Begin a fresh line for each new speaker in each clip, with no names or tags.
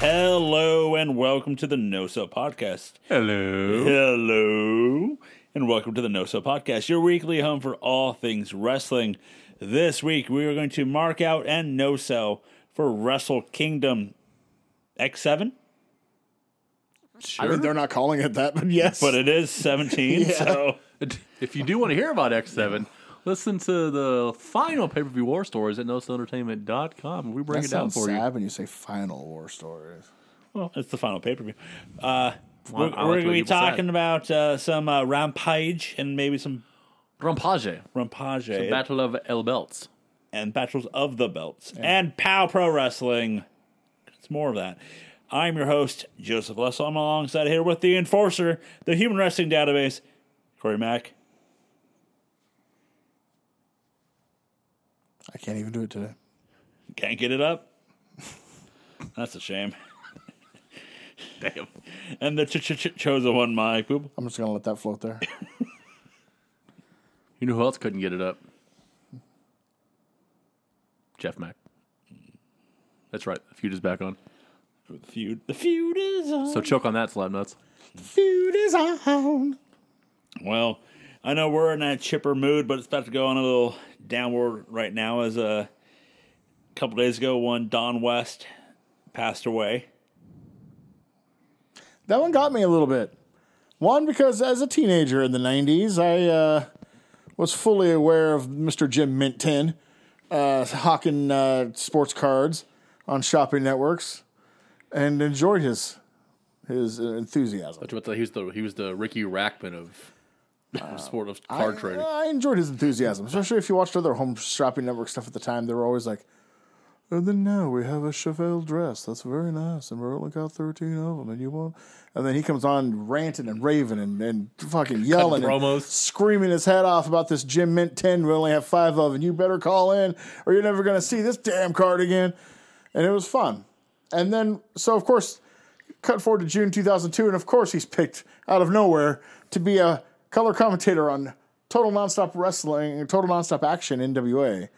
Hello and welcome to the No So Podcast.
Hello.
Hello and welcome to the No So Podcast, your weekly home for all things wrestling. This week we are going to mark out and no sell for Wrestle Kingdom X7,
Sure.
I mean, they're not calling it that, but yes.
but it is 17, so
if you do want to hear about X7, listen to the final pay per view war stories at nocellentertainment.com. We break
that
it down
sounds
for
sad when you say final war stories.
well, it's the final pay per view. Uh, we're
Well, I
going
like
to be
what people said.
talking about uh, some uh, Rampage and maybe some
you. Rampage,
Rampage
Battle of El Belts.
and Battles of the Belts and POW Pro Wrestling. It's more of that. I'm your host, Joseph Lessel. I'm alongside here with the enforcer, the human wrestling database, Corey Mack.
I can't even do it today.
Can't get it up. That's a shame.
Damn.
And the ch- ch- ch- chosen one, Mike. Boop.
I'm just gonna let that float there.
You know who else couldn't get it up? Jeff Mack. That's right. The feud is back on.
The feud. The feud is on.
So choke on that, slap nuts.
Food is on.
Well, I know we're in that chipper mood, but it's about to go on a little downward right now. As uh, a couple days ago, one Don West passed away.
That one got me a little bit. One because as a teenager in the '90s, I uh, was fully aware of Mr. Jim Minton uh, hawking uh, sports cards on shopping networks, and enjoyed his his uh, enthusiasm.
He was the he was the Ricky Rackman of sport of card trading.
Uh, I enjoyed his enthusiasm, especially if you watched other home shopping network stuff at the time. They were always like, and then now we have a Chevelle dress that's very nice, and we're only got 13 of them, and you want. And then he comes on ranting and raving and, and fucking yelling, and
promos.
screaming his head off about this Jim Mint 10 we only have five of, and you better call in or you're never going to see this damn card again. And it was fun. And then, so of course, cut forward to June 2002, and of course he's picked out of nowhere to be a color commentator on Total Nonstop Wrestling, Total Nonstop Action, NWA.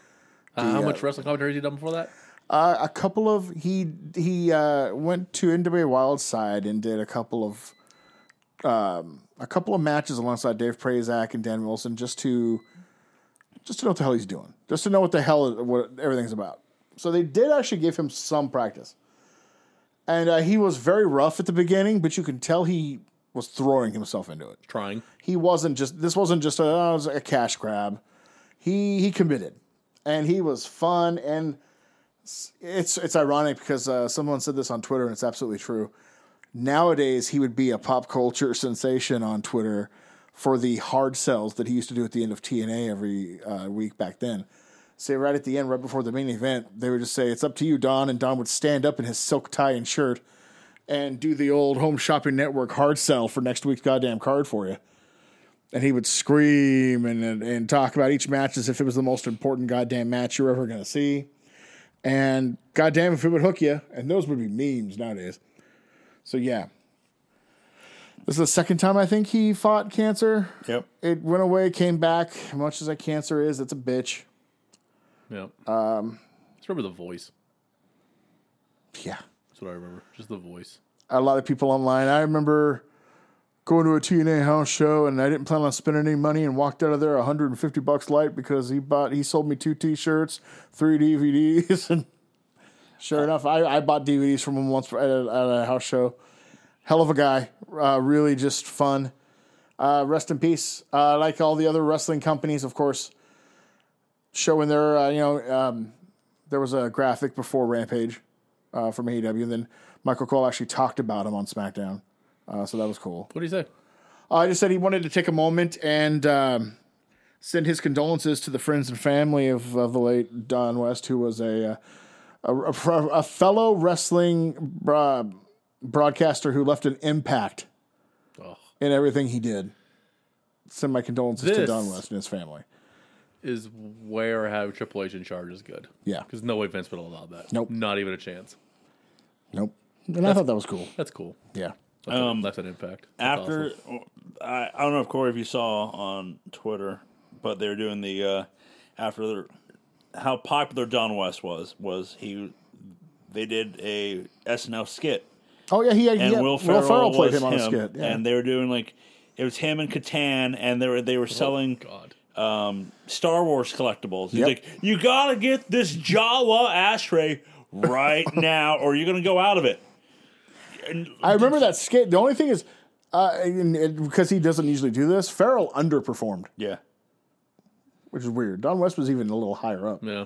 Uh, how much wrestling commentary has he done before that?
Uh, a couple of he he uh, went to NWA Wildside and did a couple of um, a couple of matches alongside Dave Prazak and Dan Wilson just to just to know what the hell he's doing, just to know what the hell what everything's about. So they did actually give him some practice, and uh, he was very rough at the beginning, but you can tell he was throwing himself into it
Trying.
he wasn't just this wasn't just a, oh, it was a cash grab. He he committed, and he was fun. And s- it's it's ironic because uh, someone said this on Twitter, and it's absolutely true. Nowadays, he would be a pop culture sensation on Twitter for the hard sells that he used to do at the end of TNA every uh, week back then. Say right at the end, right before the main event, they would just say, "It's up to you, Don," and Don would stand up in his silk tie and shirt and do the old Home Shopping Network hard sell for next week's goddamn card for you and he would scream and, and and talk about each match as if it was the most important goddamn match you're ever gonna see. And goddamn if it would hook you, and those would be memes nowadays. So yeah. This is the second time I think he fought cancer.
Yep.
It went away, came back. Much as that cancer is, it's a bitch.
Yeah. Um, just remember the voice.
Yeah.
That's what I remember. Just the voice.
a lot of people online. I remember going to a TNA house show and I didn't plan on spending any money and walked out of there 150 bucks light because he bought he sold me two t-shirts, three DVDs and sure enough I, I bought DVDs from him once at a, at a house show. Hell of a guy, uh, really just fun. Uh, rest in peace. Uh, like all the other wrestling companies, of course, showing their uh, you know um, there was a graphic before Rampage uh, from AEW. And then Michael Cole actually talked about him on SmackDown. Uh, so that was cool.
What do you say?
I just said he wanted to take a moment and um, send his condolences to the friends and family of, of the late Don West, who was a, uh, a, a, a fellow wrestling bro- broadcaster who left an impact
Oh.
in everything he did. Send my condolences to
This-
Don West and his family.
Is where having Triple H in charge is good.
Yeah.
Because no way Vince would allow that.
Nope.
Not even a chance.
Nope. And I thought that was cool.
That's cool.
Yeah.
Left, an- left an impact. That's
after
awesome.
I, I don't know if Corey if you saw on Twitter, but they were doing the uh, after the, how popular Don West was was he they did a SNL skit,
Oh yeah, he had,
and
he had-
Will Ferrell,
played
was
him on a skit. Yeah.
and they were doing like it was him and Catan, and they were they were selling
God.
um, Star Wars collectibles. He's
Yep.
like, you gotta get this Jawa ashtray right now, or you're gonna go out of it.
I remember that skit. The only thing is, uh, and it, because he doesn't usually do this, Farrell underperformed,
Yeah.
which is weird. Don West was even a little higher up.
Yeah.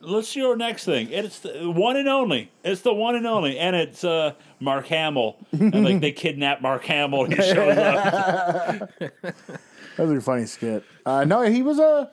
Let's see our next thing. It's the one and only. It's the one and only, and it's uh, Mark Hamill. And like they kidnapped Mark Hamill. And he shows up.
That was a funny skit. Uh, no, he was a.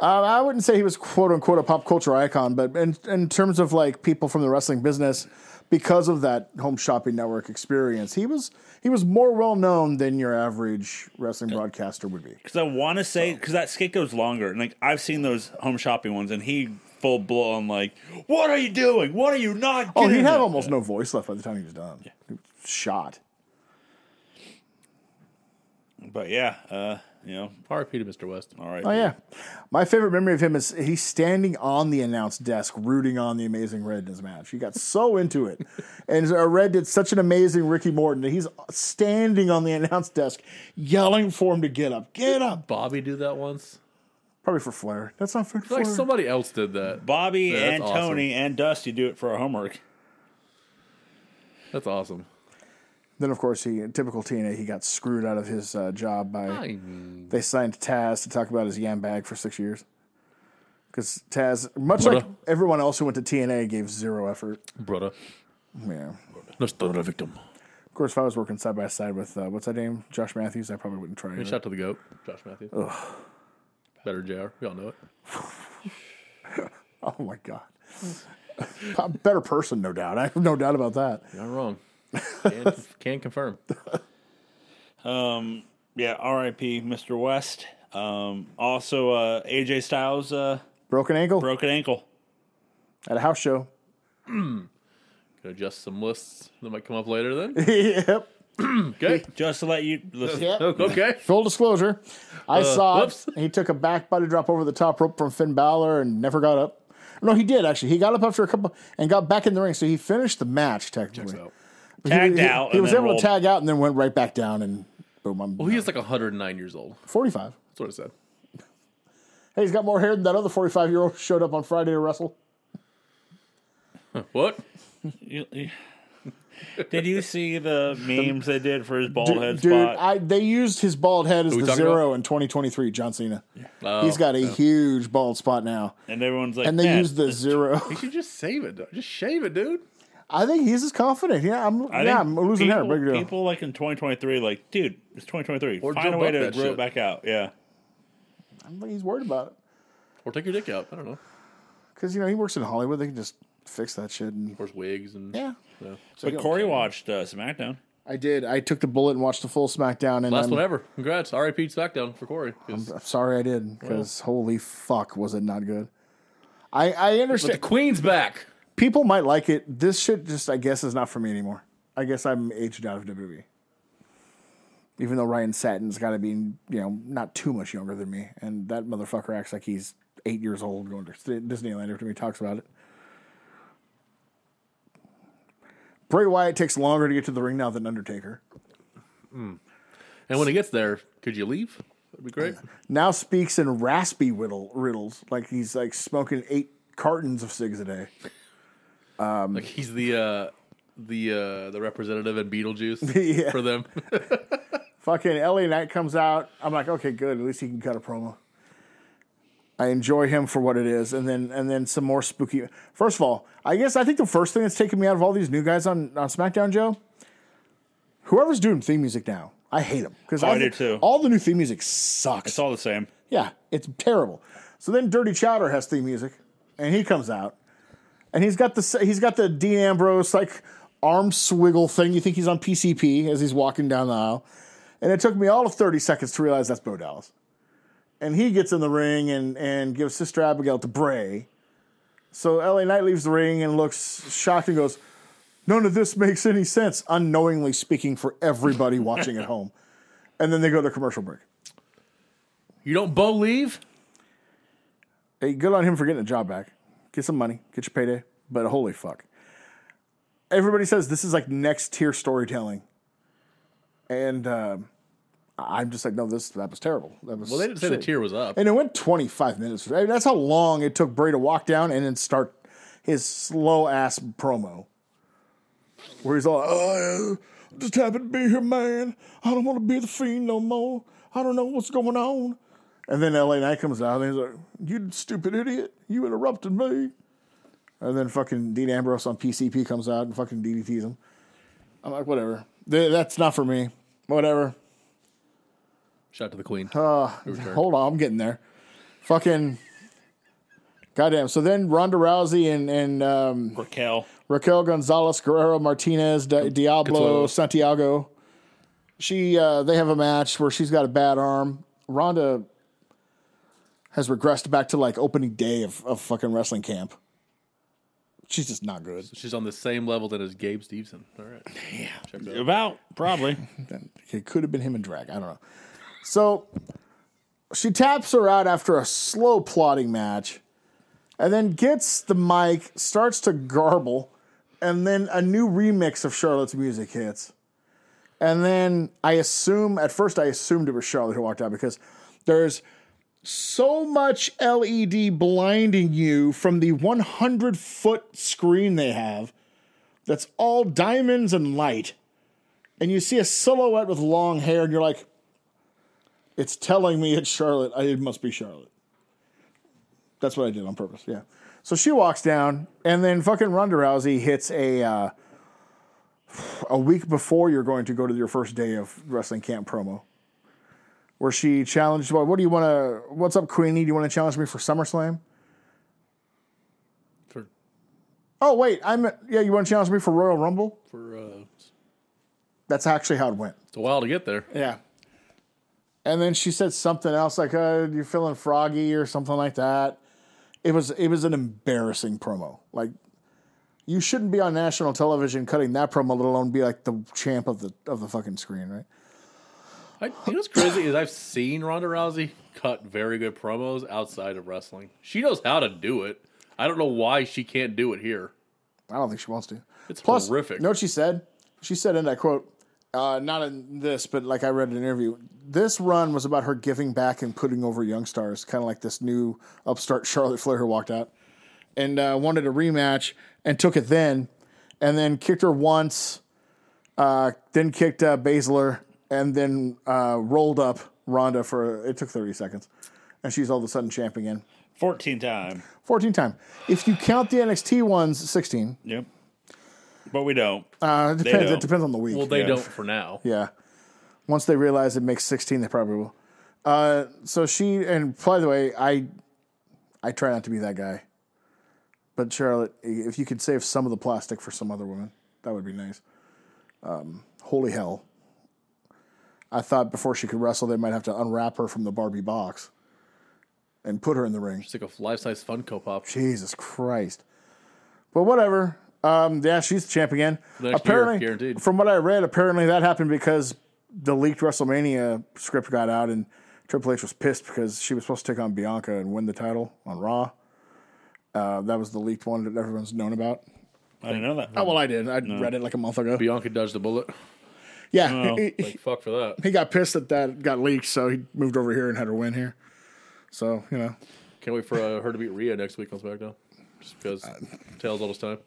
Uh, I wouldn't say he was quote unquote a pop culture icon, but in in terms of like people from the wrestling business, because of that home shopping network experience, he was he was more well known than your average wrestling broadcaster would be.
Because I want to say because that skit goes longer, and like I've seen those home shopping ones, and he full blown like, "What are you doing? What are you not?"
Oh,
getting
he had
at?"
almost no voice left by the time he was done. He was shot.
But yeah, uh, you know,
RIP to Mr. West.
all right.
Oh yeah, my favorite memory of him is he's standing on the announce desk, rooting on the Amazing Red in his match. He got so into it, and uh, Red did such an amazing Ricky Morton that he's standing on the announce desk, yelling for him to get up, get up.
Bobby do that once.
Probably for Flair. That's not fair.
It's like
Flair.
somebody else did that.
Bobby
Yeah, that's
and Tony and Dusty do it for our homework.
That's awesome.
then of course he, in typical TNA, he got screwed out of his uh, job by
I,
they signed Taz to talk about his yam bag for six years. Because Taz, much
What
like
a-
everyone else who went to TNA, gave zero effort.
brother,
Yeah.
let's throw the victim.
Of course, if I was working side by side with uh, what's that name, Josh Matthews, I probably wouldn't try.
Shout
It.
out to the goat, Josh Matthews. Better JR. We all know it.
Oh my god,
Hmm.
A better person, no doubt. I have no doubt about that.
You're not wrong. Can, can confirm.
Yeah, R.I.P. Mr. West. Um, also, uh, AJ Styles uh,
Broken ankle
broken ankle.
at a house show.
Could adjust some lists that might come up later then.
yep.
Okay.
Just to let you listen.
okay. Uh,
Full disclosure, I saw
whoops.
it. He took a back body drop over the top rope from Finn Balor and never got up. No, he did actually. He got up after a couple and got back in the ring, so he finished the match technically.
So,
But
Tagged
he,
out
He,
and
was
then
able
rolled.
to tag out and then went right back down and boom. I'm
well, he is like 109 years old.
45.
That's what it said.
Hey, he's got more hair than that other 45 year old who showed up on Friday to wrestle.
What?
You- you- did you see the memes they did for his bald head
Dude,
spot?
I, they used his bald head as
we
the
talking about-
zero in 2023, John Cena.
Oh,
He's got a huge bald spot now.
and everyone's like,
And they
"Man,
used the zero.
You should just save it. dude. Just shave it, dude.
I think he's as confident. Yeah, I'm,
I
yeah,
think
I'm losing
people,
hair. Big deal.
People like in 2023, like, dude, it's 2023.
Or
Find a
jump
way
up
to
that
grow
shit.
it back out. Yeah.
I don't think he's worried about it.
Or take your dick out. I don't know.
Because, you know, he works in Hollywood. They can just fix that shit. And,
Or wigs and
yeah.
Yeah.
So you
but
don't
Corey
care.
watched uh, SmackDown.
I did. I took the bullet and watched the full SmackDown. And
Last
I'm,
one ever. Congrats. RIP SmackDown for Corey. 'cause-
Um, I'm sorry I did. Because holy fuck, was it not good. I, I
But
understand.
the Queen's back.
people might like it. This shit just, I guess, is not for me anymore. I guess I'm aged out of WWE. Even though Ryan Satin's got to be, you know, not too much younger than me, and that motherfucker acts like he's eight years old going to Disneyland every time he talks about it. Bray Wyatt takes longer to get to the ring now than Undertaker.
And when he gets there, could you leave? That'd be great.
Now speaks in raspy whittle, riddles, like he's like smoking eight cartons of cigs a day. Um,
Like he's the uh the uh the representative in Beetlejuice
Yeah.
for them.
Fucking LA Knight comes out. I'm like, okay, good. At least he can cut a promo. I enjoy him for what it is, and then and then some more spooky. First of all, I guess I think the first thing that's taken me out of all these new guys on on SmackDown, Joe. Whoever's doing theme music now, I hate them because
Oh, I do too.
All the new theme music sucks.
It's all the same.
Yeah, it's terrible. So then Dirty Chowder has theme music, and he comes out, and he's got the he's got the Dean Ambrose like arm swiggle thing. You think he's on PCP as he's walking down the aisle, and it took me all of thirty seconds to realize that's Bo Dallas. And he gets in the ring and and gives Sister Abigail to Bray. So LA Knight leaves the ring and looks shocked and goes, "None of this makes any sense." Unknowingly speaking for everybody watching at home, and then they go to commercial break.
You don't believe?
Hey, good on him for getting a job back. Get some money. Get your payday. but holy fuck. Everybody says this is like next tier storytelling. And um, I- I'm just like, no, this that was terrible. That was
Well, they didn't say the
shitty.
tier was up.
And it went 25 minutes. I mean, that's how long it took Bray to walk down and then start his slow ass promo. Where he's all, oh, yeah, I'm just happy to be here, man. I don't want to be the fiend no more. I don't know what's going on. And then LA Knight comes out and he's like, You stupid idiot. You interrupted me. And then fucking Dean Ambrose on PCP comes out and fucking DDTs him. I'm like, Whatever. Th- That's not for me. Whatever.
Shout out to the queen. returned.
Uh, Hold on, I'm getting there. Fucking goddamn. So then Ronda Rousey and and um,
Raquel.
Raquel Gonzalez Guerrero Martinez Di- Diablo
Consuelo.
Santiago. She uh, they have a match where she's got a bad arm. Ronda has regressed back to like opening day of, of fucking wrestling camp. She's just not good.
She's on the same level that as Gabe Stevenson. All right. Yeah. Check it out.
About probably.
It could have been him and drag. I don't know. So she taps her out after a slow plotting match and then gets the mic, starts to garble, and then a new remix of Charlotte's music hits. And then I assume, at first, I assumed it was Charlotte who walked out because there's so much LED blinding you from the 100 foot screen they have that's all diamonds and light and you see a silhouette with long hair, and you're like, it's telling me it's Charlotte. I, it must be Charlotte. That's what I did on purpose. Yeah. So she walks down, and then fucking Ronda Rousey hits a uh, a week before you're going to go to your first day of wrestling camp promo, where she challenged, "Well, what do you want to? What's up, Queenie? Do you want to challenge me for SummerSlam?"
For
Oh wait, I'm yeah. You want to challenge me for Royal Rumble?
for uh,
That's actually how it went.
it's a while to get there.
Yeah. And then she said something else like, uh, "You're feeling froggy" or something like that. It was it was an embarrassing promo. Like, you shouldn't be on national television cutting that promo, let alone be like the champ of the of the fucking screen, right?
I, you know what's crazy is I've seen Ronda Rousey cut very good promos outside of wrestling. She knows how to do it. I don't know why she can't do it here.
I don't think she wants to.
It's
Plus,
horrific.
You know what she said? She said, and I quote, uh, not in this, but like I read in an interview, this run was about her giving back and putting over young stars, kind of like this new upstart Charlotte Flair who walked out and uh, wanted a rematch and took it then, and then kicked her once, uh, then kicked uh, Baszler, and then uh, rolled up Ronda for it took 30 seconds. And she's all of a sudden champ again.
14 time.
14 time. If you count the NXT ones, 16.
Yep. But we don't.
Uh, it depends. It
don't.
depends on the week.
Well, they
Yeah.
don't for now.
Yeah. Once they realize it makes 16, they probably will. Uh, so she, and by the way, I, I try not to be that guy. But Charlotte, if you could save some of the plastic for some other woman, that would be nice. Um, holy hell. I thought before she could wrestle, they might have to unwrap her from the Barbie box and put her in the ring.
It's like a life size Funko Pop.
Jesus Christ. But whatever. Um, yeah, she's the champ again.
the next year,
apparently,
guaranteed.
from what I read, apparently that happened because the leaked WrestleMania script got out and Triple H was pissed because she was supposed to take on Bianca and win the title on Raw. Uh, that was the leaked one that everyone's known about.
I didn't know that.
Oh, well, I did. I read it like a month ago.
Bianca dodged a bullet.
yeah,
Oh.
he,
Like fuck for that.
he got pissed that that got leaked, so he moved over here and had her win here. So you know,
Can't wait for uh, her to beat Rhea next week on SmackDown. Just because tails all this time.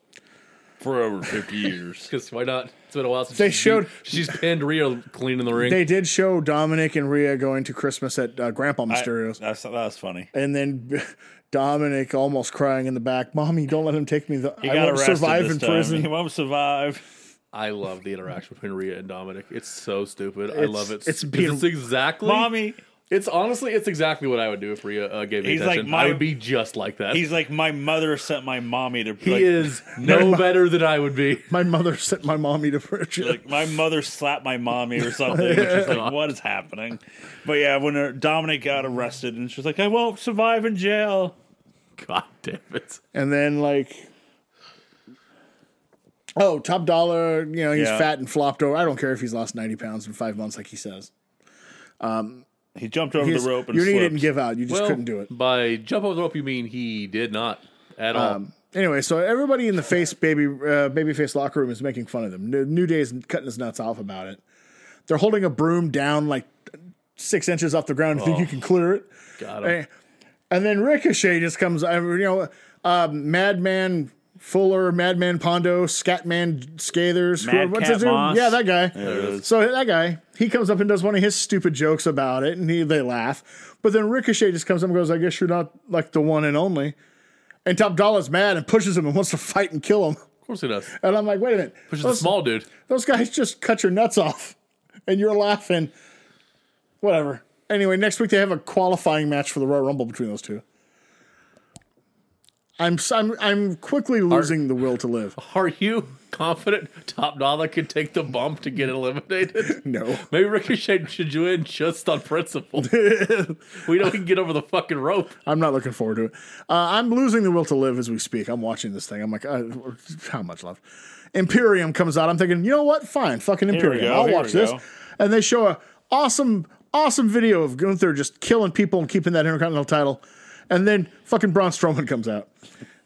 For over 50 years.
Because why not? It's been a while since
They
she
showed-
beat- she's pinned Rhea clean in the ring.
they did show Dominic and Rhea going to Christmas at uh, Grandpa Mysterio's.
That's, that was funny.
and then Dominic almost crying in the back, "Mommy, don't let him take me. The,
He
I
got
won't
arrested
survive
this
in
time. He
prison."
won't survive.
I love the interaction between Rhea and Dominic. It's so stupid. I
It's-
love it.
it's
'Cause
being-
it's exactly
Mommy.
It's honestly, it's exactly what I would do if Rhea uh, gave me
He's
attention.
like my-
I would be just like that.
He's like, my mother sent my mommy to.
he
like,
is no better than I would be.
My mother sent my mommy to prison.
Like my mother slapped my mommy or something. Which is like, what is happening? But yeah, when her, Dominic got arrested, and she's like, I won't survive in jail.
God damn it!
and then like, oh, top dollar. You know, he's
Yeah.
fat and flopped over. I don't care if he's lost ninety pounds in five months, like he says.
He jumped over
He
the rope and
you
slipped.
didn't give out. You just couldn't do it. Um,
By jump over the rope, you mean he did not at all.
Anyway, so everybody in the face baby uh, babyface locker room is making fun of them. New, New Day is cutting his nuts off about it. They're holding a broom down like six inches off the ground. You think
Oh.
you can clear it?
Got him.
And, Eh, and then Ricochet just comes. I mean, You know, um, Madman Fuller, Madman Pondo, Scatman Scathers.
Mad
who-
Cat
name?
Moss.
Yeah, that guy.
There it is.
So that guy, he comes up and does one of his stupid jokes about it, and he, they laugh. But then Ricochet just comes up and goes, "I guess you're not like the one and only." And Top Dollar's mad and pushes him and wants to fight and kill him.
Of course he does.
And I'm like, wait a minute,
Which is a
those,
small dude.
those guys just cut your nuts off, and you're laughing. Whatever. Anyway, next week they have a qualifying match for the Royal Rumble between those two. I'm I'm I'm quickly losing the will to live.
Are you confident Top Dollar can take the bump to get eliminated?
No.
Maybe Ricochet should join just on principle. we know he can get over the fucking rope.
I'm not looking forward to it. Uh, I'm losing the will to live as we speak. I'm watching this thing. I'm like, uh, how much left? Imperium comes out. I'm thinking, you know what? Fine, fucking
we
Imperium.
go,
I'll
here
watch
we
this.
go.
And they show a awesome, awesome video of Gunther just killing people and keeping that Intercontinental title. And then fucking Braun Strowman comes out,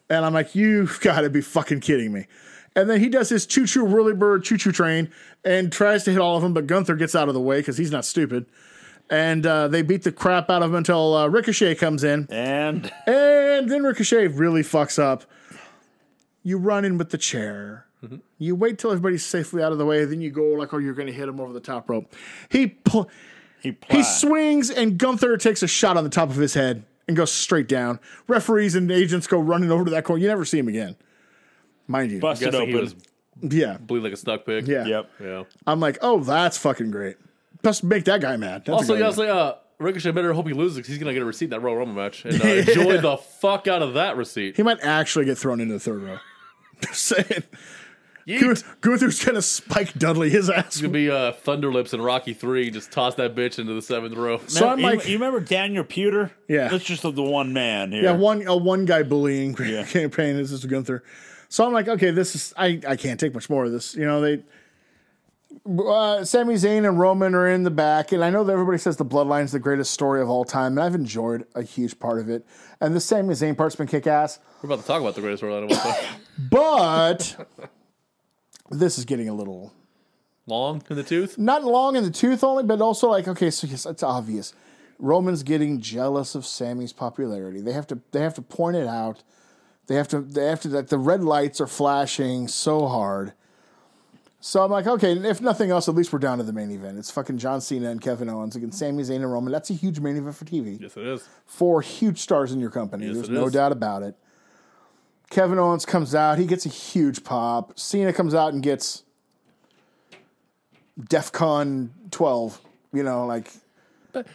and I'm like, you've got to be fucking kidding me. And then he does his choo choo whirly bird choo choo train and tries to hit all of them, but Gunther gets out of the way because he's not stupid. And uh, they beat the crap out of him until uh, Ricochet comes in.
And
And then Ricochet really fucks up. You run in with the chair.
Mm-hmm.
You wait till everybody's safely out of the way. Then you go like, oh, you're going to hit him over the top rope. He pull,
he
he
plied.
swings, and Gunther takes a shot on the top of his head and goes straight down. Referees and agents go running over to that corner. You never see him again, mind you.
busted
Guessing
open.
he was
yeah,
bleed like a stuck pig.
yeah,
Yep.
Yeah.
I'm like, oh, that's fucking great. Just make that guy mad. That's a
Also,
good
yeah, I
idea.
was like, uh, Ricochet better hope he loses 'cause he's going to get a receipt in that Royal Rumble match and uh, enjoy the fuck out of that receipt.
he might actually get thrown into the third row. Just saying,
Yeet.
Gu- Gunther's gonna spike Dudley his ass.
It's going to be uh, Thunderlips and Rocky 3. Just toss that bitch into the seventh row.
So I'm
you,
like,
you remember Daniel Pewter?
Yeah.
That's just the one man here.
Yeah, one a one guy bullying campaign is just Gunther. So I'm like, okay, this is I, I can't take much more of this. You know, they uh, Sami Zayn and Roman are in the back, and I know that everybody says the Bloodline's the greatest story of all time, and I've enjoyed a huge part of it. And the Sami Zayn part's been kick ass,
We're about to talk about the greatest Royal Rumble of all time.
but this is getting a little
Long in the tooth?
not long in the tooth only, but also like okay, so yes, it's obvious. Roman's getting jealous of Sammy's popularity. They have to they have to point it out. They have to they have to like the red lights are flashing so hard. So I'm like, okay, if nothing else, at least we're down to the main event. It's fucking John Cena and Kevin Owens against Sami Zayn and Roman. That's a huge main event for TV.
Yes, it is.
Four huge stars in your company.
Yes,
There's
it
no
is.
doubt about it. Kevin Owens comes out. He gets a huge pop. Cena comes out and gets DEFCON 12. You know, like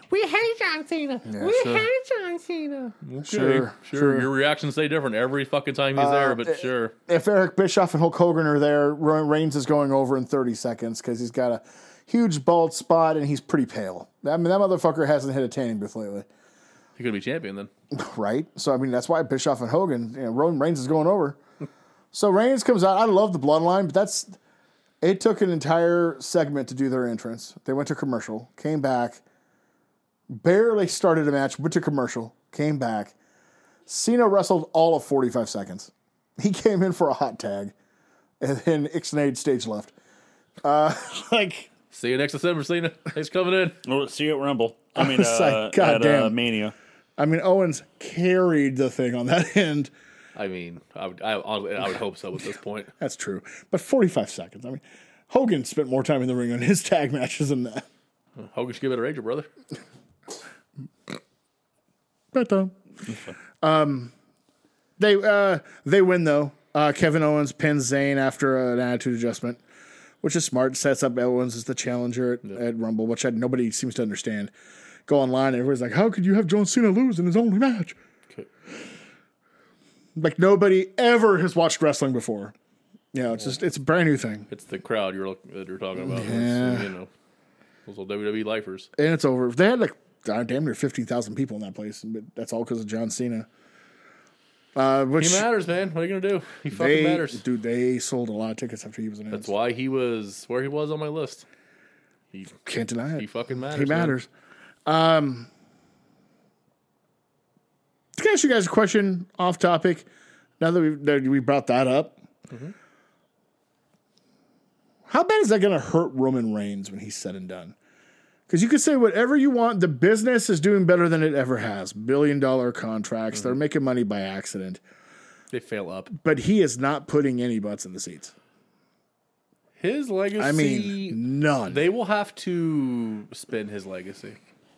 We hate John Cena. we
sure.
hate John Cena.
sure, Uh, eh.
Sure. Your reactions stay different every fucking time he's there, but sure.
If Eric Bischoff and Hulk Hogan are there, Re- Reigns is going over in 30 seconds because he's got a huge bald spot and he's pretty pale. I mean, that motherfucker hasn't hit a tanning booth lately,
He could be champion then.
right? So I mean, that's why Bischoff and Hogan, you know, Roman Reigns is going over. so Reigns comes out. I love the Bloodline, but that's it took an entire segment to do their entrance. They went to commercial, came back, barely started a match, went to commercial, came back. Cena wrestled all of 45 seconds. He came in for a hot tag, and then Ixnade stage left.
like,
See you next December, Cena. Thanks for coming in.
well, see you at Rumble. I mean,
was
uh,
like,
at, uh,
goddamn.
Mania.
I mean, Owens carried the thing on that end.
I mean, I would, I, honestly, I would hope so at this point.
That's true. But 45 seconds. I mean, Hogan spent more time in the ring on his tag matches than that.
Hogan should give it a rager, brother.
But um, they uh, they win though. Uh, Kevin Owens pins Zayn after an attitude adjustment, which is smart. Sets up Owens as the challenger at, at Rumble, which I, nobody seems to understand. Go online, and everybody's like, "How could you have John Cena lose in his only match?"
Okay.
Like nobody ever has watched wrestling before. You know, it's just it's a brand new thing,
It's the crowd you're look, that you're talking about. It's, you know, those old WWE lifers.
and it's over. They had like damn near fifteen thousand people in that place, but that's all because of John Cena. Uh, which
He matters, man. What are you gonna do? He fucking
They,
matters.
Dude, they sold a lot of tickets after he was announced.
That's why he was where he was on my list. He,
Can't deny it.
he fucking matters.
he
man.
matters. Um, to ask you guys a question off topic, now that we that we brought that up,
Mm-hmm.
how bad is that going to hurt Roman Reigns when he's said and done? Because you could say whatever you want. The business is doing better than it ever has. Billion dollar contracts.
Mm-hmm.
They're making money by accident.
They fail up.
But he is not putting any butts in the seats.
His legacy.
I mean, none.
they will have to spin his legacy.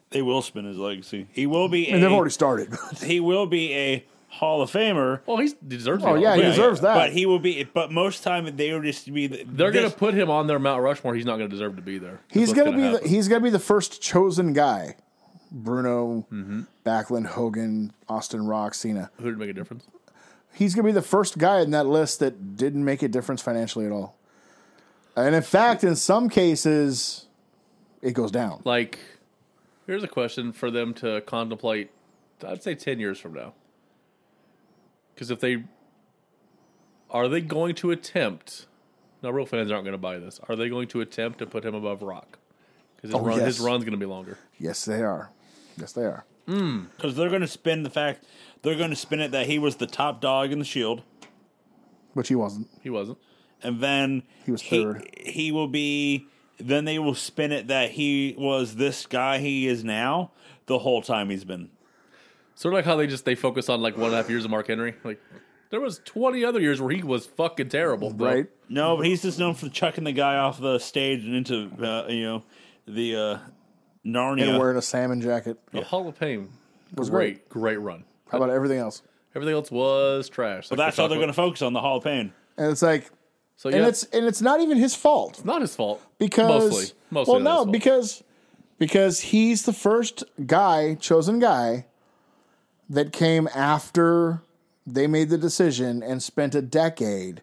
They will spin his legacy. He will be.
and
a,
they've already started.
He will be a Hall of Famer.
Well, he's, he deserves.
Oh,
it.
yeah, he
Yeah,
deserves
yeah.
that.
But he will be. But most time they will just be. The,
They're
this-
going to put him on their Mount Rushmore. He's not going to deserve to be there.
he's
That's
gonna,
what's
be
gonna
the, he's gonna be the first chosen guy. Bruno,
Mm-hmm.
Backlund, Hogan, Austin, Rock, Cena.
happen. Who would make a difference?
He's gonna be the first guy in that list that didn't make a difference financially at all. And in fact, in some cases, it goes down.
Like, here's a question for them to contemplate. I'd say ten years from now, because if they are they going to attempt? Now, real fans aren't going to buy this. Are they going to attempt to put him above Rock? Because his,
Oh,
run, his
yes.
run's going to be longer.
Yes, they are. Yes, they are.
because they're going to spin the fact they're going to spin it that he was the top dog in the Shield,
Which he wasn't.
He wasn't.
and then
He was third.
He will be. Then they will spin it that he was this guy he is now the whole time he's been.
Sort of like how they just they focus on like one and a half years of Mark Henry. Like there was twenty other years where he was fucking terrible. though.
Right?
No, but he's just known for chucking the guy off the stage and into uh, you know the uh,
And
Narnia.
wearing a salmon jacket.
The Hall of Fame was
great.
great. Great run.
How about everything else?
Everything else was trash.
But that's how they're going to focus on the Hall of Fame.
And it's like
So
and
yeah,
it's and it's not even his fault.
not his fault
because
mostly, mostly.
well
not his
no
fault.
because because he's the first guy chosen guy that came after they made the decision and spent a decade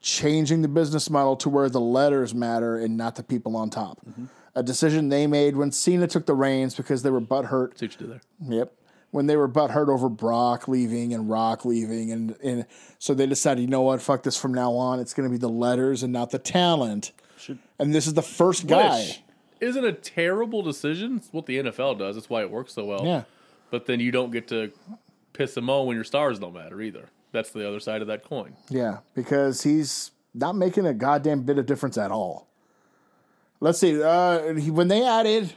changing the business model to where the letters matter and not the people on top
Mm-hmm.
a decision they made when cena took the reins because they were butthurt
see what you did there.
Yep. When they were butthurt over Brock leaving and Rock leaving, and, and so they decided, you know what, fuck this from now on. It's going to be the letters and not the talent. and this is the first guy.
Which isn't a terrible decision. It's what the NFL does. That's why it works so well.
Yeah.
But then you don't get to piss them on when your stars don't matter either. That's the other side of that coin.
Yeah, because he's not making a goddamn bit of difference at all. Let's see. Uh, he- when they added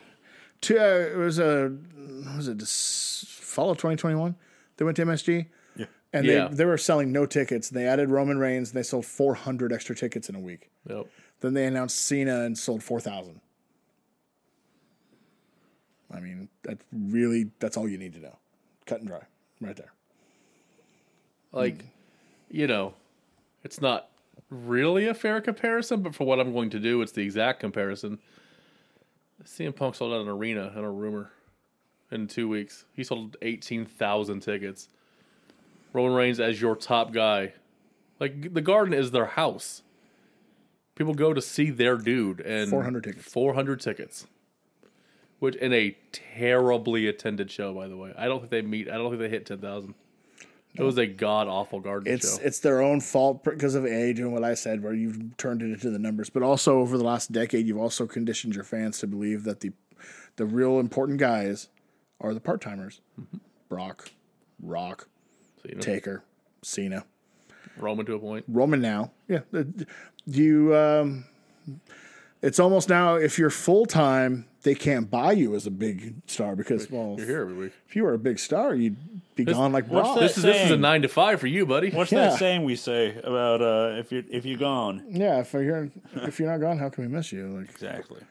to uh, it was a what was it this fall of 2021 they went to MSG. Yeah. And
Yeah.
they they were selling no tickets. And they added Roman Reigns and they sold 400 extra tickets in a week.
Yep.
Then they announced Cena and sold four thousand. I mean, that really that's all you need to know. Cut and dry. Right there.
like you know it's not really a fair comparison but for what i'm going to do it's the exact comparison cm punk sold out an arena and a rumor in two weeks he sold 18000 tickets roman reigns as your top guy like the garden is their house people go to see their dude and
400 tickets.
400 tickets which in a terribly attended show by the way i don't think they meet i don't think they hit 10000 it was a god awful garden
It's
show.
it's their own fault because of age and what I said, where you've turned it into the numbers. But also over the last decade, you've also conditioned your fans to believe that the the real important guys are the part timers, Brock, Rock,
So, you know,
Taker, Cena.
Roman to a point.
Roman now. Yeah. Uh, You, um, it's almost now if you're full time, they can't buy you as a big star because, well,
You're here every week.
if you were a big star, you'd be gone like
what's
Brock.
that?
This is this is a
Same.
nine to five for you, buddy.
What's
Yeah.
that saying we say about uh, if you're if you're gone?
Yeah. If you're if you're not gone, how can we miss you? Like,
Exactly.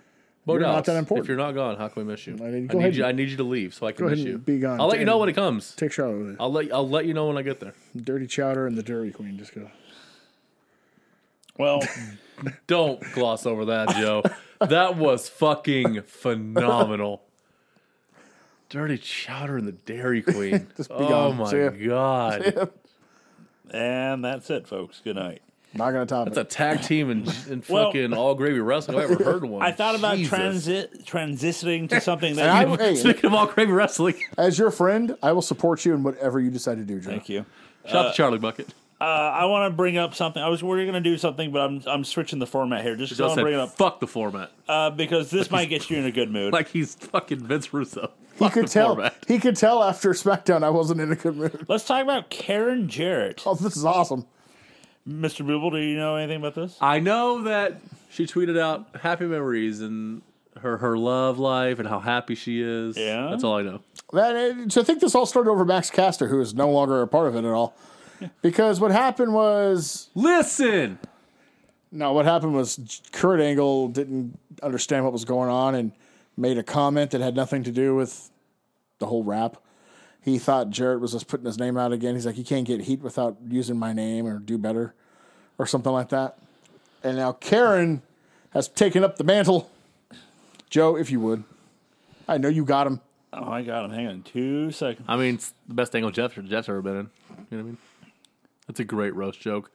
Bo
You're not
Dallas,
that important.
If you're not gone, how can we miss you? I,
mean,
need
go ahead
you.
and-
I need you to leave so I can
ahead
miss
and
you.
be gone.
I'll let you know
And-
when it comes.
take Charlotte with it.
I'll let I'll let you know when I get there.
Dirty Chowder and the Dirty Queen. Just go.
Well,
Don't gloss over that, Joe. that was fucking phenomenal. Dirty chowder and the Dairy Queen.
be
oh
gone.
my
See ya.
god,
and that's it, folks. Good night.
Not gonna top
it's a
it.
tag team in, in
Well-
fucking all gravy wrestling. I've ever heard one.
I thought about
Jesus.
transit transitioning to something
And
that
I-
you.
Hey.
Speaking of all gravy wrestling,
Uh,
As your friend, I will support you in whatever you decide to do, Joe.
Thank you.
shout out to Charlie Bucket.
Uh, I want to bring up something. I was we are going to do something, but I'm I'm switching the format here. Just 'cause I
Joe
want to
said,
bring it up
"Fuck the format."
uh, because this might get you in a good mood.
like he's fucking Vince Russo.
He could tell.
format.
He could tell after SmackDown I wasn't in a good mood.
Let's talk about Karen Jarrett.
Oh, this is awesome.
Mr. Booble, do you know anything about this?
I know that she tweeted out happy memories and her her love life and how happy she is.
Yeah?
that's all I know.
That to think this all started over Max Caster, who is no longer a part of it at all. Because what happened was
Listen,
no, what happened was Kurt Angle didn't understand what was going on and made a comment that had nothing to do with the whole rap. He thought Jarrett was just putting his name out again. He's like, you can't get heat without using my name or do better or something like that. And now Karen has taken up the mantle. Joe, if you would, I know you got him.
Oh, I got him. Hang on two seconds.
I mean, it's the best angle Jeff Jeff's ever been in. You know what I mean? That's a great roast joke.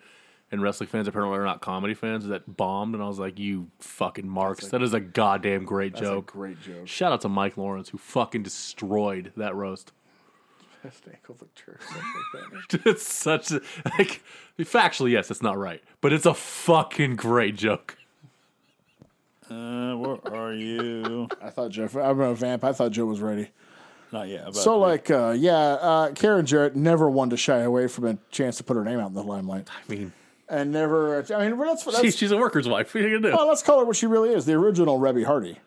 And wrestling fans apparently are not comedy fans. That bombed, and I was like, "You fucking marks! That is a goddamn great joke."
great joke.
Shout out to Mike Lawrence who fucking destroyed that roast. it's such a like factually yes, it's not right, but it's a fucking great joke.
Uh, where are you?
I thought Joe. I'm a vamp. I thought Joe was ready.
Not yet. About
So like, uh, yeah, uh, Karen Jarrett never one to shy away from a chance to put her name out in the limelight,
I mean,
and never. I mean, well, that's, that's
she, she's a worker's wife. What are you gonna do?
well, let's call her what she really is: the original Rebby Hardy.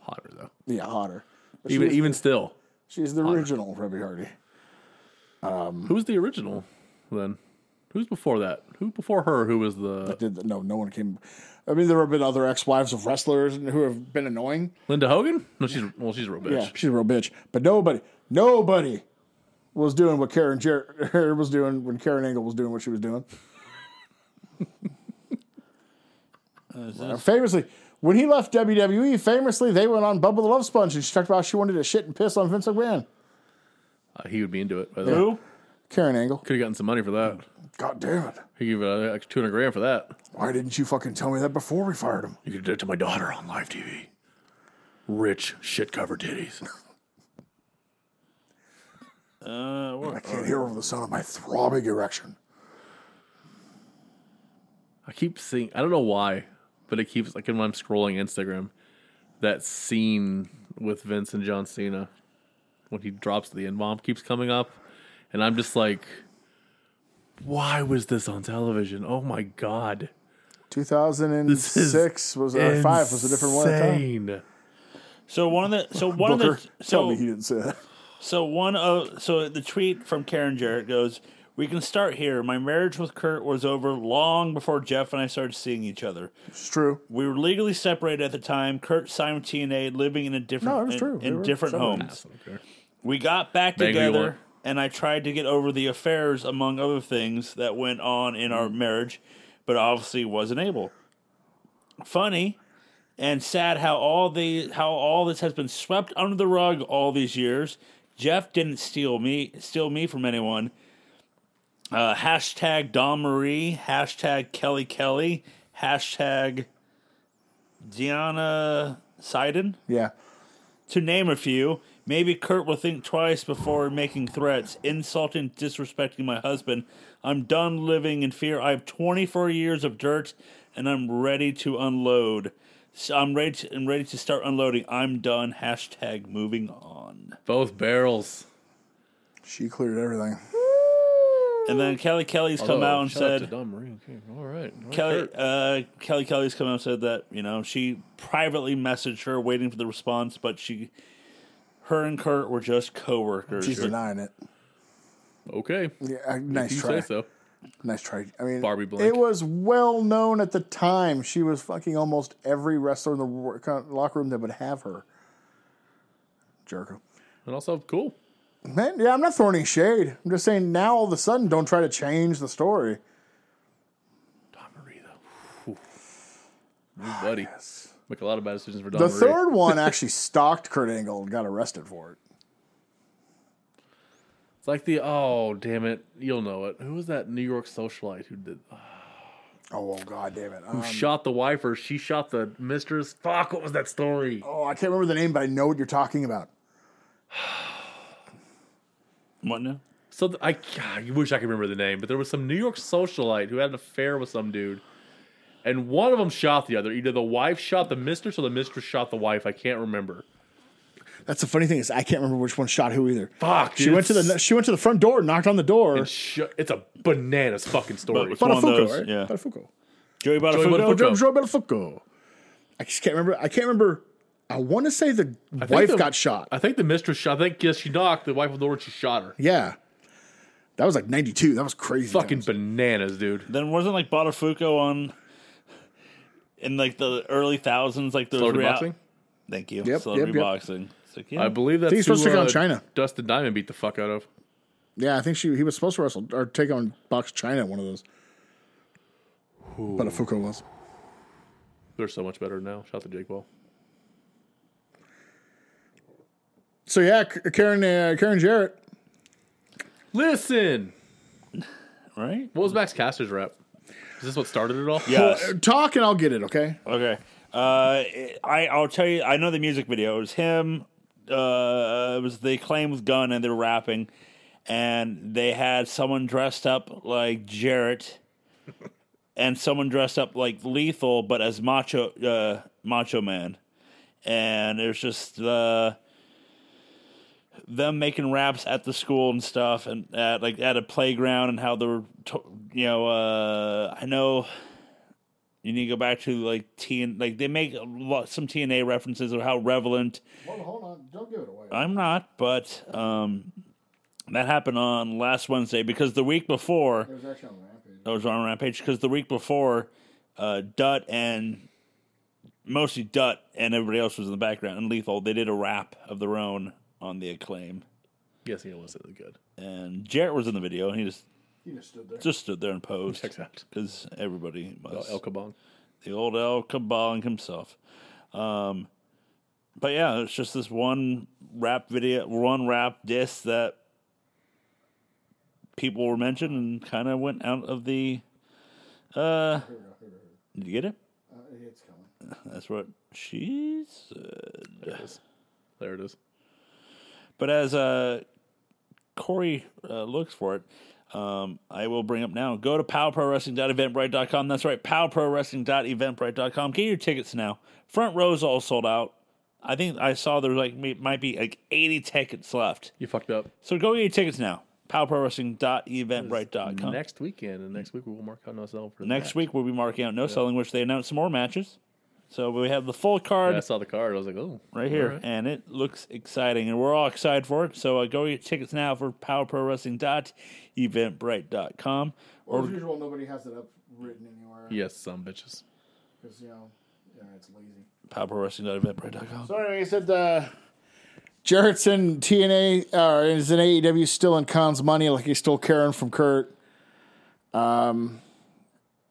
Hotter though.
Yeah, hotter. But
Even
she is,
even still,
she's the original Rebby Hardy.
who's the original then? Who's before that? Who before her? Who was the
Did the, no, no one came. I mean, there have been other ex-wives of wrestlers who have been annoying.
Linda Hogan? No, she's well, she's a real
Yeah,
bitch.
she's a real bitch, but nobody, nobody was doing what Karen Jarrett was doing when Karen Angle was doing what she was doing. Uh, famously, when he left WWE, famously they went on Bubba the Love Sponge, and she talked about how she wanted to shit and piss on Vince McMahon.
Uh, he would be into it. By the way.
who?
Karen Angle,
Could have gotten some money for that.
God damn it!
He gave uh, like two hundred grand for that.
Why didn't you fucking tell me that before we fired him?
You could do it to my daughter on live TV. Rich shit covered titties.
Uh, where-
I can't hear over the sound of my throbbing erection.
I keep seeing. I don't know why, but it keeps like when I'm scrolling Instagram, that scene with Vince and John Cena when he drops the N bomb keeps coming up, and I'm just like, why was this on television? Oh my god,
2006 was or five was a different one. At the time.
Insane.
so one of the so one of
Booker,
the
tell
so
me he didn't say that.
So one of so the tweet from Karen Jarrett goes, "We can start here. My marriage with Kurt was over long before Jeff and I started seeing each other.
It's true.
We were legally separated at the time. Kurt signed with TNA, living in a different
No, it was
in-
true. They
in,
were
different
separated.
homes. We got back
Bang, we
together,
were.
and I tried to get over the affairs, among other things, that went on in our marriage, but obviously wasn't able. Funny and sad how all the how all this has been swept under the rug all these years. Jeff didn't steal me steal me from anyone. Uh, hashtag Don Marie, hashtag Kelly Kelly, hashtag Deanna Seiden
Yeah.
to name a few. Maybe Kurt will think twice before making threats, insulting, disrespecting my husband. I'm done living in fear. I have 24 years of dirt, and I'm ready to unload. So I'm ready. To, I'm ready to start unloading. I'm done. Hashtag moving on.
Both barrels.
She cleared everything.
And then Kelly Kelly's come
Oh,
out and
shout out to
said,
Don Marie. Okay, all right, all right,
Kelly,
Kurt.
uh, Kelly Kelly's come out and said that you know she privately messaged her, waiting for the response, but she, her and Kurt were just coworkers.
She's denying it.
Okay,
Yeah, uh, nice
you say
try.
so.
Nice try. I mean,
Barbie Blank.
It was well known at the time. She was fucking almost every wrestler in the wor- co- locker room that would have her. Jericho.
And also, cool.
Man, yeah, I'm not throwing any shade. I'm just saying now all of a sudden, don't try to change the story.
Don Marie though. Whew. New buddy. Make a lot of bad decisions for Don
The
Marie.
third one actually stalked Kurt Angle and got arrested for it.
It's like the oh damn it, you'll know it. Who was that New York socialite who did um,
Oh, well, god damn it. Um,
shot the wife or she shot the mistress? Fuck, what was that story?
oh, I can't remember the name, but I know what you're talking about.
What now?
So th- I God, I wish I could remember the name, but there was some New York socialite who had an affair with some dude, and one of them shot the other. Either the wife shot the mistress or the mistress shot the wife. I can't remember.
That's the funny thing is I can't remember which one shot who either.
Fuck,
She
dude.
went to the she went to the front door, knocked on the door.
It's sh- It's a bananas fucking story.
But- one of
Buttafuoco,
those,
right?
yeah.
Buttafuoco.
Joey Buttafuoco.
Joey Buttafuoco.
Joe, Joe Buttafuoco. I just can't remember. I can't remember. I want to say the
think
wife
the-
got shot.
I think the mistress shot. I think yes, she knocked the wife on the door and she shot her.
yeah, that was like '92. That was crazy.
Fucking
times.
bananas, dude.
Then wasn't like Botafuco on in like the early thousands, like those
Celebrity
rea-
boxing.
Thank you.
yep,
Celebrity
yep.
boxing. It's like, yeah.
I believe that's
he's supposed
who,
to take on
uh,
China.
Dustin Diamond beat the fuck out of.
Yeah, I think she he was supposed to wrestle or take on Box China at one of those. Buttafuoco was.
They're so much better now. Shout out to Jake Paul.
So yeah, K- Karen uh, Karen Jarrett.
Listen,
right?
what was Max Caster's rap? Is this what started it all?
Yes.
Uh, Talk and I'll get it. Okay.
okay. Uh, it- I I'll tell you. I know the music video. It was him. Uh, it was the Claim with Gun, and they're rapping, and they had someone dressed up like Jarrett, and someone dressed up like Lethal, but as Macho uh, Macho Man, and it was just uh, them making raps at the school and stuff, and at like at a playground, and how they were, to- you know, uh, I know you need to go back to like TN, like they make a lot, some TNA references of how relevant.
Well, hold on. Don't give it away.
I'm not, but um, that happened on last Wednesday because the week before
was actually on Rampage.
I was on Rampage because the week before, uh, Dutt and mostly Dutt and everybody else was in the background and Lethal they did a rap of their own on the acclaim
Yes, he was really good.
and Jarrett was in the video and he just
He just stood there.
just stood there and posed
Checks out.
because everybody
Oh,
was
El Cabong.
the old El Kabong himself. Um, but yeah, it's just this one rap video, one rap disc that people were mentioned and kind of went out of the. Uh, did you get it?
Uh, It's coming.
That's what she said.
There it is. There it is.
But as uh, Corey uh, looks for it, um, I will bring up now. Go to powprowrestling.eventbrite.com. That's right, powprowrestling.eventbrite.com. Get your tickets now. Front row's all sold out. I think I saw there was like may- might be like 80 tickets left.
You fucked up.
So go get your tickets now. powprowrestling.eventbrite.com. Next,
Next weekend, and next week we will mark out ourselves for the match.
Next week we'll be marking out no selling, which they announced some more matches. So we have the full card
Yeah, I saw the card. I was like, oh,
right here,
all right.
and it looks exciting, and we're all excited for it. So uh, go get tickets now for powerprowrestling.eventbrite.com.
Or as usual, nobody has it up written anywhere
Yes, some bitches.
because you know, it's lazy.
powerprowrestling.eventbrite.com.
So anyway, he said uh, Jarrett's in TNA or uh, is in AEW still in Khan's money like he's still caring from Kurt. Um,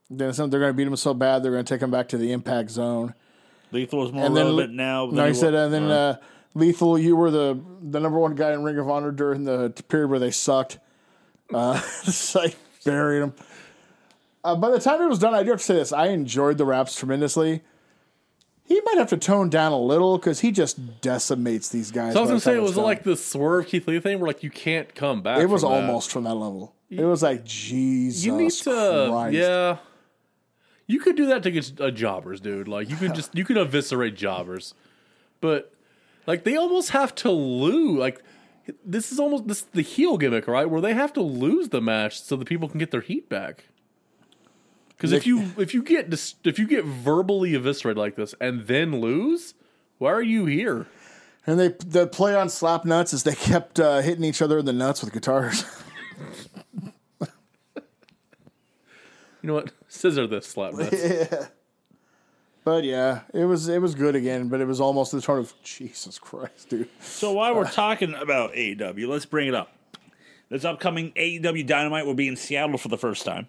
then it's not- they're going to beat him so bad they're going to take him back to the Impact Zone.
Lethal is more
And then
relevant
Le-
now.
No,
than
he
wa-
said, and then uh, Lethal, you were the the number one guy in Ring of Honor during the t- period where they sucked. Uh, so I buried him. Uh, by the time it was done, I do have to say this: I enjoyed the raps tremendously. He might have to tone down a little because he just decimates these guys.
So I was gonna
by the time
say, it
it's
was
done.
like the swerve Keith Lee thing, where like you can't come back.
it was
from that.
almost from that level. It was like Jesus
You need to,
Christ.
yeah. You could do that to get uh, jobbers, dude. Like you could just you could eviscerate jobbers, but like they almost have to lose. Like this is almost this is the heel gimmick, right? Where they have to lose the match so the people can get their heat back. Because if
Nick-
you if you get dis- if you get verbally eviscerated like this and then lose, why are you here?
And they the play on slap nuts is they kept uh, hitting each other in the nuts with guitars.
You know what? Scissor this slap. nuts.
But yeah, it was it was good again, but it was almost the turn of Jesus Christ, dude.
So while
Uh,
we're talking about AEW, let's bring it up. This upcoming AEW Dynamite will be in Seattle for the first time.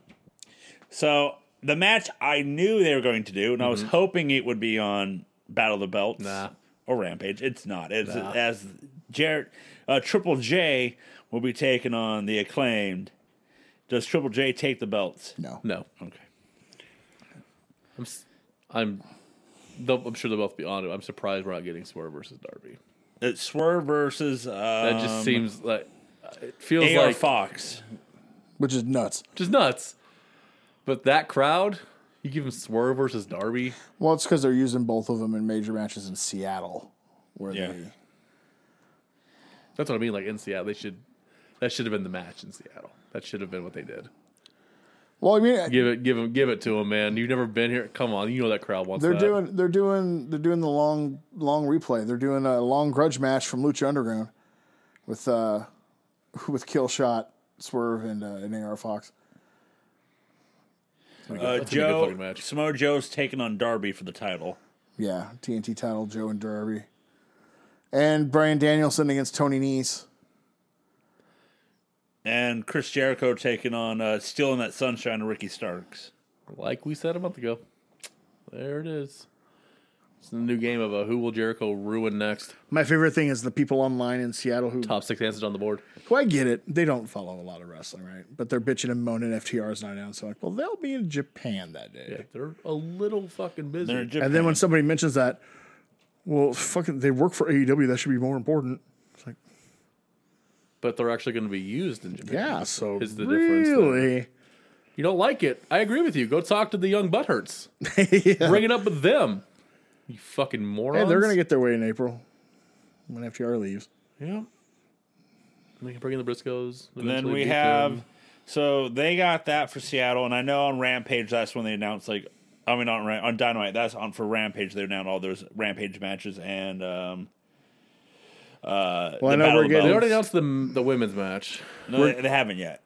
So the match I knew they were going to do, and I was hoping it would be on Battle of the Belts
Mm-hmm. Nah.
or Rampage. It's not. It's as Jarrett uh, Triple J will be taking on the acclaimed. Does Triple J take the belts?
No.
No,
Okay.
I'm s- I'm they'll, I'm sure they'll both be on it. I'm surprised we're not getting Swerve versus Darby.
It's Uh, Swerve versus uh,
That just seems like it feels
AR
like
Fox.
Which is nuts.
just nuts. But that crowd, You give him Swerve versus Darby.
Well, it's because they're using both of them in major matches in Seattle, where
Yeah.
they
That's what I mean. Like in Seattle, they should. That should have been the match in Seattle. That should have been what they did.
well, I mean,
Give it, give him, give it to him, man. You've never been here. Come on, you know that crowd wants.
They're
that.
doing they're doing they're doing the long long replay. They're doing a long grudge match from Lucha Underground with uh with Killshot, Swerve, and uh, and AR Fox.
Uh,
a good
Joe
fucking match.
Samoa Joe's taking on Darby for the title.
Yeah, TNT title, Joe and Derby, and Brian Danielson against Tony Nese.
And Chris Jericho taking on uh, stealing that sunshine to Ricky Starks.
like we said a month ago. There it is. It's the new game of a who will Jericho ruin next.
My favorite thing is the people online in Seattle who.
Top six answers on the board.
Well, I get it. They don't follow a lot of wrestling, right? But they're bitching and moaning. FTR is not out, so like, well, they'll be in Japan that day.
Yeah, they're a little fucking busy.
They're in Japan.
And then when somebody mentions that, well, fucking, they work for AEW. That should be more important. It's like,
but they're actually going to be used in Japan.
yeah. So
Is the difference there.
really,
You don't like it? I agree with you. Go talk to the young butthurts. Bring it up with them. You fucking morons.
hey, they're gonna get their way in April when FTR leaves.
yeah. We can bring in the Briscoes.
And then we have so they got that for Seattle, and I know on Rampage that's when they announced like I mean on Ram- on Dynamite that's on for Rampage they announced all those Rampage matches and um uh
Well,
the
I know
Battle
we're
of
getting-
They
Belts.
already announced the the women's match.
No, they, they haven't yet.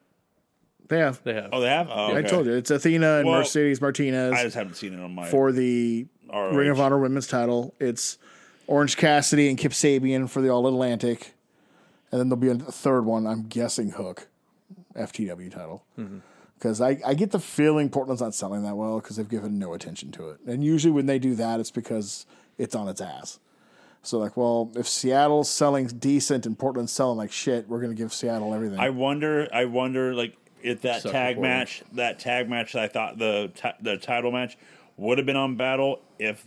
Yeah,
They have.
Oh, they have. Oh,
I
okay.
told you it's Athena and
Well, I
Mercedes Martinez
just haven't seen it on my.
for the
ROH.
Ring of Honor Women's Title. It's Orange Cassidy and Kip Sabian for the All Atlantic, and then there'll be a third one. I'm guessing Hook, FTW title.
Mm-hmm.
because I, I get the feeling Portland's not selling that well because they've given no attention to it. And usually when they do that, it's because it's on its ass. So like, well, if Seattle's selling decent and Portland's selling like shit, we're gonna give Seattle everything.
I wonder. I wonder like if that
Sucker
tag
for
match, that tag match that I thought the ti- the title match would have been on Battle if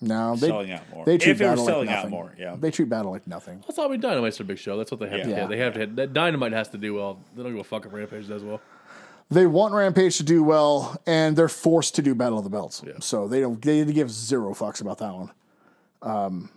no, they
selling out more.
They treat
If it was
battle
selling
like
out
nothing.
more, yeah.
they treat battle like nothing.
That's all we Dynamite's a big show. That's what they have to
Yeah.
get. They have to hit that Dynamite has to do well. They don't give a fuck if Rampage does well.
They want Rampage to do well, and they're forced to do Battle of the Belts. So they don't they give zero fucks about that one. Um, and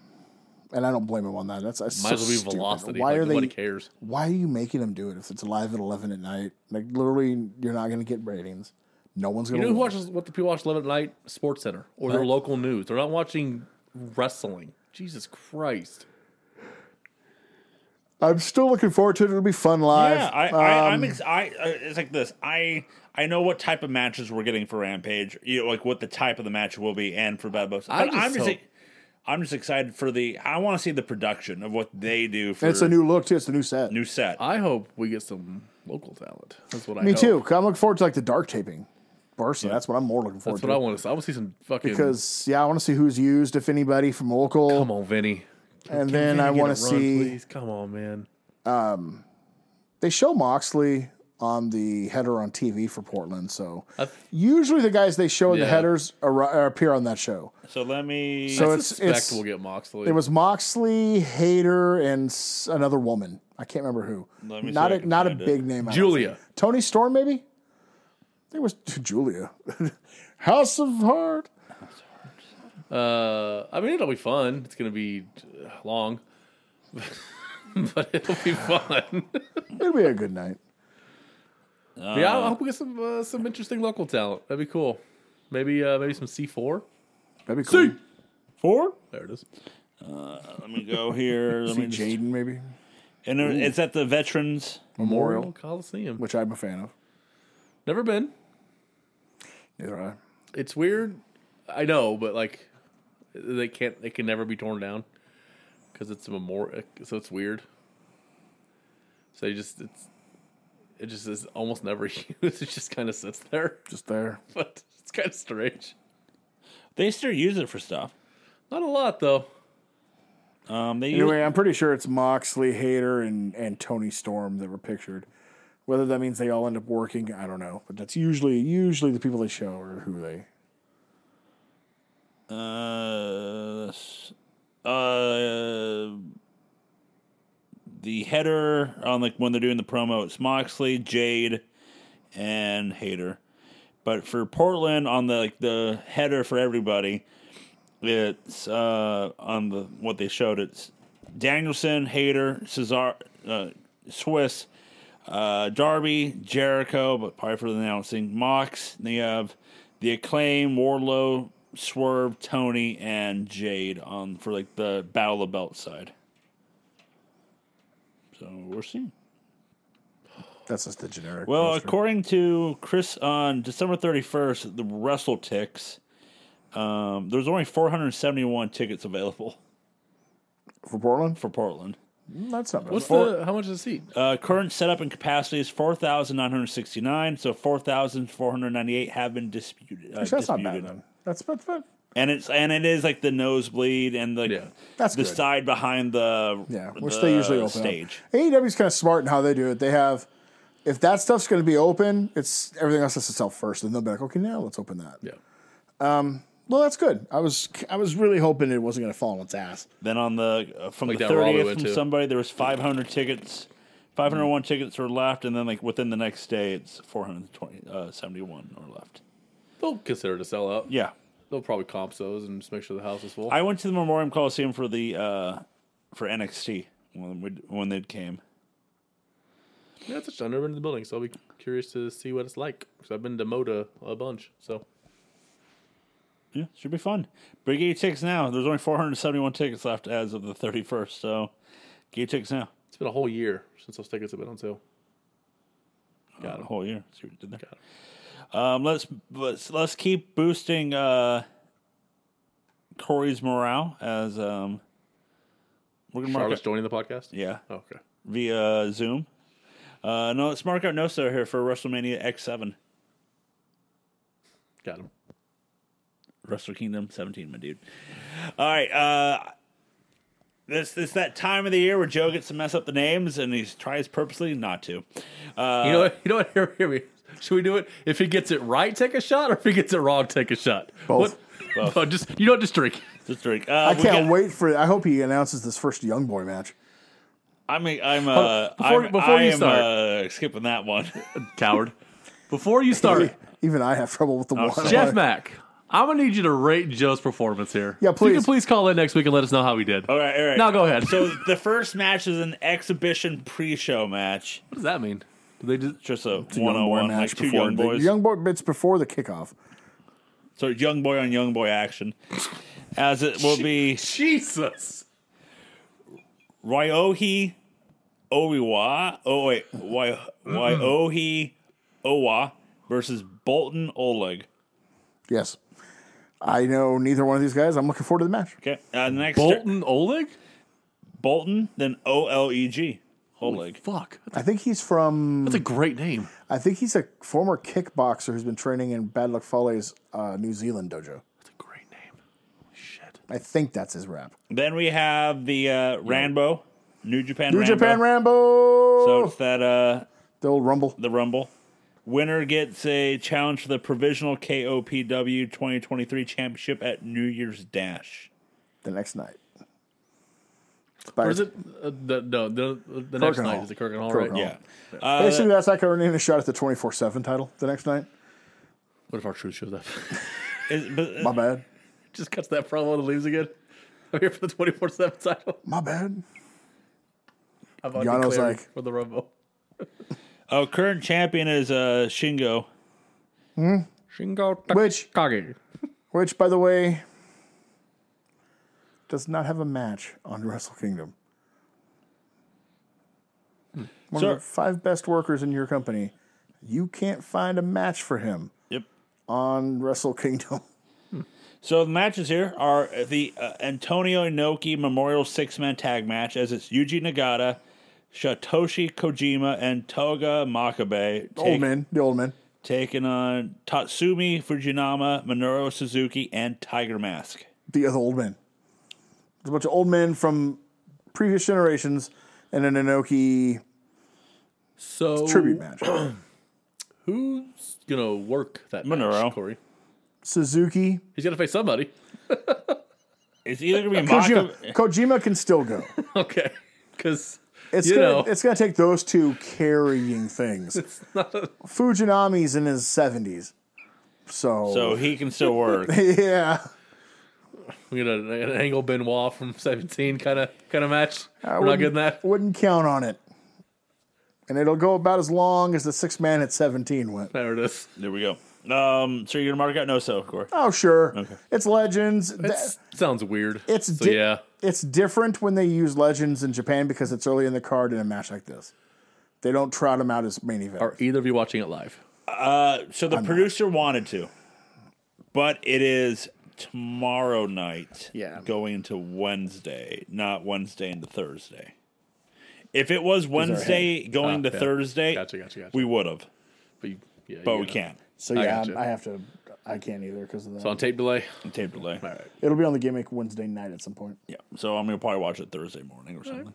I don't blame them on that. That's, that's
Might
so
as well be
stupid.
velocity.
Why
like,
are
nobody
they?
cares?
why are you making them do it if it's live at 11 at night? Like, literally, you're not going to get ratings. No one's going
You
to
know who watches what the people watch eleven at night? Sports Center or their local news. They're not watching wrestling. Jesus Christ.
I'm still looking forward to it. It'll be fun live.
Yeah, I, I,
Um,
I'm. Ex- I, uh, it's like this. I I know what type of matches we're getting for Rampage. You know, like what the type of the match will be, and for Bad Bucks.
I
But
just
I'm just.
hope-
e- I'm just excited for the. I want to see the production of what they do for
it's a new Uh, look, too. It's a new set.
new set.
I hope we get some local talent. That's what I
Me,
hope.
too. 'cause I'm looking forward to, like, the dark taping. Personally, that's what I'm more looking forward
That's what I
to.
want to see. I want to see some fucking.
Because, yeah, I want to see who's used, if anybody, from local.
come on, Vinny.
and then I want to see.
Please come on, man.
They show Moxley on the header on TV for Portland. So
I th-
usually the guys they show in the
Yeah.
headers are, are appear on that show.
So let me.
So
I
it's-
suspect
it's-
we'll get Moxley.
It was Moxley, Hayter, and s- another woman. I can't remember who.
Let me see
not
if I
a
can
not a
find it.
big name. I don't
Julia.
think. Tony Storm, maybe. There was Julia, House of Heart.
Uh, I mean, it'll be fun. It's gonna be uh, long, but it'll be fun.
It'll be a good night.
yeah, I hope we get some uh, some interesting local talent. That'd be cool. Maybe uh, maybe some C four.
That'd be cool.
Four.
There it is.
Let me go here. Let
Uh, See
me just,
Jaden maybe
and there- it's at the veterans.
Memorial,
Coliseum.
which I'm a fan of.
Never been.
Neither I.
It's weird. I know, but like they can't. It can never be torn down because it's a memorial. So it's weird. So you just it's it just is almost never used. It just kind of sits there,
Just there.
but it's kind of strange.
They still use it for stuff.
Not a lot though.
Um, they use,
Anyway, I'm pretty sure it's Moxley, Hayter, and and Tony Storm that were pictured. Whether that means they all end up working, I don't know. But that's usually usually the people they show or who they.
uh, s- uh, the header on like when they're doing the promo, it's Moxley, Jade, and Hater. But for Portland on the like the header for everybody, it's uh, on the what they showed. It's Danielson, Hayter, Cesar, uh, Swiss, uh, Darby, Jericho, but probably for the announcing Mox. And they have the acclaim, Warlow, Swerve, Tony, and Jade on for like the Battle of Belt side. So we're seeing.
That's just the generic.
Well,
roster.
according to Chris, on December 31st, the Wrestle Ticks, um, there's only 471 tickets available
for Portland, Mm,
for Portland.
that's not bad.
What's
Or-
the how much is the seat?
Uh, current setup and capacity is 4,969, so 4,498 have been disputed. Uh,
that's not
disputed.
bad then. That's but, but
And it's and it is like the nosebleed and like
Yeah.
That's
the
good.
side behind the
yeah, which
the
they usually open.
stage.
Up. AEW's kind of smart in how they do it. They have if that stuff's going to be open, it's everything else has to sell first, and they'll be like, okay, now let's open that.
Yeah.
Well, that's good. I was I was really hoping it wasn't going to fall on its ass.
Then on the uh, from
Like
the
that Raw we
thirtieth
went
from
to.
somebody there was five hundred tickets, five hundred one tickets were left, and then like within the next day it's four hundred twenty uh, seventy one are left.
They'll consider it a sellout.
Yeah,
They'll probably comp those and just make sure the house is full.
I went to the Memorial Coliseum for the uh, for NXT when we when they came.
yeah, it's just I've never been to the building, so I'll be curious to see what it's like. Because I've been to Moda a bunch. So
Yeah, should be fun. But get your tickets now. There's only four hundred seventy one tickets left as of the thirty first. So get your tickets now.
it's been a whole year since those tickets have been on sale. Got
A
'em.
whole year. See what you did there.
Got
Um, let's let's let's keep boosting uh, Corey's morale as um, we're gonna mark
Charlotte's
out,
joining the podcast?
yeah
Oh, okay.
via Zoom. Uh, no, let's mark out Nosa here for WrestleMania X Seven,
Got him.
Wrestle Kingdom Seventeen, my dude. All right, uh, this it's that time of the year where Joe gets to mess up the names, and he tries purposely not to. Uh,
You know what? You know what? Hear, hear me. Should we do it? If he gets it right, take a shot, or if he gets it wrong, take a shot.
Both.
What- No, just you don't just drink.
just drink. Uh,
I
we
can't
got-
wait for it. I hope he announces this first young boy match.
I'm I'm uh,
before-
I'm,
before
I
you
am,
start.
uh, skipping that one.
Coward. Before you start,
Even I have trouble with the one.
sorry.
Jeff Mack, I'm gonna need you to rate Joe's performance here.
Yeah,
If you can
please.
please call in next week and let us know how he did.
All right, all right.
Now go ahead.
So the first match is an exhibition pre-show match.
What does that mean? Do they just
Just a
Young boy
one-on-one, like two young
the,
boys.
young boy bits before the kickoff.
so young boy on young boy action, as it will be
Jesus?
Ryohi Oiwa. Oh wait, Wai- Ryohi Owa versus Bolton Oleg.
Yes. I know neither one of these guys. I'm looking forward to the match.
Okay, uh, next
Bolton Oleg?
Bolton, then O L E G Oleg.
Fuck. That's a,
I think he's from.
that's a great name.
I think he's a former kickboxer who's been training in Bad Luck Fale's uh, New Zealand dojo.
That's a great name. Shit.
I think that's his rap.
Then we have the uh, Rambo, New Japan.
New
Rambo.
Japan Rambo.
So it's that uh,
the old Rumble.
the Rumble. Winner gets a challenge for the provisional KOPW 2023 championship at New Year's Dash.
The next night.
Or is it uh, the no the the next
Kirkenhall.
night is the Kirk and Hall, right?
Kirkenhall.
Yeah.
Basically, that's like earning a shot at the 24 7 title the next night.
What if our truth shows up?
Is- but- uh,
My bad.
just cuts that promo and leaves again. I'm here for the 24 7 title.
My bad.
I'm
Yano's
undeclared
like-
for the Rumble.
oh, current champion is uh, Shingo.
Shingo
Which-
Kage.
Which, by the way, does not have a match on Wrestle Kingdom. One
Sir.
of the five best workers in your company. You can't find a match for him
Yep.
on Wrestle Kingdom.
So the matches here are the uh, Antonio Inoki Memorial Six Man Tag Match, as it's Yuji Nagata, Satoshi Kojima, and Toga Makabe
The
take-
old Oh, man, the old man.
taking on Tatsumi Fujinama, Minoru Suzuki, and Tiger Mask.
The other old man. There's a bunch of old men from previous generations and an Inoki
So,
tribute match.
who's going to work that
Monroe.
match, Corey?
Suzuki.
He's going to face somebody.
It's either going to be Makabe.
Kojima, Kojima can still go.
Okay. Because,
It's
you
gonna
know,
it's gonna take those two carrying things. Fujinami's in his seventies. So,
So he can still work.
yeah,
You know, an angle Benoit from seventeen kind of kind of match. We're not
I Uh, wouldn't-
getting that.
Wouldn't count on it. And it'll go about as long as the six man at 17 went.
There it is.
there we go. Um, so you're gonna mark out no so, Corey.
Uh,
Oh, sure. It's legends.
It's, sounds weird.
It's
so,
di-
yeah.
it's different when they use legends in Japan because it's early in the card in a match like this. They don't trot them out as main event.
Are either of you watching it live?
So the producer wanted to, but it is tomorrow night.
Yeah.
Going into Wednesday, not Wednesday into Thursday. If it was Wednesday going
Ah,
to
yeah.
Thursday,
Gotcha, gotcha, gotcha.
we would have,
But, you, yeah,
but
you
we
know.
can't.
So
I
yeah,
gotcha.
I, I have to. I can't either because of that.
It's on tape delay.
Tape delay.
It'll be on the gimmick Wednesday night at some point.
Yeah. So I'm gonna probably watch it Thursday morning or something.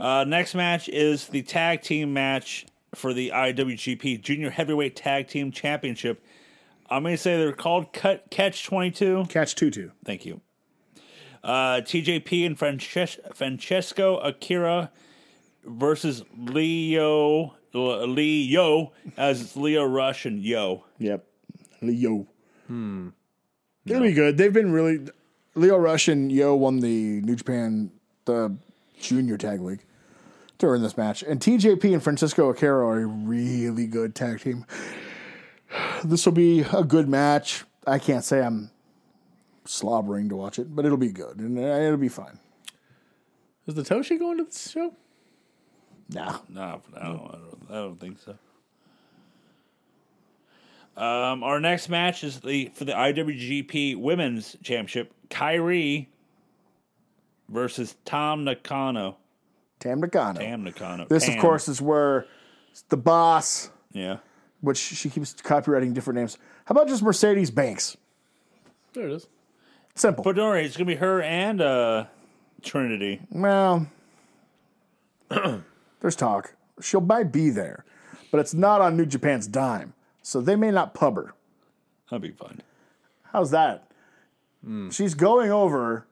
Uh, next match is the tag team match for the IWGP Junior Heavyweight Tag Team Championship. I'm gonna say they're called Cut Catch 22.
Catch two two.
Thank you. Uh, TJP and Frances- Francesco Akira versus Leo L- Leo as it's Leo Rush and Yo.
Yep. Leo. Hmm. It'll be good. They've been really. Leo Rush and Yo won the New Japan the Junior Tag League during this match, and TJP and Francisco Akero are a really good tag team. This will be a good match. I can't say I'm slobbering to watch it, but it'll be good and uh, it'll be fine.
Is the Toshi going to this show?
Nah,
No, I don't, I don't, I don't think so. Um, our next match is the for the IWGP Women's Championship. Kyrie versus Tom Nakano.
Tam Nakano.
Tam Nakano.
This,
Tam.
of course, is where the boss,
Yeah.
which she keeps copywriting different names. How about just Mercedes Banks?
There it is.
Simple.
But don't worry, it's gonna be her and uh, Trinity.
well, there's talk. She'll might be there, but it's not on New Japan's dime, so they may not pub her.
That'd be fun.
How's that?
Hmm.
She's going over.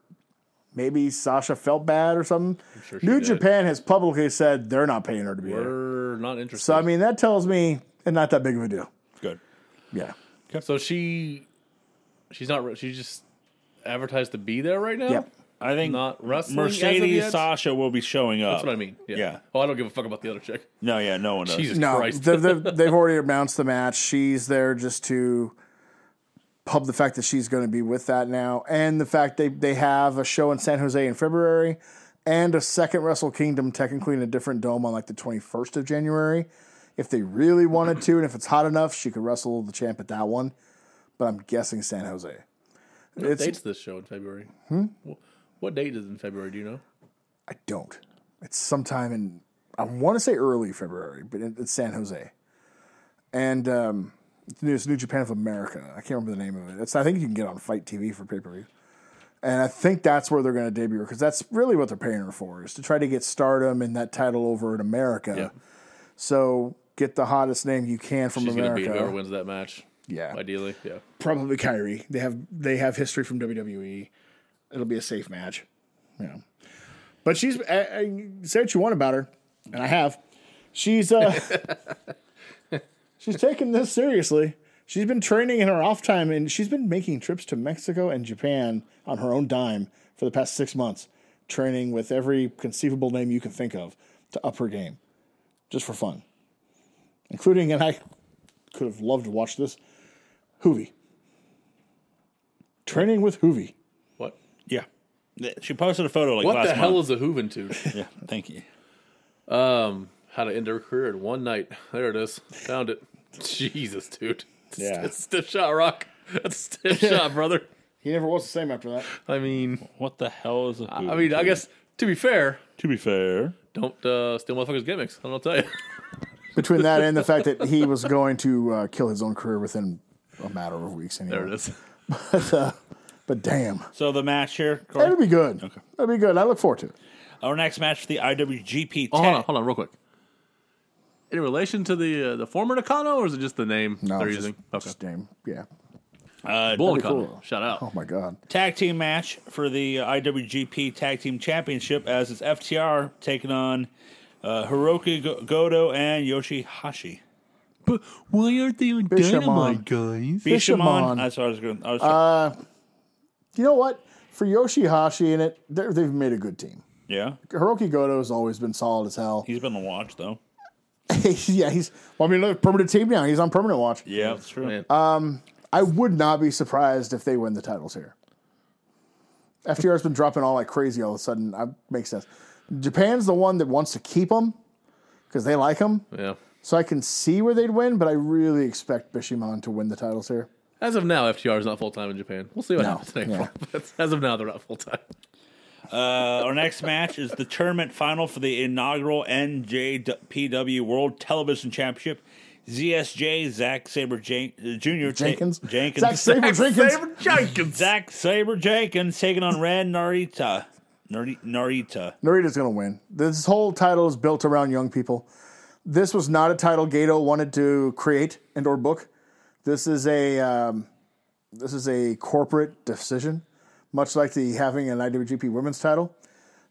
Maybe Sasha felt bad or something.
sure she
New
did.
Japan has publicly said they're not paying her to be here.
We're not interested.
So I mean, that tells me it's not that big of a deal.
Good.
Yeah.
So she, she's not. re- She's just advertised to be there right now.
Yep.
I think
Not wrestling.
Mercedes
As of yet?
Sasha will be showing up.
That's what I mean. Yeah.
Yeah.
Oh, I don't give a fuck about the other chick.
No, yeah, no one knows.
Jesus
No,
Christ.
they've, they've, they've already announced the match. She's there just to pub the fact that she's going to be with that now, and the fact they they have a show in San Jose in February, and a second Wrestle Kingdom technically in a different dome on like the twenty first of January. If they really wanted to, and if it's hot enough, she could wrestle the champ at that one. But I'm guessing San Jose.
What
It's
date's this show in February? Wh- What date is Hmm? in February? Do you know?
I don't. It's sometime in I want to say early February, but it, it's San Jose, and um, it's New, it's New Japan of America. I can't remember the name of it. It's I think you can get on Fight TV for pay per view, and I think that's where they're going to debut because that's really what they're paying her for is to try to get Stardom and that title over in America.
Yeah.
So get the hottest name you can from
She's going to be
America.
whoever wins that match.
Yeah.
Ideally. Yeah.
Probably Kyrie. They have they have history from WWE. It'll be a safe match. Yeah. But she's I, I, say what you want about her, and I have. She's uh she's taking this seriously. She's been training in her off time, and she's been making trips to Mexico and Japan on her own dime for the past six months, training with every conceivable name you can think of to up her game, just for fun, including and I could have loved to watch this Hoovy. Training with Hoovy.
What?
Yeah. She posted a photo like
What
last
the hell
month.
is a Juventud?
yeah, thank you.
How to end her career in one night. There it is. Found it. Jesus, dude.
Yeah.
That's a stiff shot, Rock. That's a stiff shot, brother.
He never was the same after that.
I mean,
What the hell is a
I mean, I guess to be fair,
to be fair.
don't uh, steal motherfuckers' gimmicks. I'll tell you.
Between that and the fact that he was going to uh, kill his own career within a matter of weeks anyway.
There it is.
But damn,
So the match here, Corey,
that'd be good. That'd be good. I look forward to it.
our next match for the IWGP.
Oh, hold on,
tag-
hold on, real quick. In relation to the uh, the former Nakano, or is it just the name
No,
they're
just-
using? Okay,
Just name. Yeah.
Bull
be
Nakano.
cool.
Shout out.
Oh my god.
uh, Tag team match for the IWGP Tag Team Championship as it's FTR taking on uh, Hiroki Go- Goto and Yoshihashi.
But why aren't they on
Bishamon.
Dynamite, guys?
Bishamon.
Bishamon.
That's what I was going. I was
Uh,
You know what? For Yoshihashi in it, they're- they've made a good team.
yeah,
Hiroki Goto has always been solid as hell.
he's been on the watch though.
yeah, he's. Well, I mean, look, permanent team now. He's on permanent watch.
Yeah, that's true.
Man.
I would not be surprised if they win the titles here. FTR's been dropping all like crazy all of a sudden. I makes sense. Japan's the one that wants to keep them because they like them.
yeah.
So I can see where they'd win, but I really expect Bishamon to win the titles here.
As of now, FTR is not full time in Japan. We'll see what
No,
happens in April. But as of now, they're not full time.
Uh, our next match is the tournament final for the inaugural NJPW World Television Championship. ZSJ Zack Saber Jan- uh, Jr. ta-
Jenkins,
Jenkins.
Zack Saber Jenkins.
Sabre Jenkins.
Zack Saber Jenkins taking on Red Narita. Nari- Narita.
Narita's gonna win. This whole title is built around young people. This was not a title Gato wanted to create and or book. This is a um, this is a corporate decision, much like the having an IWGP Women's title.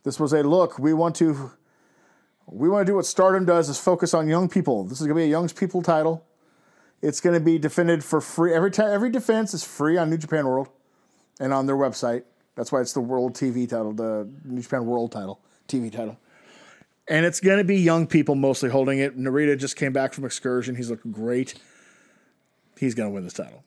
This was a look. We want to we want to do what Stardom does is focus on young people. This is gonna be a young people title. It's gonna be defended for free. Every time every defense is free on New Japan World and on their website. That's why it's the World TV title, the New Japan World title, TV title. And it's going to be young people mostly holding it. Narita just came back from excursion. He's looking great. He's going to win this title.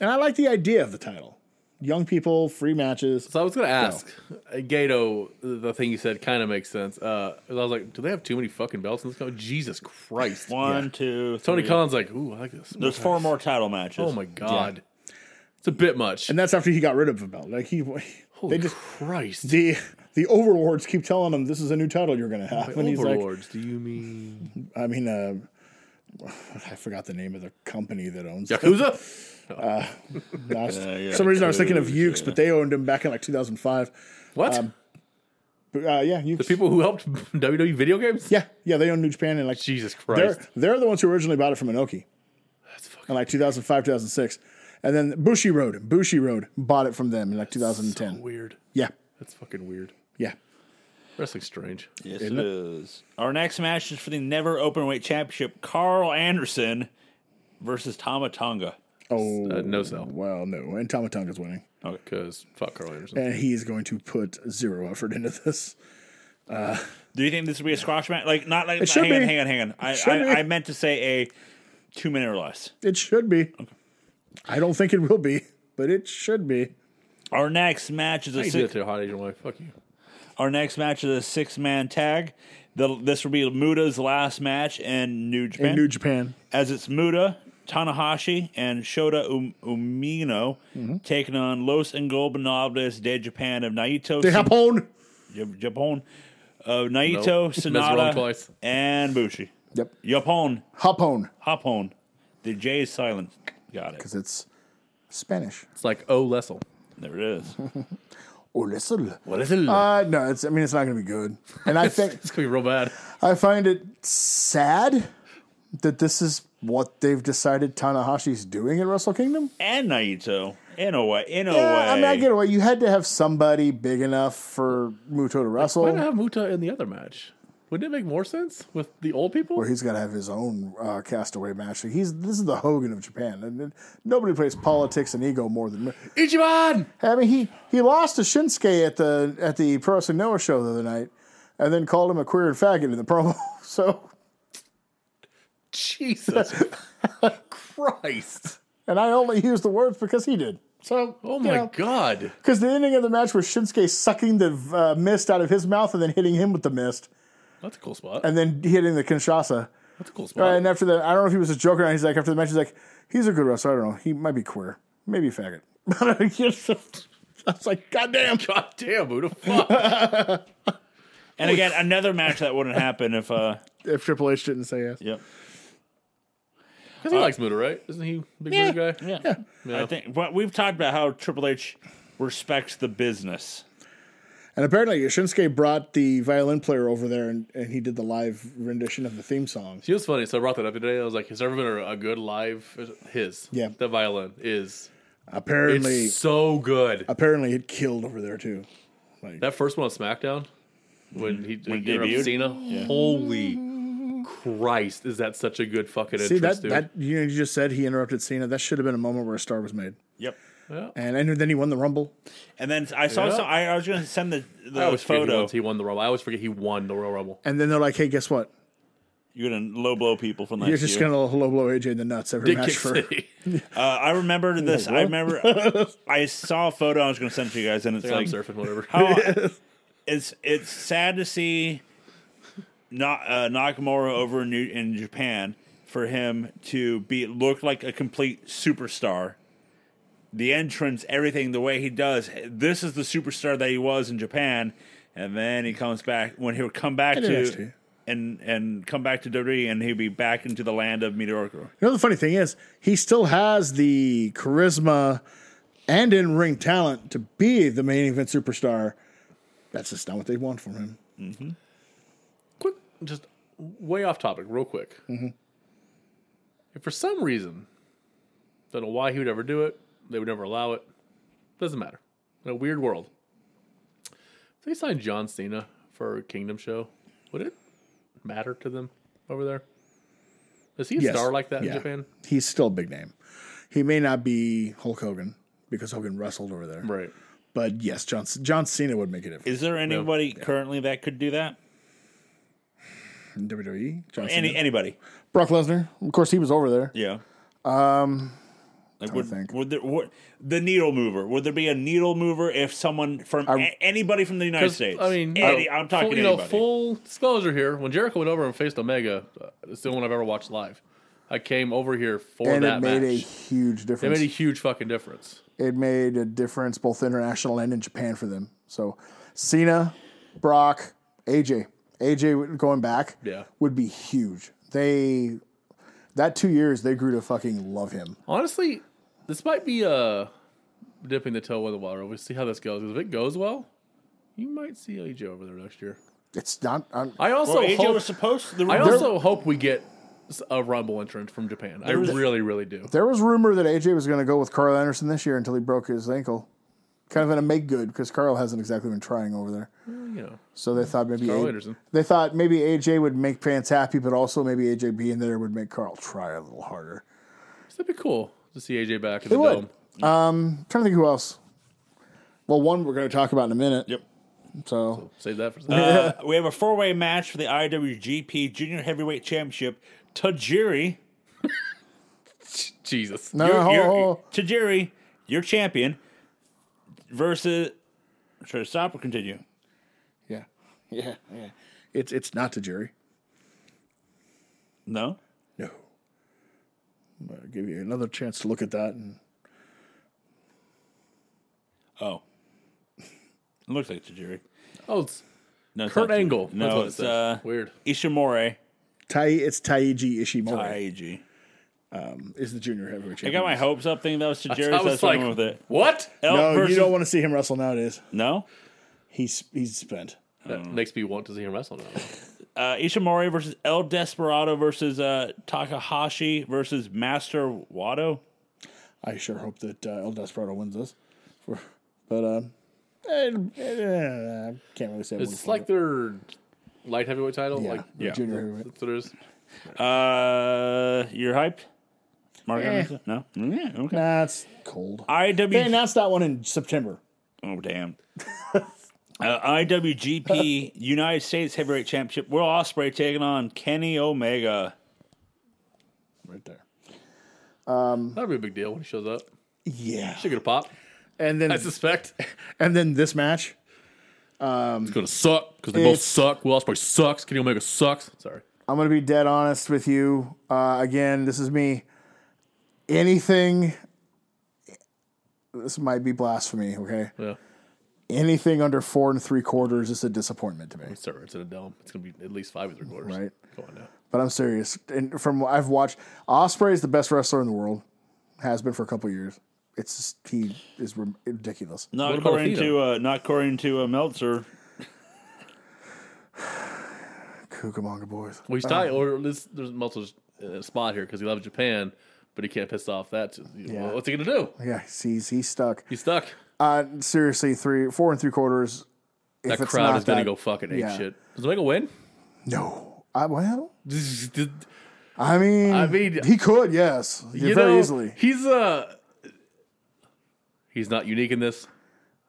And I like the idea of the title. Young people, free matches.
So I was going to ask uh, Gato. The thing you said kind of makes sense. Uh, I was like, do they have too many fucking belts in this company? Jesus Christ!
One, two, three.
Tony Khan's like, ooh, I like this.
There's four more title matches.
Oh my god, it's a bit much.
And that's after he got rid of the belt. Like he,
Holy
they just
Christ!
the the overlords keep telling him this is a new title you're going to have, and he's like,
Overlords, do you mean
I mean, uh, I forgot the name of the company that owns it.
Yakuza?
I was-
yeah,
for some reason, I was thinking of Ukes, but they owned him back in like 2005.
What?
Um, But, uh, yeah, Ukes.
the people who helped WWE video games?
Yeah, yeah, they own New Japan and like
Jesus
they're
Christ!
they're the ones who originally bought it from Inoki. That's
fucking-
in like 2005, 2006, and then Bushi Road, Bushi Road bought it from them in like 2010.
weird.
yeah,
That's fucking weird.
yeah.
Wrestling's strange.
Yes, it is. Our next match is for the Never Openweight Championship. Carl Anderson versus Tama Tonga.
Oh
Uh, no sell.
well, no, and Tomatonga's winning,
Because fuck Carl Anderson.
and he is going to put zero effort into this.
Do you think this would be a squash match? Like not like
should
hang on,
be.
hang on, hang on. I,
should be.
I, I meant to say a two minute or less.
It should be. I don't think it will be, but it should be.
Our next match is
I
a
did it
six,
to a hot Asian wife. Fuck you.
our next match is a six man tag. The, this will be Muda's last match in New Japan.
In New Japan,
as it's Muda, Tanahashi, and Shota um, Umino
Mm-hmm.
taking on Los Ingobernables de Japan of Naito,
they
San-
Japon.
Jap- Japon, of Naito,
Nope. That's wrong
Sonata,
twice.
and Bushi.
Yep.
Japon,
Japón.
Hapon. The J is silent. Got it.
Because it's Spanish.
It's like oh Lessel.
There it is.
Oh, listen.
What is it?
Uh, no, it's, I mean, it's not going to be good. And I think,
it's gonna be real bad.
I find it sad that this is what they've decided Tanahashi's doing at Wrestle Kingdom.
and Naito. In a way. In a way.
Yeah, I mean, I get away. You had to have somebody big enough for Muto to
Why not
wrestle,
have Muta in the other match? Wouldn't it make more sense with the old people?
or he's got to have his own uh, castaway match. He's This is the Hogan of Japan. And and nobody plays politics and ego more than.
Ichiban.
I mean, he he lost to Shinsuke at the at the Pro Wrestling Noah show the other night, and then called him a queer and faggot in the promo. So,
Jesus Christ.
and I only used the words because he did. So,
Oh my god.
because the ending of the match was Shinsuke sucking the uh, mist out of his mouth and then hitting him with the mist,
That's a cool spot.
and then hitting the Kinshasa.
That's a cool
Uh,
spot.
and after that, I don't know if he was a joker or not. He's like, after the match, he's like, he's a good wrestler. I don't know. He might be queer, maybe faggot. I was like, goddamn.
God damn, who the fuck?
and again, another match that wouldn't happen if. uh
If Triple H didn't say yes,
Yep.
Because he likes Muta, right? Isn't he a big Muta guy?
Yeah. I think. But we've talked about how Triple H respects the business.
and apparently Shinsuke brought the violin player over there, and, and he did the live rendition of the theme song.
She was funny. So I brought that up today. I was like, has there ever been a, a good live? His.
Yeah.
The violin is. It's
Apparently,
so good.
apparently it killed over there too.
That first one on SmackDown when he, when
he debuted?
Cena. Holy Christ, is that such a good fucking
See
interest,
that,
dude?
that you, know, you just said he interrupted Cena. That should have been a moment where a star was made,
Yep.
and and then he won the Rumble.
And then I saw.
Yeah.
Some, I, I was going to send the
I
the
always forget he,
photo.
won, he won the Rumble. I always forget he won the Royal Rumble.
And then they're like, "Hey, guess what?
You're going to low blow people from last
You're just
year.
gonna low blow AJ in the nuts every
Dick
match
Kick
for."
City.
Uh, I remember this. I remember. I saw a photo. I was going to send it to you guys, and it's
I'm
like
surfing, whatever.
how Oh, it's it's sad to see not uh, Nakamura over in, New, in Japan for him to be look like a complete superstar. The entrance, everything, the way he does. This is the superstar that he was in Japan, and then he comes back when he would come back
And
to
NXT.
and and come back to WWE, and he'd be back into the land of Meteorico.
You know the funny thing is, he still has the charisma and in ring talent to be the main event superstar. That's just not what they want from him.
quick, just way off topic, real quick.
Mm-hmm.
If for some reason, don't know why he would ever do it, they would never allow it. Doesn't matter. In a weird world, if they signed John Cena for a Kingdom show, would it matter to them over there? Is he a
Yes.
star like that
Yeah.
in Japan?
He's still a big name. He may not be Hulk Hogan because Hogan wrestled over there,
Right.
but yes, John John Cena would make a difference
Is there anybody currently that could do that?
in WWE. John
Any
Cena.
anybody?
Brock Lesnar, of course, he was over there.
Yeah. Um, like would,
think.
would there would, the needle mover? Would there be a needle mover if someone from a- anybody from the United
'Cause,
States?
I mean,
Any- I'm talking
full,
to
you know,
anybody.
full disclosure here. When Jericho went over and faced Omega, uh, it's the only one I've ever watched live. I came over here for
And
that
it made a
match.
huge
It
difference.
made a huge fucking difference.
it made a difference both international and in Japan for them. So Cena, Brock, AJ, AJ going back,
Yeah.
would be huge. They that two years they grew to fucking love him.
Honestly, this might be uh dipping the toe in the water. We'll see how this goes. 'Cause If it goes well, you might see AJ over there next year.
It's not. I'm,
I also
Well, AJ
hope.
was supposed. The,
I also hope we get s- a rumble entrant from Japan. I really, really do.
there was rumor that AJ was going to go with Carl Anderson this year until he broke his ankle. Kind of in a make good because Carl hasn't exactly been trying over there.
You know,
So they thought maybe
Carl
A-
Anderson.
they thought maybe AJ would make fans happy, but also maybe AJ being there would make Carl try a little harder.
so that'd be cool to see AJ back in the
would.
dome.
Um, trying to think who else. Well, one we're going to talk about in a minute.
Yep.
So
Save that for
uh, we have a four way match for the IWGP Junior Heavyweight Championship. Tajiri,
Jesus.
no,
you're,
hold-
you're-
hold-
Tajiri, your champion versus. Should I stop or continue?
yeah, yeah, yeah. It's it's not to jury.
No.
No, I'm gonna give you another chance to look at that. And
Oh, it looks like Tajiri.
Oh, it's
No, it's
Kurt
not Tajiri.
Angle.
No,
That's what it
it's
says.
uh,
Weird.
Ishimori.
Tai, it's Taiji Ishimori
IAG.
is the junior heavyweight
I
champion.
got my hopes up thinking that was Tajiri,
I
so
was
that's
like,
what I'm with it.
what?
Elk
No,
versus-
you don't want to see him wrestle nowadays.
No?
He's he's spent.
That makes me want to see him wrestle now.
Uh, Ishimori versus El Desperado versus uh, Takahashi versus Master Wado.
I sure hope that uh, El Desperado wins this. For, but um, eh, eh, I can't really say.
It's like their light heavyweight title.
yeah,
Like,
the junior heavyweight.
that's what it is.
Uh, you're hyped? Mark Anderson? No? Mm, Yeah, okay.
Nah, it's cold. They
IW.
announced that one in September.
oh, damn. uh, IWGP United States Heavyweight Championship. Will Ospreay taking on Kenny Omega.
Right there.
That'd be a big deal when he shows up.
Yeah.
She gonna pop.
And then
I suspect.
and then this match.
It's gonna suck because they both
It's-
suck. Will Ospreay sucks. Kenny Omega sucks. Sorry.
I'm gonna be dead honest with you. Uh, again, this is me. Anything. This might be blasphemy. Okay.
Yeah.
Anything under four and three quarters is a disappointment to me.
Sir, it's in a dome. It's gonna be at least five and three quarters.
Right.
Come on now.
But I'm serious. And from what I've watched, Osprey is the best wrestler in the world. Has been for a couple years. It's just, he is rim- ridiculous.
Not
What about
according
Athena?
to uh, not according to uh, Meltzer.
Cucamonga boys.
Well, he's tied. Or this, there's multiple uh, spot here because he loves Japan, but he can't piss off that.
Yeah.
Well, what's he gonna do?
Yeah, he's he's stuck.
He's stuck.
Uh, seriously, three, four and three quarters.
that crowd is gonna go fucking ape
yeah.
shit. Does Omega win?
No, I, well,
Did-
I mean,
I mean-
he could, yes,
you
very
know,
easily.
He's uh he's not unique in this.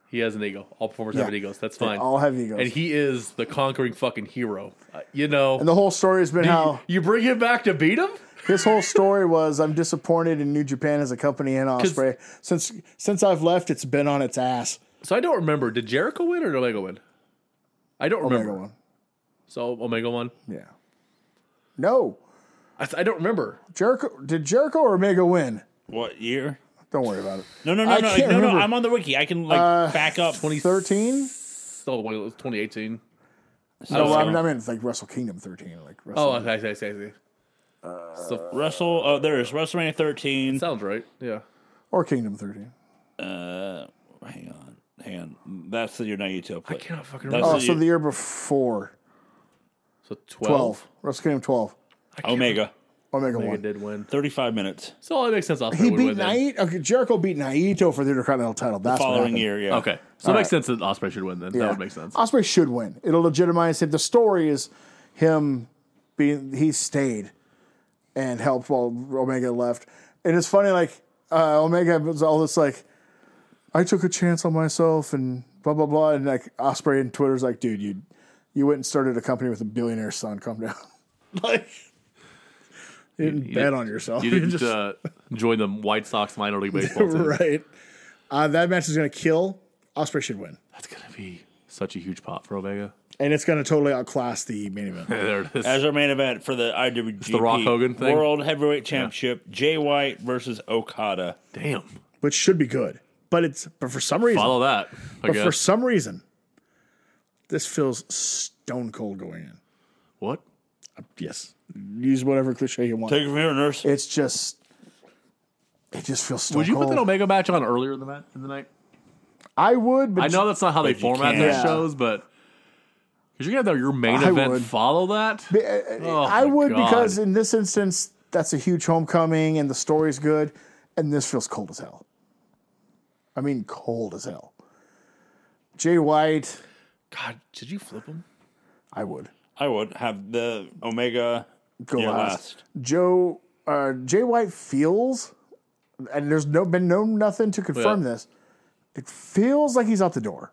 He has an ego. All performers have
Yeah.
an ego. so That's
They
fine.
all have egos.
And he is the conquering fucking hero. Uh, you know,
And the whole story has been how
you bring him back to beat him.
his whole story was I'm disappointed in New Japan as a company and Osprey. Since since I've left, it's been on its ass.
So I don't remember. Did Jericho win or did Omega win? I don't remember.
Omega one.
So Omega won.
Yeah. No.
I, I don't remember.
Jericho did Jericho or Omega win?
What year?
Don't worry about it.
No, no,
I
no, no,
can't
no, no.
remember.
I'm on the wiki. I can like back up. 20,
13?
So well, it was 2018.
No, well, I mean, I mean, it's like Wrestle Kingdom 13. Like Wrestle,
Oh, I see, I see, I see.
Uh,
so,
Wrestle. Oh, there's WrestleMania 13.
sounds right. Yeah.
Oh.
Or Kingdom 13.
Uh, hang on, hang on. That's the year Naito
I
played.
cannot fucking
That's
remember.
Oh, so the year before.
So
12.
12.
Wrestle Kingdom 12.
Omega.
Omega
Omega 1.
did win.
35 minutes.
So it makes sense. Osprey
He
would
beat
win then.
Naito. Okay, Jericho beat Naito for the Intercontinental title. That's what
Following
happened.
year, yeah.
Okay, so it makes sense that Osprey should win. Then that would make sense.
Osprey should win. It'll legitimize him. The story is him being he stayed and helped while Omega left. And it's funny, like uh, Omega was all this like, I took a chance on myself and blah blah blah. And like Osprey and Twitter's like, dude, you you went and started a company with a billionaire son. Calm down. like you didn't
you
bet
didn't-
on yourself.
You didn't uh, join the White Sox minor league baseball team.
right. Uh, that match is gonna kill. Osprey should win,
That's gonna be such a huge pop for Omega.
and it's gonna totally outclass the main event.
there it is.
As our main event for the IWGP
the Rock Hogan thing?
World Heavyweight Championship, Jay White versus Okada.
Damn,
which should be good. But it's but for some reason,
follow that. I
but
guess
for some reason, this feels stone cold going in.
what?
Yes, use whatever cliche you want.
Take it from here, nurse.
it's just, it just feels stone
Would you
cold.
put that Omega match on earlier in the night? In the night?
I would, but
I know that's not how they
you
format
can.
their
Yeah.
shows, but because you're gonna have your main
I
event
would. uh,
follow that. Oh my
I would
God.
because in this instance, that's a huge homecoming, and the story's good, and this feels cold as hell. I mean, cold as hell. Jay White,
God, did you flip him?
I would.
I would have the Omega
go
yeah,
last.
last.
Joe uh, Jay White feels, and there's no been no nothing to confirm
Yeah.
this. It feels like he's out the door.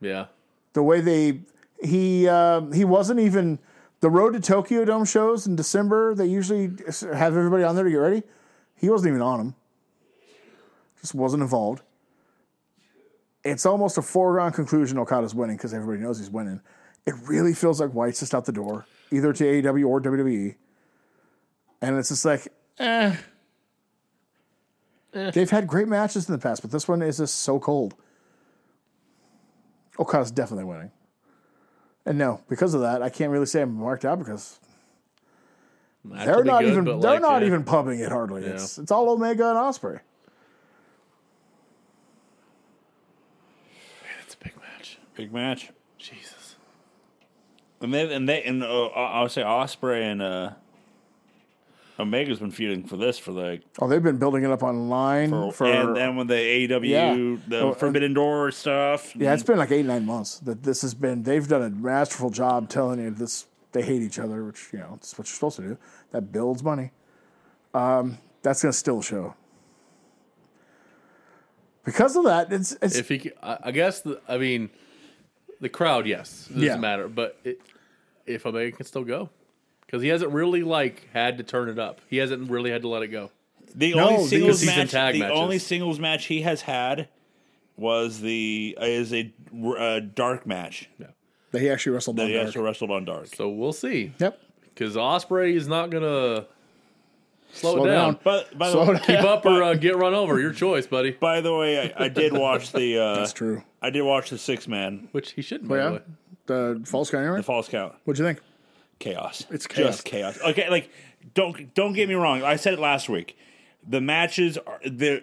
Yeah,
The way they he um, he wasn't even the road to Tokyo Dome shows in December. They usually have everybody on there to get ready. He wasn't even on them. Just wasn't involved. It's almost a foregone conclusion Okada's winning because everybody knows he's winning. It really feels like White's just out the door, either to AEW or WWE. And it's just like, eh. They've had great matches in the past, but this one is just so cold. Okada's definitely winning. And no, because of that, I can't really say I'm marked out because
Match
they're
would be
not
good,
even
but
they're
like,
not
uh,
even pumping it hardly. It's it's all Omega and Osprey.
It's a big match.
Big match.
Jesus.
And they and they and uh, I would say Osprey and uh, Omega's been feuding for this for like
Oh, they've been building it up online for,
and then when the AEW
Yeah.
the
Oh, and-
Forbidden Door stuff.
yeah, it's been like eight nine months that this has been. They've done a masterful job telling you this. They hate each other, which you know it's what you're supposed to do. That builds money. Um, that's gonna still show. Because of that, it's it's
If he, c- I I guess, the, I mean, the crowd, yes, it doesn't
Yeah.
matter. But it, if Omega can still go, because he hasn't really like had to turn it up. He hasn't really had to let it go.
The
No,
only
because
singles
he's in
match,
tag
the
matches.
only singles match he has had was the is a uh, dark match
that he actually wrestled
that
on
he
dark.
actually wrestled on dark.
So we'll see.
Yep.
Because Osprey is not gonna slow,
Slow
it down.
down.
But by the
So-
way,
Keep up or uh, get run over. Your choice, buddy.
by the way, I, I did watch the uh,
That's true.
I did watch the six man
Which he shouldn't. By the
Yeah,
way.
the false guy.
the false count
What'd you think?
chaos.
It's
just chaos. Okay, like don't don't get me wrong. I said it last week. The matches are the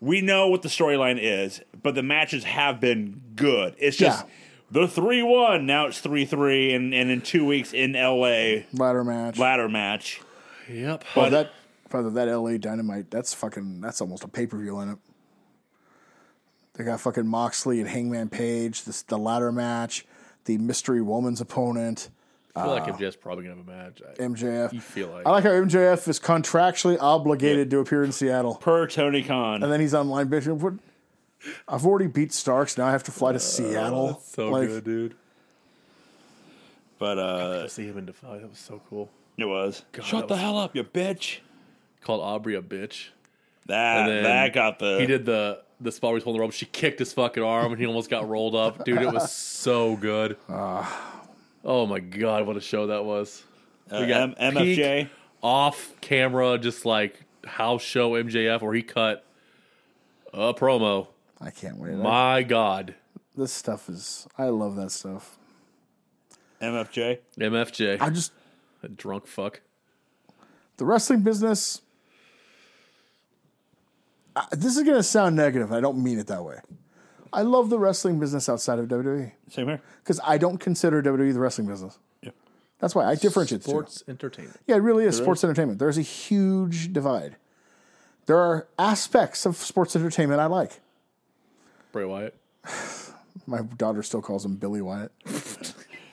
we know what the storyline is, but the matches have been good. It's just.
Yeah.
The three one now it's three three and, and in two weeks in L.A.
Ladder match.
ladder match.
Yep.
Well, that brother, that LA Dynamite, that's fucking, that's almost a pay per view in it. They got fucking Moxley and Hangman Page, this the ladder match, the mystery woman's opponent.
I feel like
uh,
MJF's probably gonna have a match. I,
MJF.
you feel like
I like how MJF is contractually obligated to appear in Seattle.
Per Tony Khan.
And then he's online bitching. "What? I've already beat Starks. Now I have to fly to Seattle.
Uh, so
Like,
good, dude.
But uh
To see him in Defy, that was so cool.
it was. Shut
that
the
was-
hell up, you bitch.
Called Aubrey a bitch.
That
And then
that got the
He did the the spot where he's holding the rope. She kicked his fucking arm, and he almost got rolled up. Dude, it was so good. oh my god, what a show that was!
uh,
We got
M- MFJ.
peak off camera, just like house show MJF, where he cut a promo.
I can't wait.
My god,
this stuff is. I love that stuff.
MFJ.
MFJ,
I just
a drunk fuck.
the wrestling business. I, this is gonna sound negative. I don't mean it that way. I love the wrestling business outside of WWE
Same here.
because I don't consider WWE the wrestling business. That's why I differentiate the two.
Sports entertainment.
Yeah, it really is sports entertainment. There's a huge divide. There are aspects of sports entertainment I like.
Bray Wyatt.
My daughter still calls him Billy Wyatt.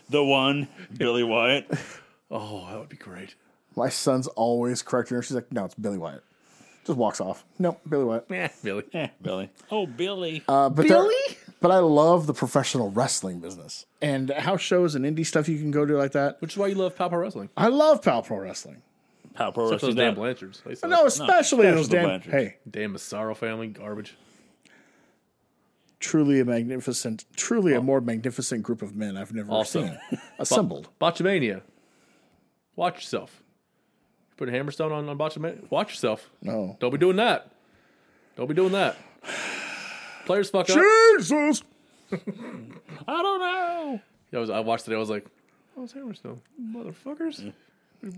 The one, Billy Wyatt.
Oh, that would be great.
My son's always correcting her. She's like, no, it's Billy Wyatt. Just walks off. No, Billy Wyatt.
Yeah, Billy.
Eh, Billy. Oh, Billy.
Uh, but there- but I love the professional wrestling business and house shows and indie stuff you can go to like that.
Which is why you love Papa Wrestling.
I love Pal Pro Wrestling.
Power Pro
Except those
Wrestling.
damn
Down.
Blanchards. They suck.
No, especially those
the
damn.
Blanchards.
Hey,
Damn Massaro family garbage.
truly a magnificent, truly a more magnificent group of men I've never
Awesome.
seen assembled.
Botchamania. Watch yourself. You put a hammerstone on, on Botchamania. Watch yourself.
No.
Don't be doing that. Don't be doing that. Players fuck up.
Jesus.
I don't know.
I, was, I watched it. I was like, oh, it's hammerstone. Motherfuckers.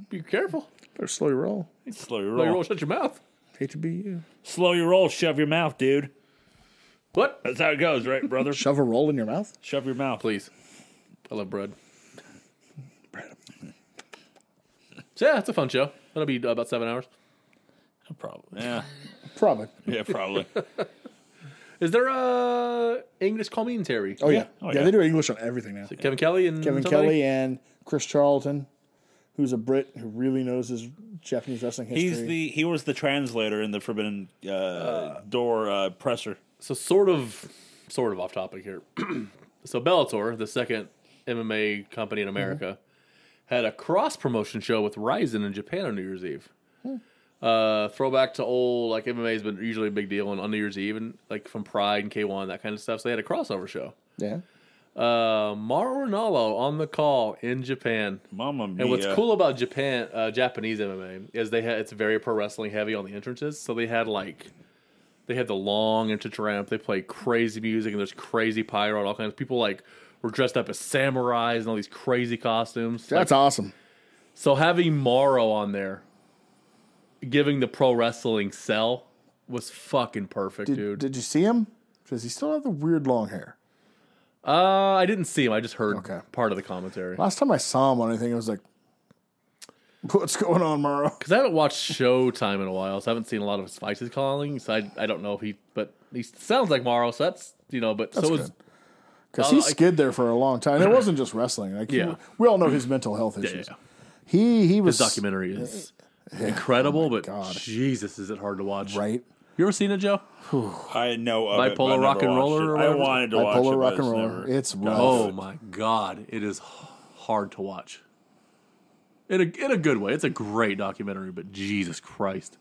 Be careful.
Better slowly roll.
Slow your
Like,
roll.
roll, shut your mouth.
Hate to be you.
Slow your roll. Shove your mouth, dude.
What?
That's how it goes, right, brother?
Shove a roll in your mouth.
Shove your mouth.
Please. I love bread. So, yeah, it's a fun show. That'll be uh, about seven hours.
Probably. Yeah.
Probably.
Yeah, probably.
Is there a English commentary?
Oh yeah.
Oh,
yeah,
yeah.
they do English on everything now.
Kevin Kelly and
Kevin
somebody?
Kelly and Chris Charlton, who's a Brit who really knows his Japanese wrestling history.
He's the he was the translator in the Forbidden uh, Door uh, presser.
so sort of sort of off topic here. so Bellator, the second MMA company in America, had a cross promotion show with Ryzen in Japan on New Year's Eve. Uh, throwback to old like MMA has been usually a big deal on, on New Year's Eve and like from Pride and K1 that kind of stuff. So they had a crossover show.
yeah.
Uh, Mauro Ranallo on the call in Japan.
Mama mia.
And what's cool about Japan, uh, Japanese MMA is they had it's very pro wrestling heavy on the entrances. So they had like they had the long entrance ramp. They played crazy music and there's crazy pyro and all kinds. People like were dressed up as samurais and all these crazy costumes. Like,
That's awesome.
so having Morrow on there, giving the pro wrestling sell was fucking perfect,
Did,
dude.
did you see him? Does he still have the weird long hair?
uh, I didn't see him. I just heard
Okay.
part of the commentary.
Last time I saw him on anything, I was like, "What's going on, Morrow?"
Because I haven't watched Showtime in a while, so I haven't seen a lot of his fights he's calling. So I, I don't know if he, but he sounds like Morrow, so that's you know. But so is
good. Because he
Uh, I-
skid there for a long time. And it wasn't just wrestling. Like he-
Yeah.
we all know his mental health
yeah,
issues.
yeah.
He he was
His documentary is incredible, but
Oh God.
Jesus, is it hard to watch?
right.
You ever seen it, Joe?
I know of it,
Bipolar
but I never
rock and
watched
roller
it.
or
I
whatever?
wanted to watch it.
Bipolar
but
rock and
it's
roll.
never-
It's rough.
Oh my God, it is h- hard to watch. In a in a good way. It's a great documentary, but Jesus Christ,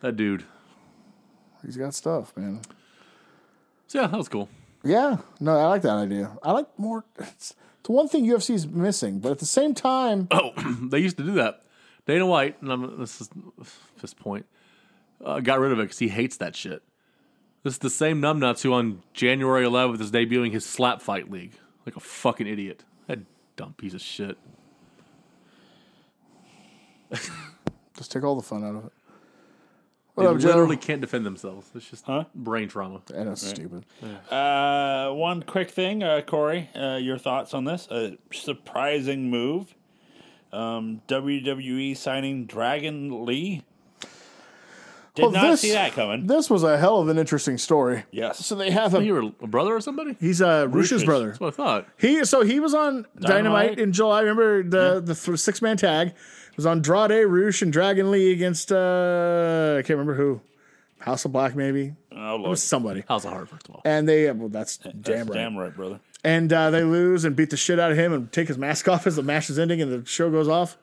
that dude.
He's got stuff, man.
So yeah, that was cool.
Yeah, no, I like that idea. I like more. It's the one thing UFC is missing, but at the same time,
Oh, they used to do that. Dana White, and I'm, this is this point, uh, got rid of it because he hates that shit. This is the same numbnuts who on January 11th is debuting his slap fight league. Like a fucking idiot. That dumb piece of shit.
just take all the fun out of it.
They
What up, Joe?
literally can't defend themselves. It's just
Huh?
brain trauma.
I know, it's stupid.
Uh, one quick thing, uh, Corey, uh, your thoughts on this? A surprising move. E Um, WWE signing Dragon Lee Did not see that coming.
This was a hell of an interesting story.
yes.
So they have him.
You were a brother or somebody?
He's uh, Rush's
Ruchus.
brother.
That's what I thought.
He so he was on Dynamite,
Dynamite.
in July. Remember the the th- six man tag it was on Andrade, Roosh, and Dragon Lee against uh I can't remember who, House of Black maybe
oh,
it
Lord.
was somebody.
How's it hard, first of all?
And they well that's damn
That's
right.
damn right, brother.
And uh, they lose and beat the shit out of him and take his mask off as the match is ending and the show goes off.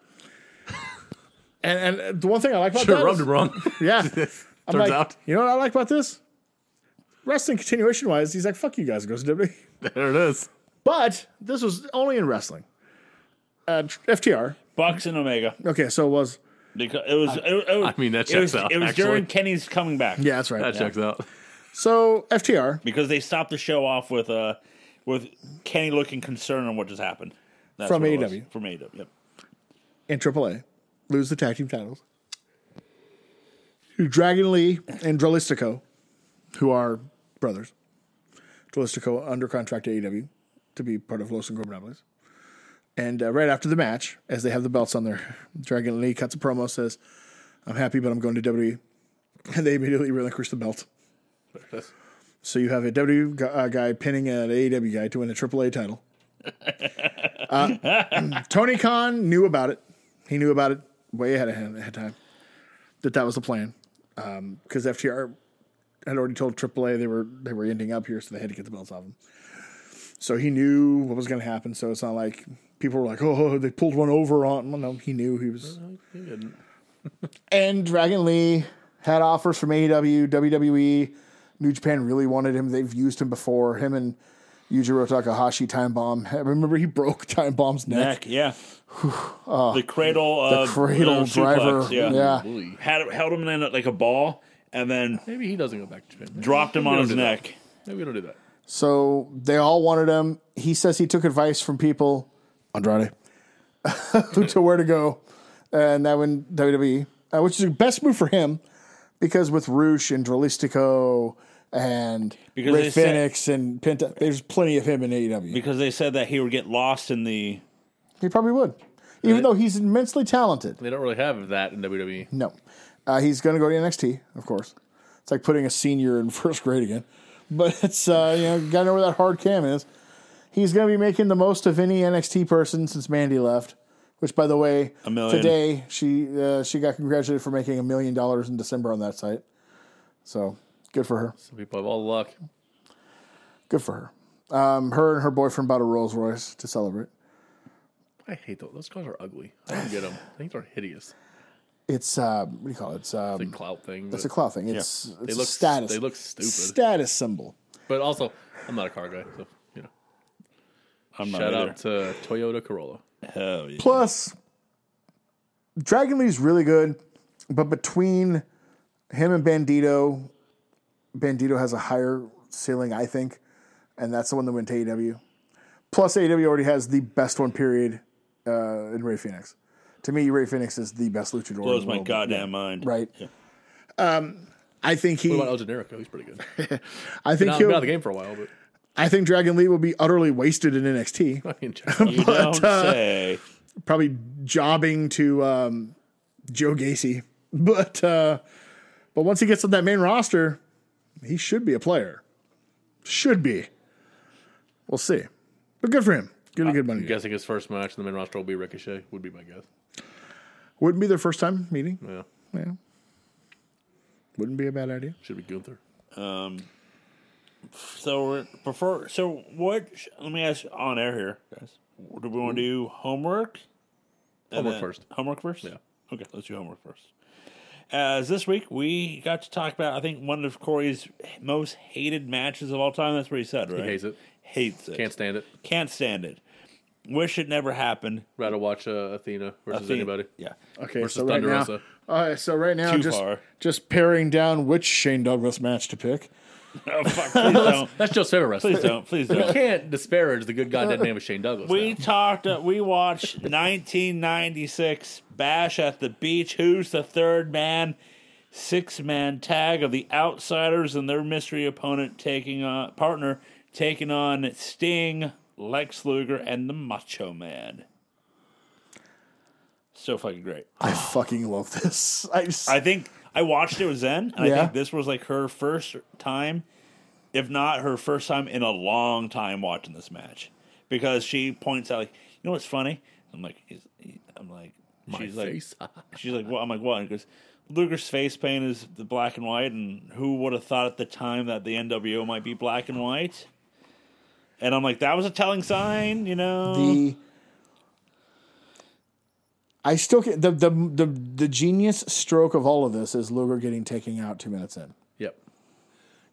and and the one thing I like about
Sure,
that
rubbed
is-
him wrong.
yeah. I'm
Turns
like,
out.
You know what I like about this? Wrestling continuation wise, he's like, fuck you guys, goes to E. WWE.
there it is.
But this was only in wrestling. Uh, FTR.
Bucks and Omega.
Okay, so it was.
Because it was. it, it was
I mean, that
it was,
checks out,
It was
actually.
during Kenny's coming back.
Yeah, that's right.
That checks out.
So FTR.
because they stopped the show off with uh with Kenny looking concerned on what just happened. That's
From
what it was.
AEW.
From AEW. Yep.
in AAA lose the tag team titles to Dragon Lee and Drolistico, who are brothers. Drolistico under contract to AEW to be part of Los Ingobernables. And uh, right after the match, as they have the belts on there, Dragon Lee cuts a promo, says, I'm happy, but I'm going to WWE. And they immediately relinquish the belt. So you have a WWE gu- uh, guy pinning an AEW guy to win a AAA title. Uh, Tony Khan knew about it. He knew about it way ahead of him ahead of time that that was the plan Um, because FTR had already told AAA they were they were ending up here, so they had to get the belts off him. So he knew what was going to happen. So it's not like people were like, "Oh, they pulled one over on." Well, no, he knew he was.
He didn't.
And Dragon Lee had offers from E AEW, WWE. E, New Japan really wanted him. They've used him before. Him and Yujiro Takahashi time bomb. I remember he broke time bomb's
Neck,
neck.
yeah. the cradle of
Cradle
uh,
driver.
suplex, yeah.
yeah.
Ooh.
Had held him in a, like a ball and then
Maybe he doesn't go back to Japan.
dropped him on
don't
his
do that.
neck.
Maybe we don't do that.
So they all wanted him. He says he took advice from people, Andrade, to where to go, and that went WWE, uh, which is the best move for him because with Roosh and Drolistico and
Because they
Ray
said-
Phoenix and Penta, there's plenty of him in E AEW.
Because they said that he would get lost in the
he probably would, even though he's immensely talented.
They don't really have that in E. WWE.
No, uh, he's going to go to NXT, of course. It's like putting a senior in first grade again, but it's uh, you know got to know where that hard cam is. He's going to be making the most of any NXT person since Mandy left. Which, by the way,
A million.
today she uh, she got congratulated for making a million dollars in December on that site. So good for her.
Some people have "Oh, all the luck.
Good for her. Um, her and her boyfriend bought a Rolls Royce to celebrate.
I hate those. Those cars are ugly. I don't get them. I think they're hideous.
It's uh, what do you call it? It's, um,
The clout thing.
it's
But,
a cloud thing. It's, it's
They
a
look-
status.
they look stupid.
Status symbol.
but also, I'm not a car guy, so you know.
I'm not
Shout
either.
out to Toyota Corolla.
Hell yeah.
Plus, Dragon Lee's really good, but between him and Bandito, Bandito has a higher ceiling, I think, and that's the one that went to AEW. Plus, AEW already has the best one period uh, in Ray Phoenix. To me, Ray Phoenix is the best luchador. in
Blows
the
my
world.
goddamn mind.
Right. Um, I think he.
What about El Generico? He's pretty good.
I think
Not been out
he'll.
of the game for a while, but
I think Dragon Lee will be utterly wasted in NXT.
I mean, generally,
You don't say.
probably jobbing to um, Joe Gacy. But uh, but once he gets on that main roster, he should be a player. Should be. We'll see. But good for him. Get a good money.
I'm guessing his first match in the main roster will be Ricochet. Would be my guess.
Wouldn't be their first time meeting.
Yeah,
Yeah. Wouldn't be a bad idea.
should be Gunther.
So we're prefer. So what? sh- Let me ask on air here, guys. Do we want to do homework? And
Homework
then-
first.
Homework first. Yeah. Okay, let's do homework first. As this week we got to talk about, I think one of Corey's most hated matches of all time. That's what he said, right?
He hates it.
Hates it.
Can't stand it.
Can't stand it. Wish it never happened.
Rather watch uh, Athena versus
Think-
anybody.
Yeah.
Okay,
Versus
so right
Thunder
now,
Rosa.
all right, so right now,
Too
just
far.
just paring down which Shane Douglas match to pick.
Oh fuck! Please don't.
That's Joe's favorite wrestler.
Please don't. Please
You
don't.
can't disparage the good goddamn name of Shane Douglas.
We
We
talked. Uh, we watched 1996 Bash at the Beach. Who's the third man? Six man tag of the Outsiders and their mystery opponent taking on partner taking on Sting, Lex Luger, and the Macho Man. So fucking great.
I fucking love this. I, just-
I think I watched it with Zen, and I
Yeah.
think this was like her first time, if not her first time in a long time watching this match, because she points out like, you know what's funny? I'm like, "Is- I'm like, she's like,
face.
she's like, what? I'm like, what? And goes, Luger's face paint is the black and white, and who would have thought at the time that the NWO might be black and white? And I'm like, that was a telling sign, you know.
the I still get the, the the the genius stroke of all of this is Luger getting taken out two minutes in.
Yep.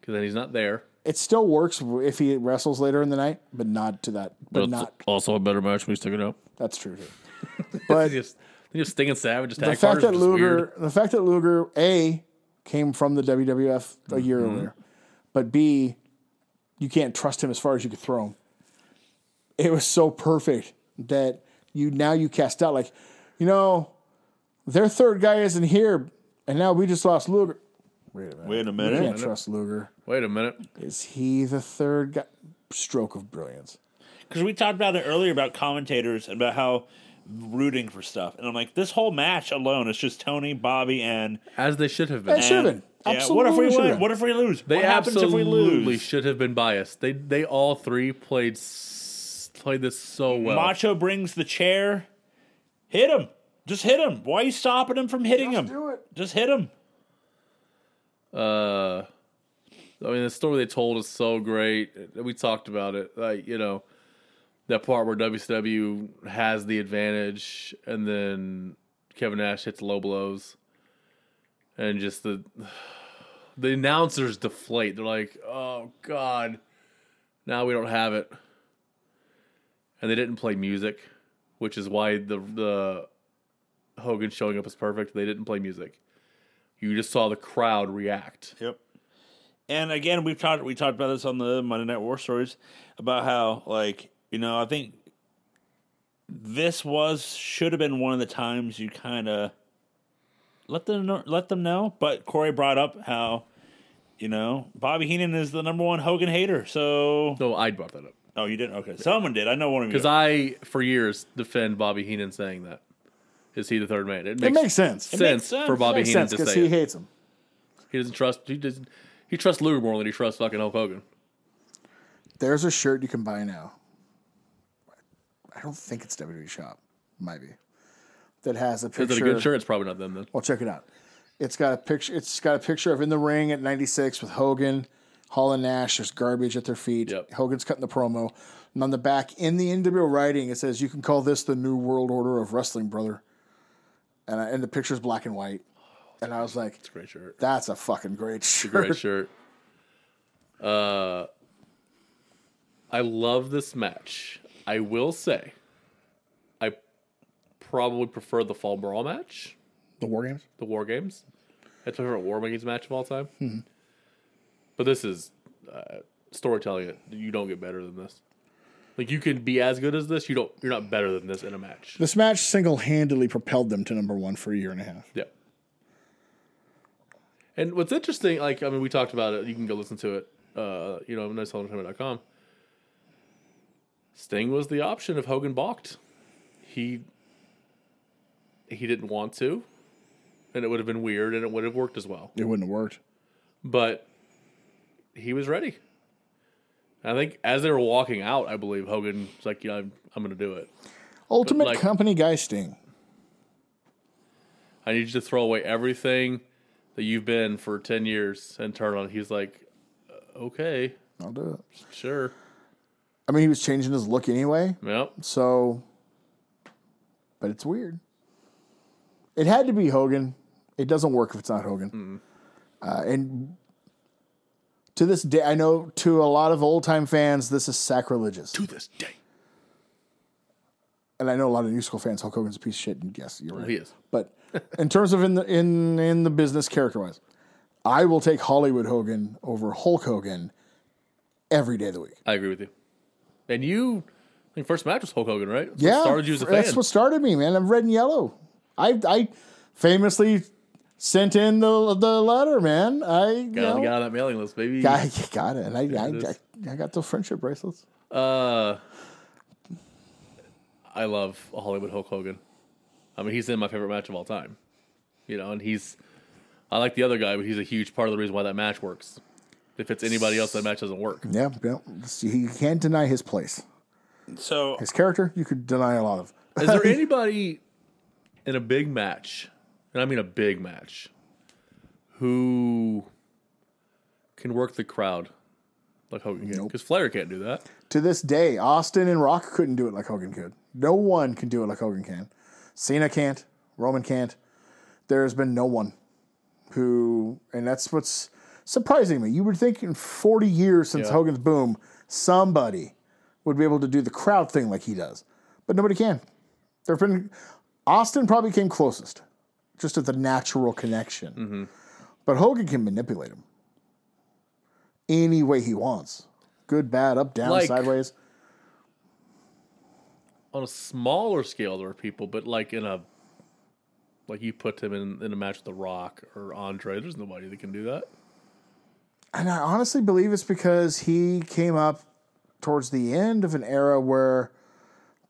Because then he's not there.
It still works if he wrestles later in the night, but not to that. But
it's
not
also a better match when he's took it up.
that's true. Too. But
Just, just stinging savage. Just
the fact that Luger, the fact that Luger a came from the WWF a year earlier, but b you can't trust him as far as you could throw him. It was so perfect that you now you cast out like, you know, their third guy isn't here, and now we just lost Luger. Wait a minute,
Wait a
you
minute.
can't trust Luger.
Wait a minute.
Is he the third guy? Stroke of brilliance.
because we talked about it earlier about commentators and about how rooting for stuff, and I'm like, this whole match alone is just Tony, Bobby, and
As they should have been.
That should have been
and-
absolutely.
what if we
should've
win?
been.
What if we lose?
They
what happens if we
absolutely
lose?
should have been biased. They they all three played s- played this so well.
Macho brings the chair. Hit him. Just hit him. Why are you stopping him from hitting him?
do it.
Just hit him.
uh, I mean, the story they told is so great. We talked about it, like you know, that part where WCW has the advantage, and then Kevin Nash hits low blows, and just the the announcers deflate. They're like, "Oh God, now we don't have it," and they didn't play music, which is why the the Hogan showing up is perfect. They didn't play music. You just saw the crowd react.
Yep. And again, we've talked we talked about this on the Monday Night War stories about how like you know I think this was should have been one of the times you kind of let them know, let them know. But Corey brought up how you know Bobby Heenan is the number one Hogan hater. So
No, I brought that up
oh, you didn't? Okay, someone did. I know one of you.
because I, for years, defend Bobby Heenan saying that. Is he the third man? It
It
makes,
makes sense.
sense,
It makes sense.
for Bobby
makes
Heenan
sense
to
because
say
he
it.
hates him.
he doesn't trust. He doesn't. He trusts Luger more than he trusts fucking Hulk Hogan.
There's a shirt you can buy now. I don't think it's WWE Shop. Might be. That has a
Is
picture.
it a good shirt? It's probably not them then.
Well, check it out. It's got a picture. It's got a picture of in the ring at '96 with Hogan, Hall and Nash. There's garbage at their feet.
Yep.
Hogan's cutting the promo, and on the back in the NWO writing, it says, "You can call this the New World Order of Wrestling, brother." And I, and the picture's black and white, and I was like,
Great shirt.
"That's a fucking great shirt."
Great shirt. Uh, I love this match. I will say, I probably prefer the Fall Brawl match.
The War Games.
the War Games. That's my favorite War Games match of all time. But this is uh, storytelling. You don't get better than this. Like you can be as good as this. You don't. You're not better than this in a match.
This match single-handedly propelled them to number one for a year and a half.
Yeah. And what's interesting, like I mean, we talked about it. You can go listen to it. Uh, you know, niceholdentertainment.com. Sting was the option if Hogan balked. He he didn't want to, and it would have been weird, and it would have worked as well.
It wouldn't have worked.
but he was ready. I think as they were walking out, I believe Hogan's like, "Yeah, I'm, I'm going to do it.
Ultimate
like-
Company guy Sting.
I need you to throw away everything that you've been for ten years and turn on." He's like, "Uh, "Okay,
I'll do it.
sure,
I mean, he was changing his look anyway,
yep,
so. But it's weird. It had to be Hogan. It doesn't work if it's not Hogan. Uh, and to this day, I know to a lot of old time fans, this is sacrilegious.
do this day."
And I know a lot of new school fans. Hulk Hogan's a piece of shit. And yes, you're right.
He is.
But in terms of in the in in the business character wise, I will take Hollywood Hogan over Hulk Hogan every day of the week.
I agree with you. And you, I think first match was Hulk Hogan, right? That's what
Yeah,
started you as a fan.
that's what started me, man. I'm red and yellow. I I famously sent in the the letter, man. I you
got, on,
know,
got on that mailing list, baby.
I got it, and I
it
I,
is.
I, I got the friendship bracelets.
Uh, I love Hollywood Hulk Hogan. I mean, he's in my favorite match of all time. You know, and he's I like the other guy, but he's a huge part of the reason why that match works. If it's anybody else, that match doesn't work.
Yeah, yeah. See, You can't deny his place.
So
His character, you could deny a lot of.
Is there anybody in a big match, and I mean a big match, who can work the crowd like Hogan can? Because Flair can't do that.
To this day, Austin and Rock couldn't do it like Hogan could. No one can do it like Hogan can. Cena can't. Roman can't. There's been no one who, and that's what's surprising me. You would think in 40 years since
Yeah.
Hogan's boom, somebody would be able to do the crowd thing like he does, but nobody can. There've been Austin probably came closest, just at the natural connection.
Mm-hmm.
But Hogan can manipulate him any way he wants. Good, bad, up, down,
Like-
sideways.
On a smaller scale, there are people, but like in a like you put him in, in a match with The Rock or Andre, there's nobody that can do that.
And I honestly believe it's because he came up towards the end of an era where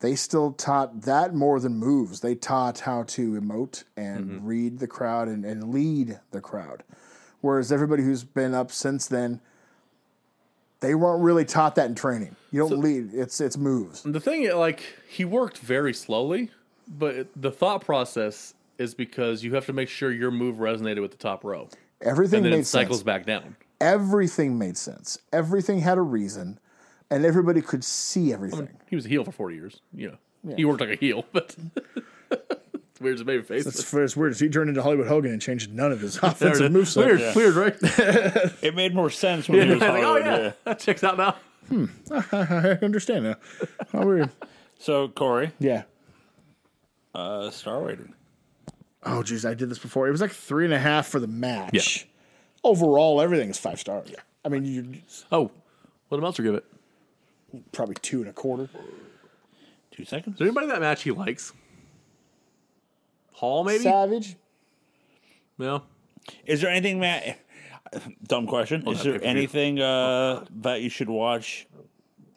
they still taught that more than moves. They taught how to emote and
Mm-hmm.
read the crowd and, and lead the crowd. Whereas everybody who's been up since then, they weren't really taught that in training. You don't lead, it's it's moves.
The thing, like, he worked very slowly, but the thought process is because you have to make sure your move resonated with the top row,
Everything
and then
made
it cycles
sense.
back down.
Everything made sense. Everything had a reason, and everybody could see everything.
He was a heel for forty years. You know, he worked like a heel, but it's weird as a baby face.
It's, it's weird. He turned into Hollywood Hogan and changed none of his
There it
offensive
is.
moveset.
Weird, weird, right?
it made more sense when he was
Like, oh
Hollywood.
yeah,
yeah.
that checks out now.
I understand now. How weird.
So Corey,
Yeah.
uh, star rating.
Oh, geez, I did this before. It was like three and a half for the match. Overall, everything is five stars. Yeah. I mean, you
Oh, what amounts to give it? Is
probably two and a quarter.
Two seconds.
there anybody in that match he likes? Hall maybe?
Savage.
No.
Is there anything, Matt? Dumb question. Is there
pay-per-view.
anything uh, that you should watch?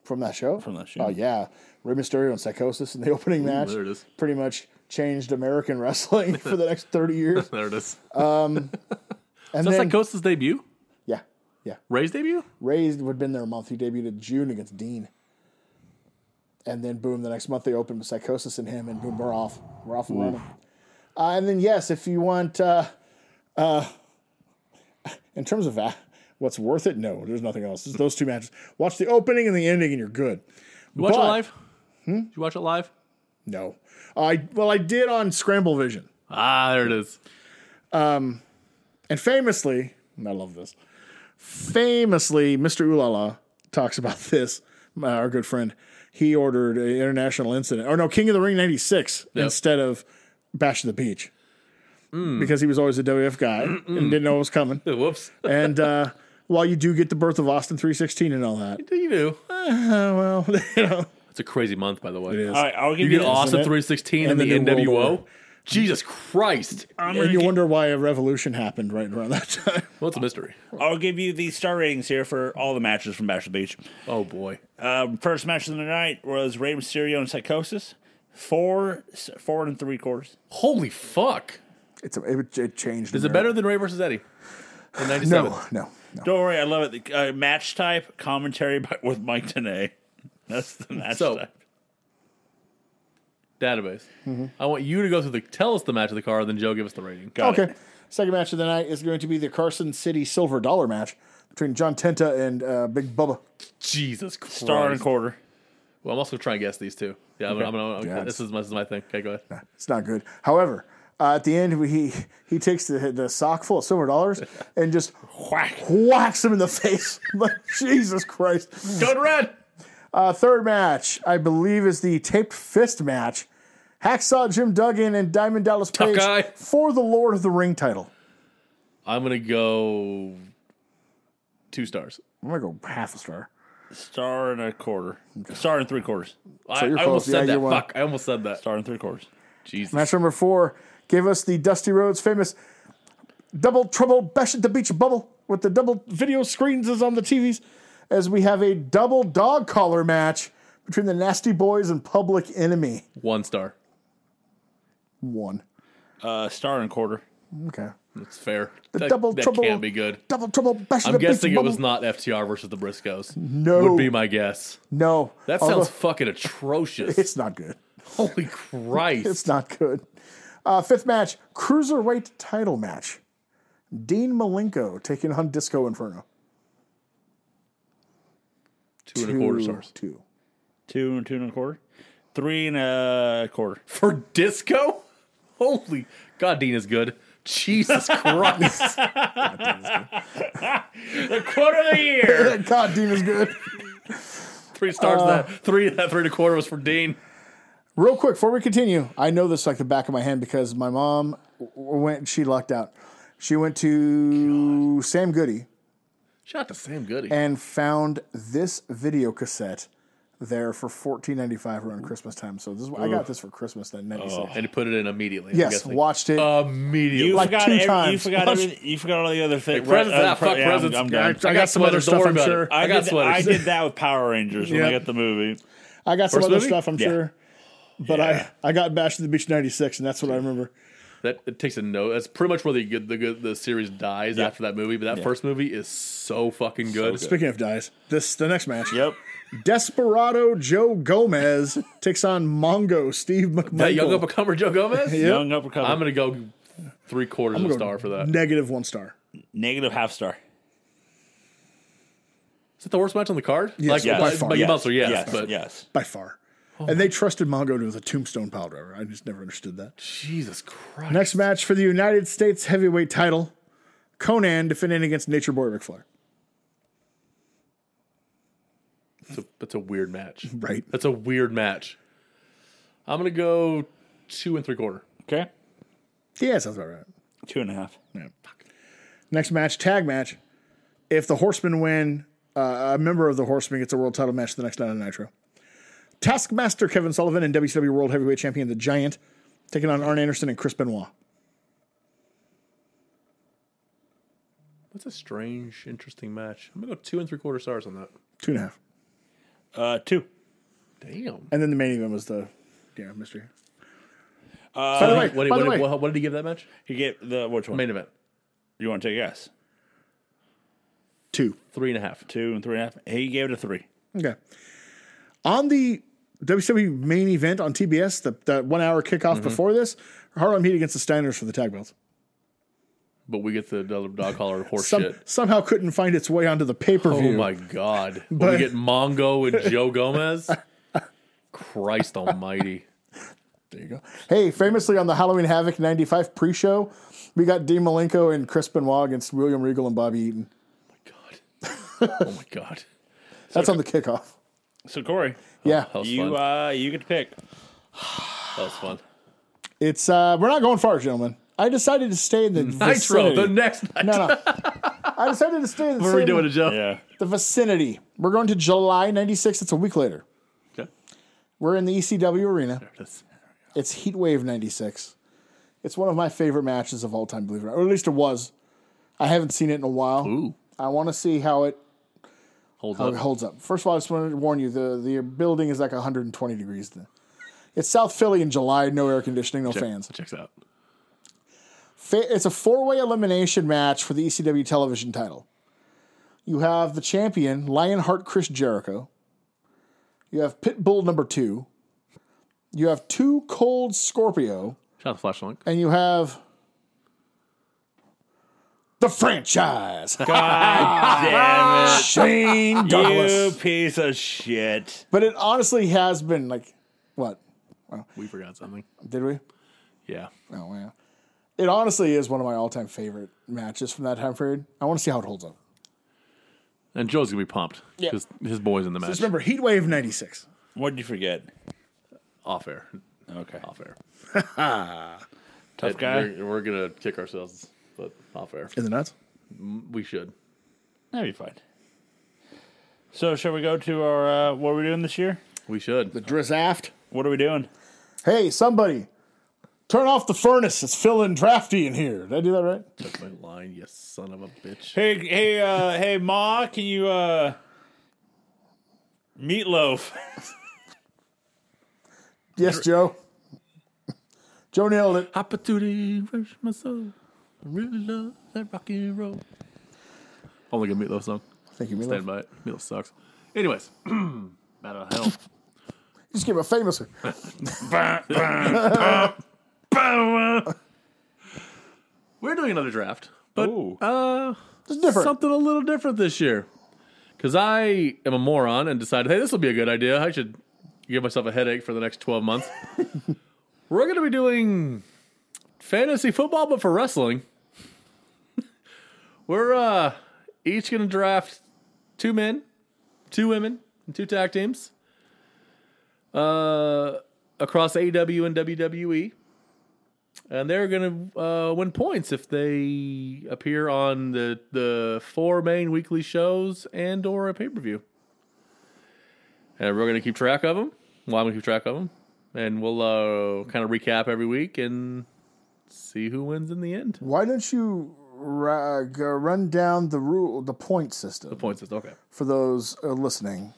From that show?
From that show.
Oh, yeah. Rey Mysterio and Psychosis in the opening match.
there it is.
Pretty much changed American wrestling for the next 30 years.
There it is.
And
That's
then,
like Costa's debut.
yeah, yeah.
Ray's debut.
Raised would have been there a month. He debuted in June against Dean. And then, boom, the next month they opened with Psychosis and him, and boom, we're off. We're off and running. Uh, and then, yes, if you want, uh, uh, in terms of uh, what's worth it, no, there's nothing else. It's those two matches. Watch the opening and the ending, and you're good.
You watch
But-
it live? Did you watch it live?
No, I well, I did on Scramble Vision,
Ah, there it is.
and famously, and I love this. Famously, Mr. Ulala talks about this. my- Our good friend, he ordered an international incident, or no, King of the Ring '96
Yep.
instead of Bash of the Beach, because he was always a WF guy and didn't know it was coming.
Whoops.
and uh, while you do get the birth of Austin 316 and all that,
you do.
oh, well, you know,
It's a crazy month, by the way.
is.
All right, I'll give
You
you.
get
this.
Austin
it?
316 and,
And the
the
New World
NWO.
Order.
Jesus Christ.
I'm
and
gonna
you
gi-
wonder why a revolution happened right around that time.
Well, it's a mystery.
I'll give you the star ratings here for all the matches from Bash of the Beach.
Oh, boy.
Um, first match of the night was Rey Mysterio and Psychosis. Four, four and three quarters.
Holy fuck.
It's a, it, it changed.
Is it better than Ray versus Eddie? In 97.
No, no, no.
Don't worry, I love it. The, uh, match type commentary by, with Mike Tenay. That's the match
So-
type.
Database. I want you to go through the tell us the match of the card, then Joe give us the rating.
Got it.
Okay. Second match of the night is going to be the Carson City Silver Dollar match between John Tenta and uh, Big Bubba.
Jesus Christ.
Star and quarter.
Well, I'm also trying to guess these two. Yeah, I'm, I'm, gonna-
Yeah,
this, is my, this is my thing. Okay, go ahead.
It's not good. However, uh, at the end, he he takes the, the sock full of silver dollars and just
Whack.
whacks him in the face. like, Jesus Christ.
Code red.
Uh, third match, I believe, is the taped fist match. Hacksaw Jim Duggan and Diamond Dallas Page
guy.
for the Lord of the Ring title.
I'm going to go two stars.
I'm going to go half a star.
Star and a quarter. Star and three quarters.
I,
you're
I almost
close. Yeah,
said
you
that.
won.
Fuck. I almost said that.
Star and three quarters.
Jesus.
Match number four gave us the Dusty Rhodes famous double trouble bash at the beach bubble with the double video screens is on the TVs as we have a double dog collar match between the Nasty Boys and Public Enemy.
One star.
One.
Uh, star and quarter.
Okay.
That's fair.
The
that,
double
that
trouble.
can't be good.
Double trouble. Bash
I'm guessing it was not FTR versus the Briscoes.
No.
would be my guess.
No.
That
Although,
sounds fucking atrocious.
It's not good.
Holy Christ!
It's not good. Uh, fifth match cruiserweight title match. Dean Malenko taking on Disco Inferno.
two and a quarter
Two-
stars
Two.
Two and two and a quarter. Three and a quarter.
for disco. Holy God, Dean is good. Jesus Christ!
Quarter of the year.
God, Dean is good.
three stars.
Uh,
of that three. That three and a quarter was for Dean.
Real quick, before we continue, I know this like the back of my hand because my mom w- went. She lucked out. She went to Sam Goody
Shout out to Sam Goody.
and found this video cassette there for fourteen ninety five around Christmas time. So this is, I got this for Christmas in ninety six.
and he put it in immediately. I'm
Yes,
guessing. Uh,
watched it.
immediately.
You
Like
forgot
two
every, You
times.
forgot every, You forgot all the other things.
presents,
Right,
ah, fuck
uh, yeah,
presents.
I'm, I'm
I,
done.
got, some other
stuff,
Don't worry
I'm
about it.
sure.
I,
I,
got
did, I
sweaters.
did that with Power Rangers when I
Yeah.
got the movie.
I got some
First
other
movie?
stuff. I'm sure. But I, I got Bash to the Beach '96, and that's what I remember.
That it takes a note. That's pretty much where the good, the good, the series dies after that movie. But that first movie is so fucking good.
Speaking of dies, this the next match.
Yep.
Desperado Joe Gomez takes on Mongo Steve McMichael.
that young upcomer Joe Gomez.
Young uppercut.
I'm gonna go three quarters of a
Go
star for that.
Negative one star.
Negative half star.
Is it the worst match on the card?
Yes.
By
by,
far.
by
Yes.
Meltzer, yes,
yes.
but
yes.
by far. and they trusted Mongo to the tombstone piledriver. I just never understood that.
Jesus Christ!
Next match for the United States heavyweight title, Conan defending against Nature Boy Ric Flair.
That's a, that's a weird match.
Right.
That's a weird match. I'm gonna go two and three quarter.
Okay.
Yeah, sounds about right.
Two and a half.
Next match, tag match. If the Horsemen win, uh, a member of the Horsemen gets a world title match the next night on Nitro. Taskmaster Kevin Sullivan and WCW World Heavyweight Champion The Giant taking on Arn Anderson and Chris Benoit.
That's a strange, interesting match. I'm gonna go two and three quarter stars on that.
Two and a half.
Uh, two.
Damn.
And then the main event was the yeah mystery.
By
the way,
Uh, what, did-
by
what
the
did,
way.
what- what did he give that match?
You get the which one?
Main event,
You want to take a guess?
Two.
three and a half.
Two and three and a half. He gave it a three.
Okay. On the WWE main event on TBS, the, the one hour
Mm-hmm.
kickoff before this, Harlem Heat against the Steiners for the tag belts.
But we get the dog dog collar horse
Some,
shit.
somehow couldn't find its way onto the pay per
Oh
view.
my god! When
But-
we get Mongo and Joe Gomez. Christ Almighty!
There you go. Hey, famously on the Halloween Havoc 95 pre show, we got Dean Malenko and Chris Benoit against William Regal and Bobby Eaton.
God. Oh my god.
That's on the kickoff.
Oh,
So Corey,
Yeah.
That was fun.
you uh, you get to pick.
that was fun.
It's uh we're not going far, gentlemen. I decided to stay in the
Nitro
vicinity.
the next night.
no, no. I decided to stay in the,
What are we
same-
doing, Joe?
Yeah.
the vicinity. We're going to July 96. It's a week later.
Okay.
We're in the ECW arena.
That's-
It's Heat Wave 96. It's one of my favorite matches of all time, believe it or not. Or at least it was. I haven't seen it in a while.
Ooh,
I want to see how it,
hold
how
up.
it holds up. First of all, I just wanted to warn you the, the building is like 120 degrees. It's South Philly in July, no air conditioning, no fans.
Checks out.
Fa- It's a four way elimination match for the ECW television title. You have the champion, Lionheart Chris Jericho. You have Pitbull number two. You have two Cold Scorpio.
Shout out to Flashlight.
and you have the franchise,
Damn
Shane
it! You
Douglas.
piece of shit.
But it honestly has been like, what
We forgot something.
did we?
Yeah.
Oh yeah, it honestly is one of my all-time favorite matches from that time period. I want to see how it holds up.
And Joe's gonna be pumped because his boy's in the match.
Just remember Heat Wave '96.
What did you forget?
Off air.
Okay.
Off air.
Tough
Hey,
guy.
We're, we're gonna kick ourselves, but off air.
In the nuts.
We should.
That'd be fine. So, shall we go to our uh, what are we doing this year?
We should.
Drizaft.
What are we doing?
Hey, somebody, turn off the furnace. It's feeling drafty in here. Did I do that right?
Took my line, you son of a bitch.
Hey, hey, uh, hey, Ma, can you uh, meatloaf?
Yes, Joe. Joe nailed it.
Opportunity, where's my soul? really love that rock and roll. Only good Meatloaf song.
Thank you,
Stand
Meatloaf.
by it. Meatloaf sucks. Anyways, Battle of Hell.
Just give a famous.
We're doing another draft, but
Ooh.
uh,
It's different.
something a little different this year. Because I am a moron and decided, hey, this will be a good idea. I should give myself a headache for the next 12 months. We're going to be doing fantasy football, but for wrestling. We're uh, each going to draft two men, two women, and two tag teams uh, across AW and E. WWE. And they're going to uh, win points if they appear on the, the four main weekly shows and or a pay-per-view. And we're going to keep track of them. Well, I'm going to keep track of them. And we'll uh, kind of recap every week and see who wins in the end.
Why don't you ra- g- run down the rule, the point system
Points is okay.
for those uh, listening?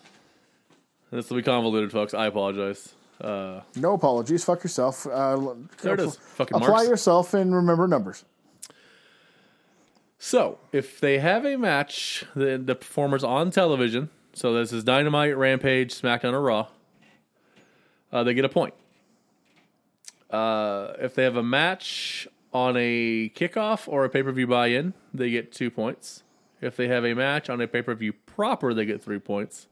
This will be convoluted, folks. I apologize. Uh,
No apologies. Fuck yourself. Uh,
There it is. Fucking
Apply
marks.
yourself and remember numbers.
So, if they have a match, the, the performers on television, so this is Dynamite, Rampage, SmackDown, or Raw, uh, they get a point. Uh, if they have a match on a kickoff or a pay per view buy in, they get two points. If they have a match on a pay per view proper, they get three points.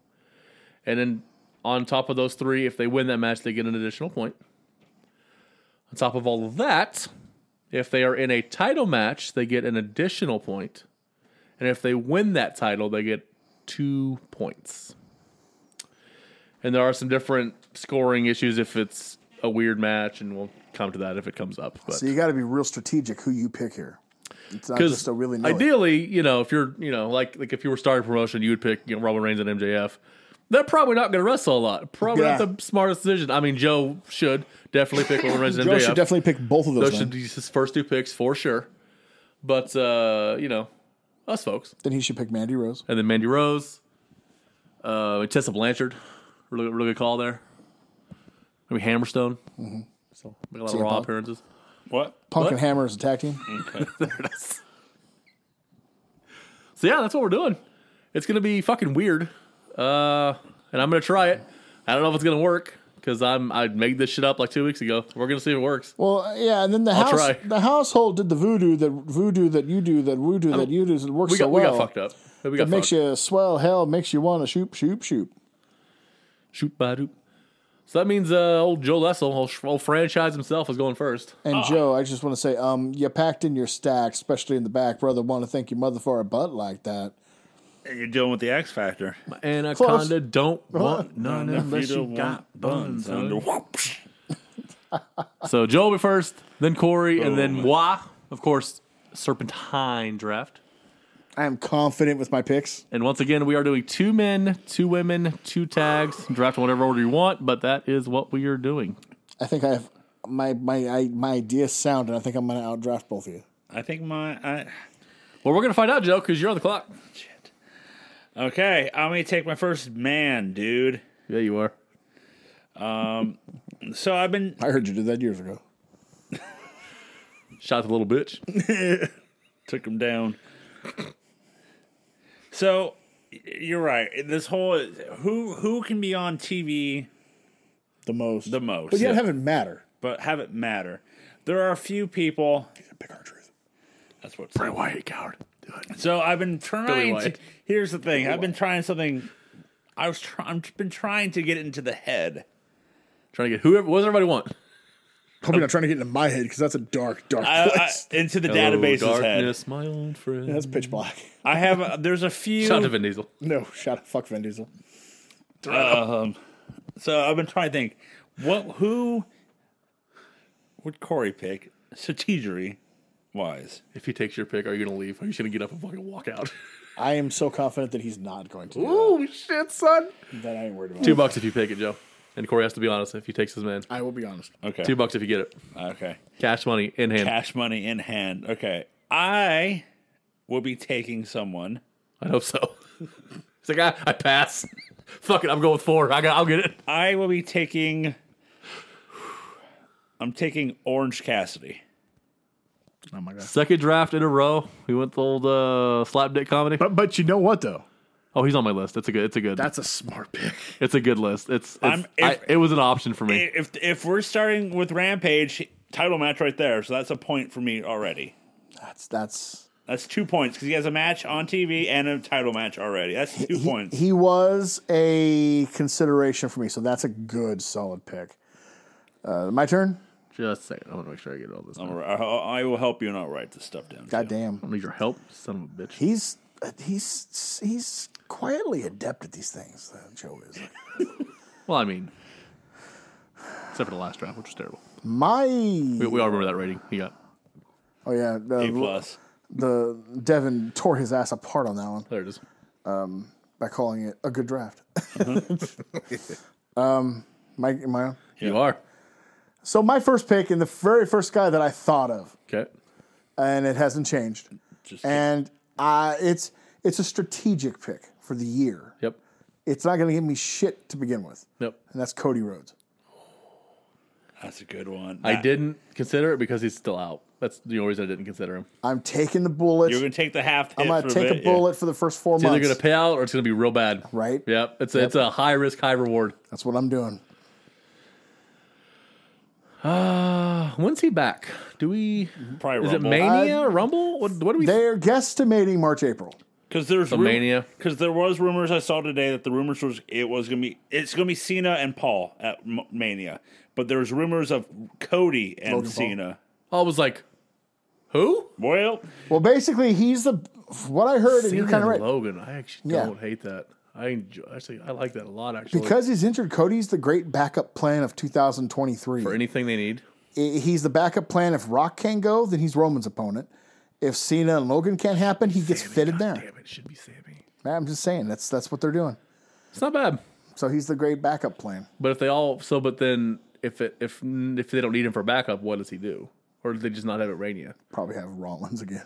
And then on top of those three, if they win that match, they get an additional point. On top of all of that, if they are in a title match, they get an additional point. And if they win that title, they get two points. And there are some different scoring issues if it's a weird match, and we'll come to that if it comes up. But
So you got to be real strategic who you pick here. It's not
because
just a really know it.
ideally, you know, if you're, you know, like like if you were starting a promotion, you would pick you know Roman Reigns and MJF. They're probably not going to wrestle a lot. Probably
Yeah.
not the smartest decision. I mean, Joe should definitely pick Roman Reigns and
Joe
MJF.
should definitely pick both of those.
Those should
then.
be his first two picks for sure. But uh, you know, us folks,
Then he should pick Mandy Rose.
and then Mandy Rose, uh, and Tessa Blanchard, really, really good call there. Maybe Hammerstone. Mm-hmm. So make a lot
CM
of raw
Punk.
appearances.
What?
Punk
What?
and Hammer is a tag team.
So yeah, that's what we're doing. It's gonna be fucking weird, uh, and I'm gonna try it. I don't know if it's gonna work because I'm I made this shit up like two weeks ago. We're gonna see if it works.
Well, yeah, and then the house,
try.
the household did the voodoo that voodoo that you do that voodoo that you do that works
We got
so well.
we got fucked up. We got
It makes
fucked.
you swell hell, makes you want to shoot, shoot, shoot.
shoot by doop. So that means uh, old Joe Lessel, old, old franchise himself, is going first.
And Joe, I just want to say, um, you packed in your stack, especially in the back, brother. Want to thank your mother for a butt like that?
You're dealing with the X Factor.
Anaconda don't want none
If
unless
you
you
don't
got
want
buns.
under-
under- So Joe will be first, then Corey, and then Wah. Of course, Serpentine draft.
I am confident with my picks.
And once again, we are doing two men, two women, two tags. Draft in whatever order you want, but that is what we are doing.
I think I have my my I, my ideas sound, and I think I'm going to outdraft both of you.
I think my. I, ah,
Well, we're gonna find out, Joe, because you're on the clock.
shit. Okay, I'm going to take my first man, dude.
Yeah, you are.
So I've been.
I heard you did that years ago.
Shot the little bitch.
Took him down. So y- you're right. This whole. Who who can be on TV
The most,
the most?
but yet have it matter.
but have it matter. There are a few people.
Pick our truth.
That's what's
Bray Wyatt, coward. Do it.
So I've been trying. To,
White.
here's the thing. I've been trying something. I was. Try, I've been trying to get it into the head.
Trying to get whoever. What does everybody want?
Hope you're not trying to get into my head because that's a dark, dark
I, I,
place.
into the
Hello,
database's head.
darkness, my old friend.
that's pitch black.
I have. A, there's a few.
Shot to Vin Diesel.
No, shout out, fuck Vin Diesel.
Um, so I've been trying to think. What? Who? Would Corey pick strategery wise?
If he takes your pick, are you gonna leave? Are you just gonna get up and fucking walk out?
I am so confident that he's not going to. Do
oh shit, son!
that. that I ain't worried about.
Two bucks if you pick it, Joe. And Corey has to be honest if he takes his man.
I will be honest.
Okay.
Two bucks if you get it.
Okay.
Cash money in hand.
Cash money in hand. Okay. I will be taking someone.
I hope so. He's like, "Ah, I, I pass. Fuck it, I'm going with four. I got, I'll get it.
I will be taking. I'm taking Orange Cassidy.
Oh my god.
Second draft in a row. We went the old uh, slap dick comedy.
But but you know what though?
Oh, he's on my list. It's a good. It's a good.
That's a smart pick.
it's a good list. It's. it's
I'm-
I-
if-
it was an option for me.
If if we're starting with Rampage title match right there, so that's a point for me already.
That's that's
That's two points because he has a match on TV and a title match already. That's two points.
he was a consideration for me, so that's a good solid pick. Uh, my turn.
Just a second. I want to make sure I get all this.
All
down.
right, I I will help you not write this stuff down.
God
too.
damn.
I need your help, son of a bitch.
He's he's he's quietly adept at these things. uh, Joe is.
Well, I mean, except for the last draft, which was terrible.
My
We, we all remember that rating he got.
oh yeah,
A
the,
plus.
the Devin tore his ass apart on that one.
There it is.
by calling it a good draft. um, my my.
You are
So my first pick and the very first guy that I thought of,
okay.
and it hasn't changed,
Just
and uh, it's it's a strategic pick for the year.
Yep.
It's not going to give me shit to begin with,
Yep.
and that's Cody Rhodes.
that's a good one.
I didn't consider it because he's still out. That's the only reason I didn't consider him.
I'm taking the bullet.
You're gonna take the half.
I'm
hit
going
for
to take
bit,
a
yeah.
bullet for the first four
It's either
months.
going to pay out or it's going to be real bad.
Right.
Yep. It's a, it's a high risk, high reward.
That's what I'm doing.
Uh, when's he back? Do we?
Probably
is
Rumble.
it Mania
Uh,
or Rumble? What, what do we?
They're guesstimating March April.
Because there's
The Mania.
Because there was rumors I saw today that the rumors was it was gonna be it's gonna be Cena and Paul at M- Mania, but there was rumors of Cody and
Logan Paul.
Cena.
I Oh, was like, who?
Well,
Well, basically, he's the what I heard, and
Cena
you're kind
and
of right.
Logan. I actually
Yeah.
don't hate that. I enjoy. Actually, I like that a lot. Actually,
Because he's injured, Cody's the great backup plan of 2023.
for anything they need.
I- he's the backup plan. If Rock can go, then he's Roman's opponent. If Cena and Logan can't happen, he gets fitted there.
Damn it, it should be Sammy.
I'm just saying that's that's what they're doing.
It's not bad.
So he's the great backup plan.
But if they all so, but then if it if if they don't need him for backup, what does he do? Or do they just not have it rain yet?
Probably have Rollins again.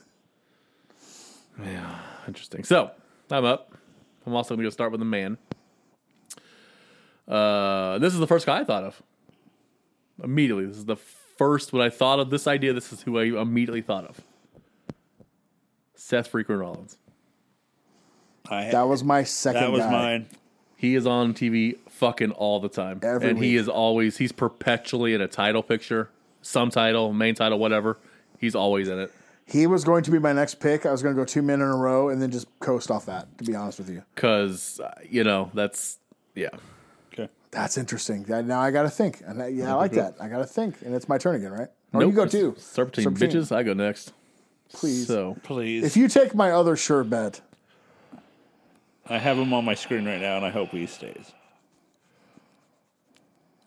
Interesting. So I'm up. I'm also going to start with a man. Uh, this is the first guy I thought of. Immediately, this is the first when I thought of this idea. This is who I immediately thought of. Seth freaking Rollins.
I,
That was my second.
that was
guy.
mine.
He is on TV fucking all the time.
Every
and he
week.
is always, he's perpetually in a title picture, some title, main title, whatever. He's always in it.
He was going to be my next pick. I was going to go two men in a row and then just coast off that. To be honest with you,
Cause, uh, you know, that's, yeah.
Okay.
that's interesting. That, now I got to think. And I, yeah, I like that. I got to think, and it's my turn again, right? Or Oh, you
Nope,
go
it's
too.
Serpentine
Serpentine.
bitches, I go next.
Please.
So,
Please,
If you take my other sure bet,
I have him on my screen right now, and I hope he stays.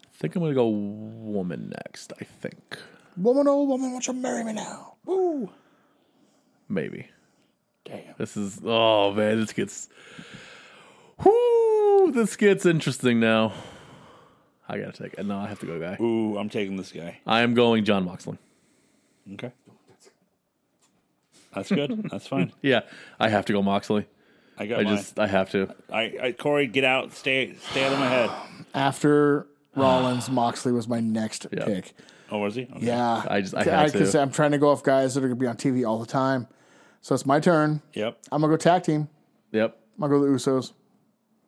I think I'm going to go woman next. I think.
woman, oh woman, won't you marry me now? Woo.
Maybe. Damn. This is, oh man, this gets, whoo, this gets interesting now. I got to take it. No, I have to go, guy.
Ooh, I'm taking this guy.
I am going John Moxley.
Okay. That's good. That's fine.
Yeah, I have to go Moxley.
I got
I
mine.
just I have to.
I, I Corey, get out. Stay stay out of my head.
after Rollins, Moxley was my next
Yeah.
pick.
Oh, was he? Okay.
Yeah,
I just- I had to.
'cause I'm trying to go off guys that are going to be on TV all the time. So it's my turn.
Yep.
I'm gonna go tag team.
Yep.
I'm gonna go the Usos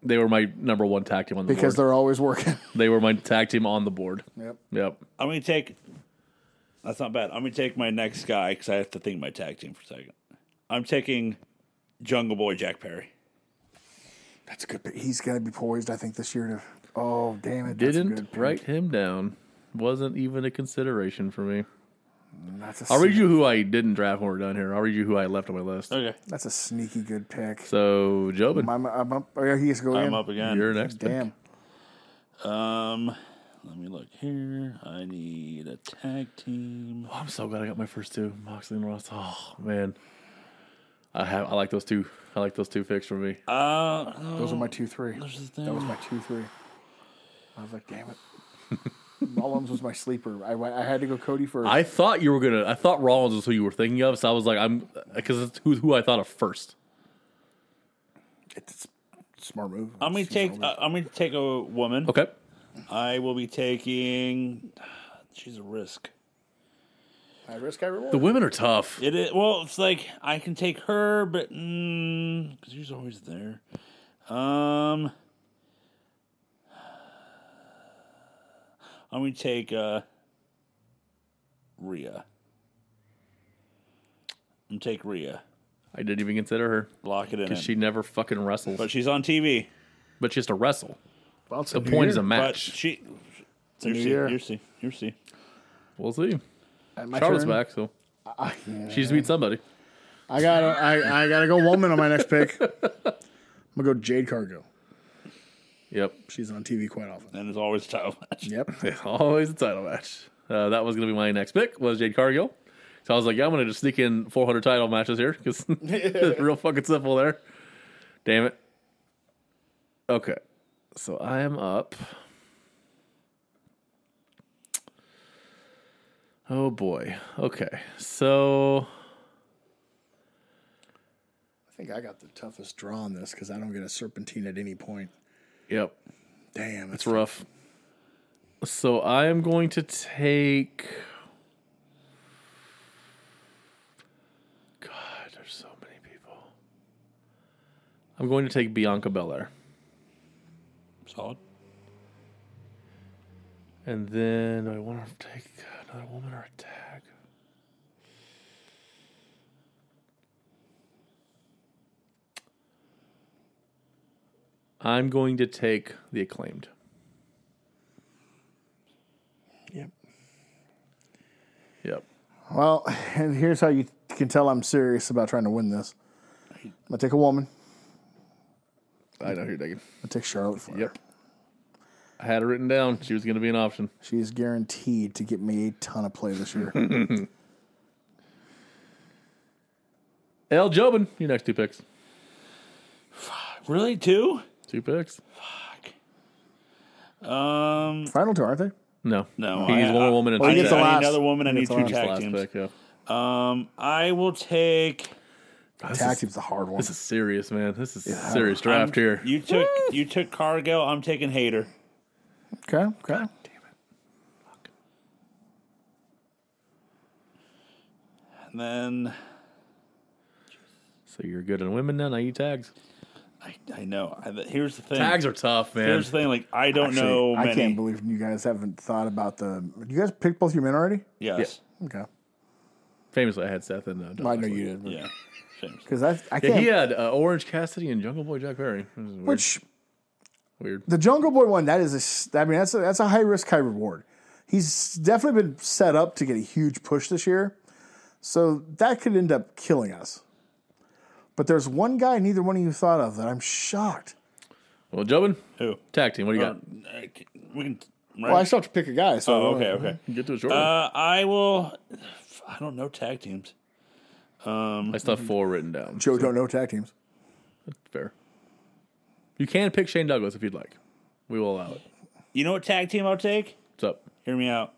They were my number one tag team on the board.
because they're always working.
They were my tag team on the board.
Yep.
Yep.
I'm gonna take. That's not bad. I'm gonna take my next guy because I have to think my tag team for a second. I'm taking Jungle Boy Jack Perry.
That's a good. Pick. He's gonna be poised, I think, this year to. Oh damn it! that's a
Didn't
good pick.
write him down. Wasn't even a consideration for me.
That's a
I'll read
sne-
you who I didn't draft when we're done here. I'll read you who I left on my list.
Oh,
Okay,
that's a sneaky good pick.
So Jobin,
I'm, I'm up. Oh yeah, he's going.
I'm up again.
you're next. pick.
Damn.
Um, let me look here. I need a tag team.
Oh, I'm so glad I got my first two, Moxley and Ross. Oh man, I have. I like those two. I like those two picks for me.
Uh, no,
Those are my two three.
this is
That was
the
my two three. I was like, damn it. Rollins was my sleeper. I, went- I had to go Cody first.
I thought you were gonna. I thought Rollins was who you were thinking of. So I was like, I'm because it's who who I thought of first.
It's smart move.
I'm gonna take. Uh, I'm gonna take a woman.
Okay.
I will be taking. She's a risk.
High risk, high reward.
The women are tough.
It is, well, it's like I can take her, but because she's always there. Um, I'm gonna take uh, Rhea. I'm gonna take Rhea.
I didn't even consider her
Lock it in.
because she never fucking wrestles,
but
but,
she's on TV.
she has to wrestle.
Well, it's
The
a new
point is
year.
a
But
match.
she, you
new
see,
year.
you see, you see.
We'll see.
Uh, my
Charlotte's
turn.
back, so she's beat somebody.
I gotta, I, I gotta go woman on my next pick. I'm gonna go Jade Cargo.
Yep,
She's on TV quite often.
And it's always a title match.
Yep.
always a title match. Uh, that was gonna be my next pick was Jade Cargill. So I was like, yeah, I'm gonna just sneak in 400 title matches here because real fucking simple there. Damn it. Okay, so I am up. Oh boy. Okay, so
I think I got the toughest draw on this because I don't get a serpentine at any point.
yep.
Damn, it's
It's rough. So I am going to take. God, there's so many people. I'm going to take Bianca Belair,
Solid.
and then do I want to take another woman or a tag. I'm going to take the acclaimed.
Yep.
Yep.
Well, and here's how you can tell I'm serious about trying to win this. I'm gonna take a woman.
I know who you're taking.
I'm gonna take Charlotte Flair.
Yep. I had it written down. She was going to be an option.
She's guaranteed to get me a ton of play this year.
L. Jobin, your next two picks.
Really, two?
Two picks?
Um,
Final two, aren't they?
No.
no.
He's
I,
one
I-
woman and
I
two
need,
gets the
tags.
I need
last-
another woman. I
he
need
gets the
two
last-
tag
Last
teams.
pick, yeah.
Um, I will take.
Tag team's the hard one.
This is serious, man. This is a serious draft here.
You took you took Cargo. I'm taking Hater.
Okay, okay.
And then
So you're good in women now. Now you tags.
I, I know. I, here's the thing.
Tags are tough, man.
here's the thing. Like I don't
Actually,
know many.
I can't believe you guys haven't thought about the. You guys picked both your men already?
yes.
Okay.
Famously, I had Seth and uh, Don
I know
Westley.
you did.
Yeah. Shame.
Because I, I
Yeah,
can't.
he had uh, Orange Cassidy and Jungle Boy Jack Perry. This is weird.
which
weird.
the Jungle Boy one, that is a s I mean, that's a, that's a high risk, high reward. He's definitely been set up to get a huge push this year, so that could end up killing us. But there's one guy neither one of you thought of that I'm shocked.
Well, Jobin,
Who?
tag team. What do you
Uh,
got?
I c- we can. Right?
Well, I Mm-hmm. still have to pick a guy. So
oh, okay. Okay.
Get to it shortly.
Uh, I will. I don't know tag teams.
I still have four written down.
Joe don't know tag teams.
Fair. You can pick Shane Douglas if you'd like. We will allow it.
You know what tag team I'll take?
What's up?
Hear me out.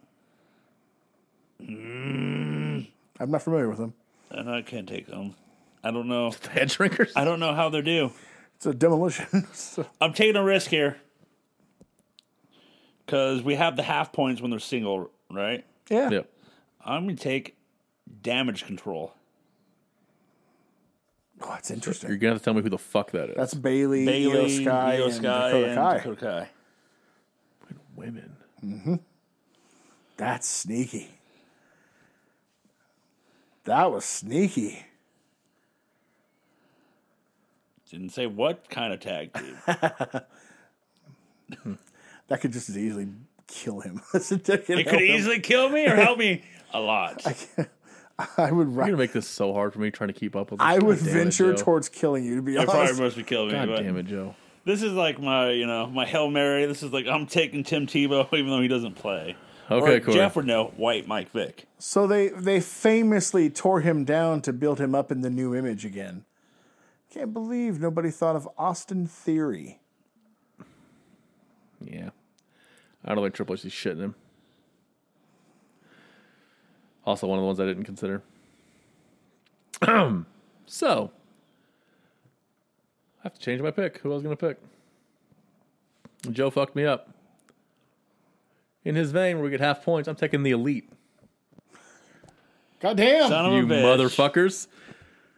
I'm not familiar with him.
And I can't take them. I don't know.
Head shrinkers?
I don't know how they're due.
It's a demolition. So-
I'm taking a risk here because we have the half points when they're single, right?
yeah.
Yep.
I'm gonna take damage control.
Oh, that's
You're
interesting.
gonna have to tell me who the fuck that is.
That's Bailey, Io
Bailey,
Sky,
Io
and
Sky,
Dakota
and
Kai.
Dakota Kai.
women.
That's sneaky. That was sneaky.
Didn't say what kind of tag team.
That could just as easily kill him. it
It could easily kill me or help me a lot.
I would. ri-
You're gonna make this so hard for me trying to keep up with. This.
I would
God damn it,
venture
Joe.
towards killing you. To be
It probably
honest,
must be killing me.
God
but
damn it, Joe.
This is like my, you know, my hail mary. This is like I'm taking Tim Tebow, even though he doesn't play.
Okay,
or
cool.
Jeff would know. White Mike Vick.
so they they famously tore him down to build him up in the new image again. Can't believe nobody thought of Austin Theory.
Yeah. I don't think Triple H is shitting him. Also, one of the ones I didn't consider. so, I have to change my pick. Who I was gonna pick? Joe fucked me up. In his vein, where we get half points, I'm taking the elite.
God damn.
Son of
you
a bitch.
motherfuckers.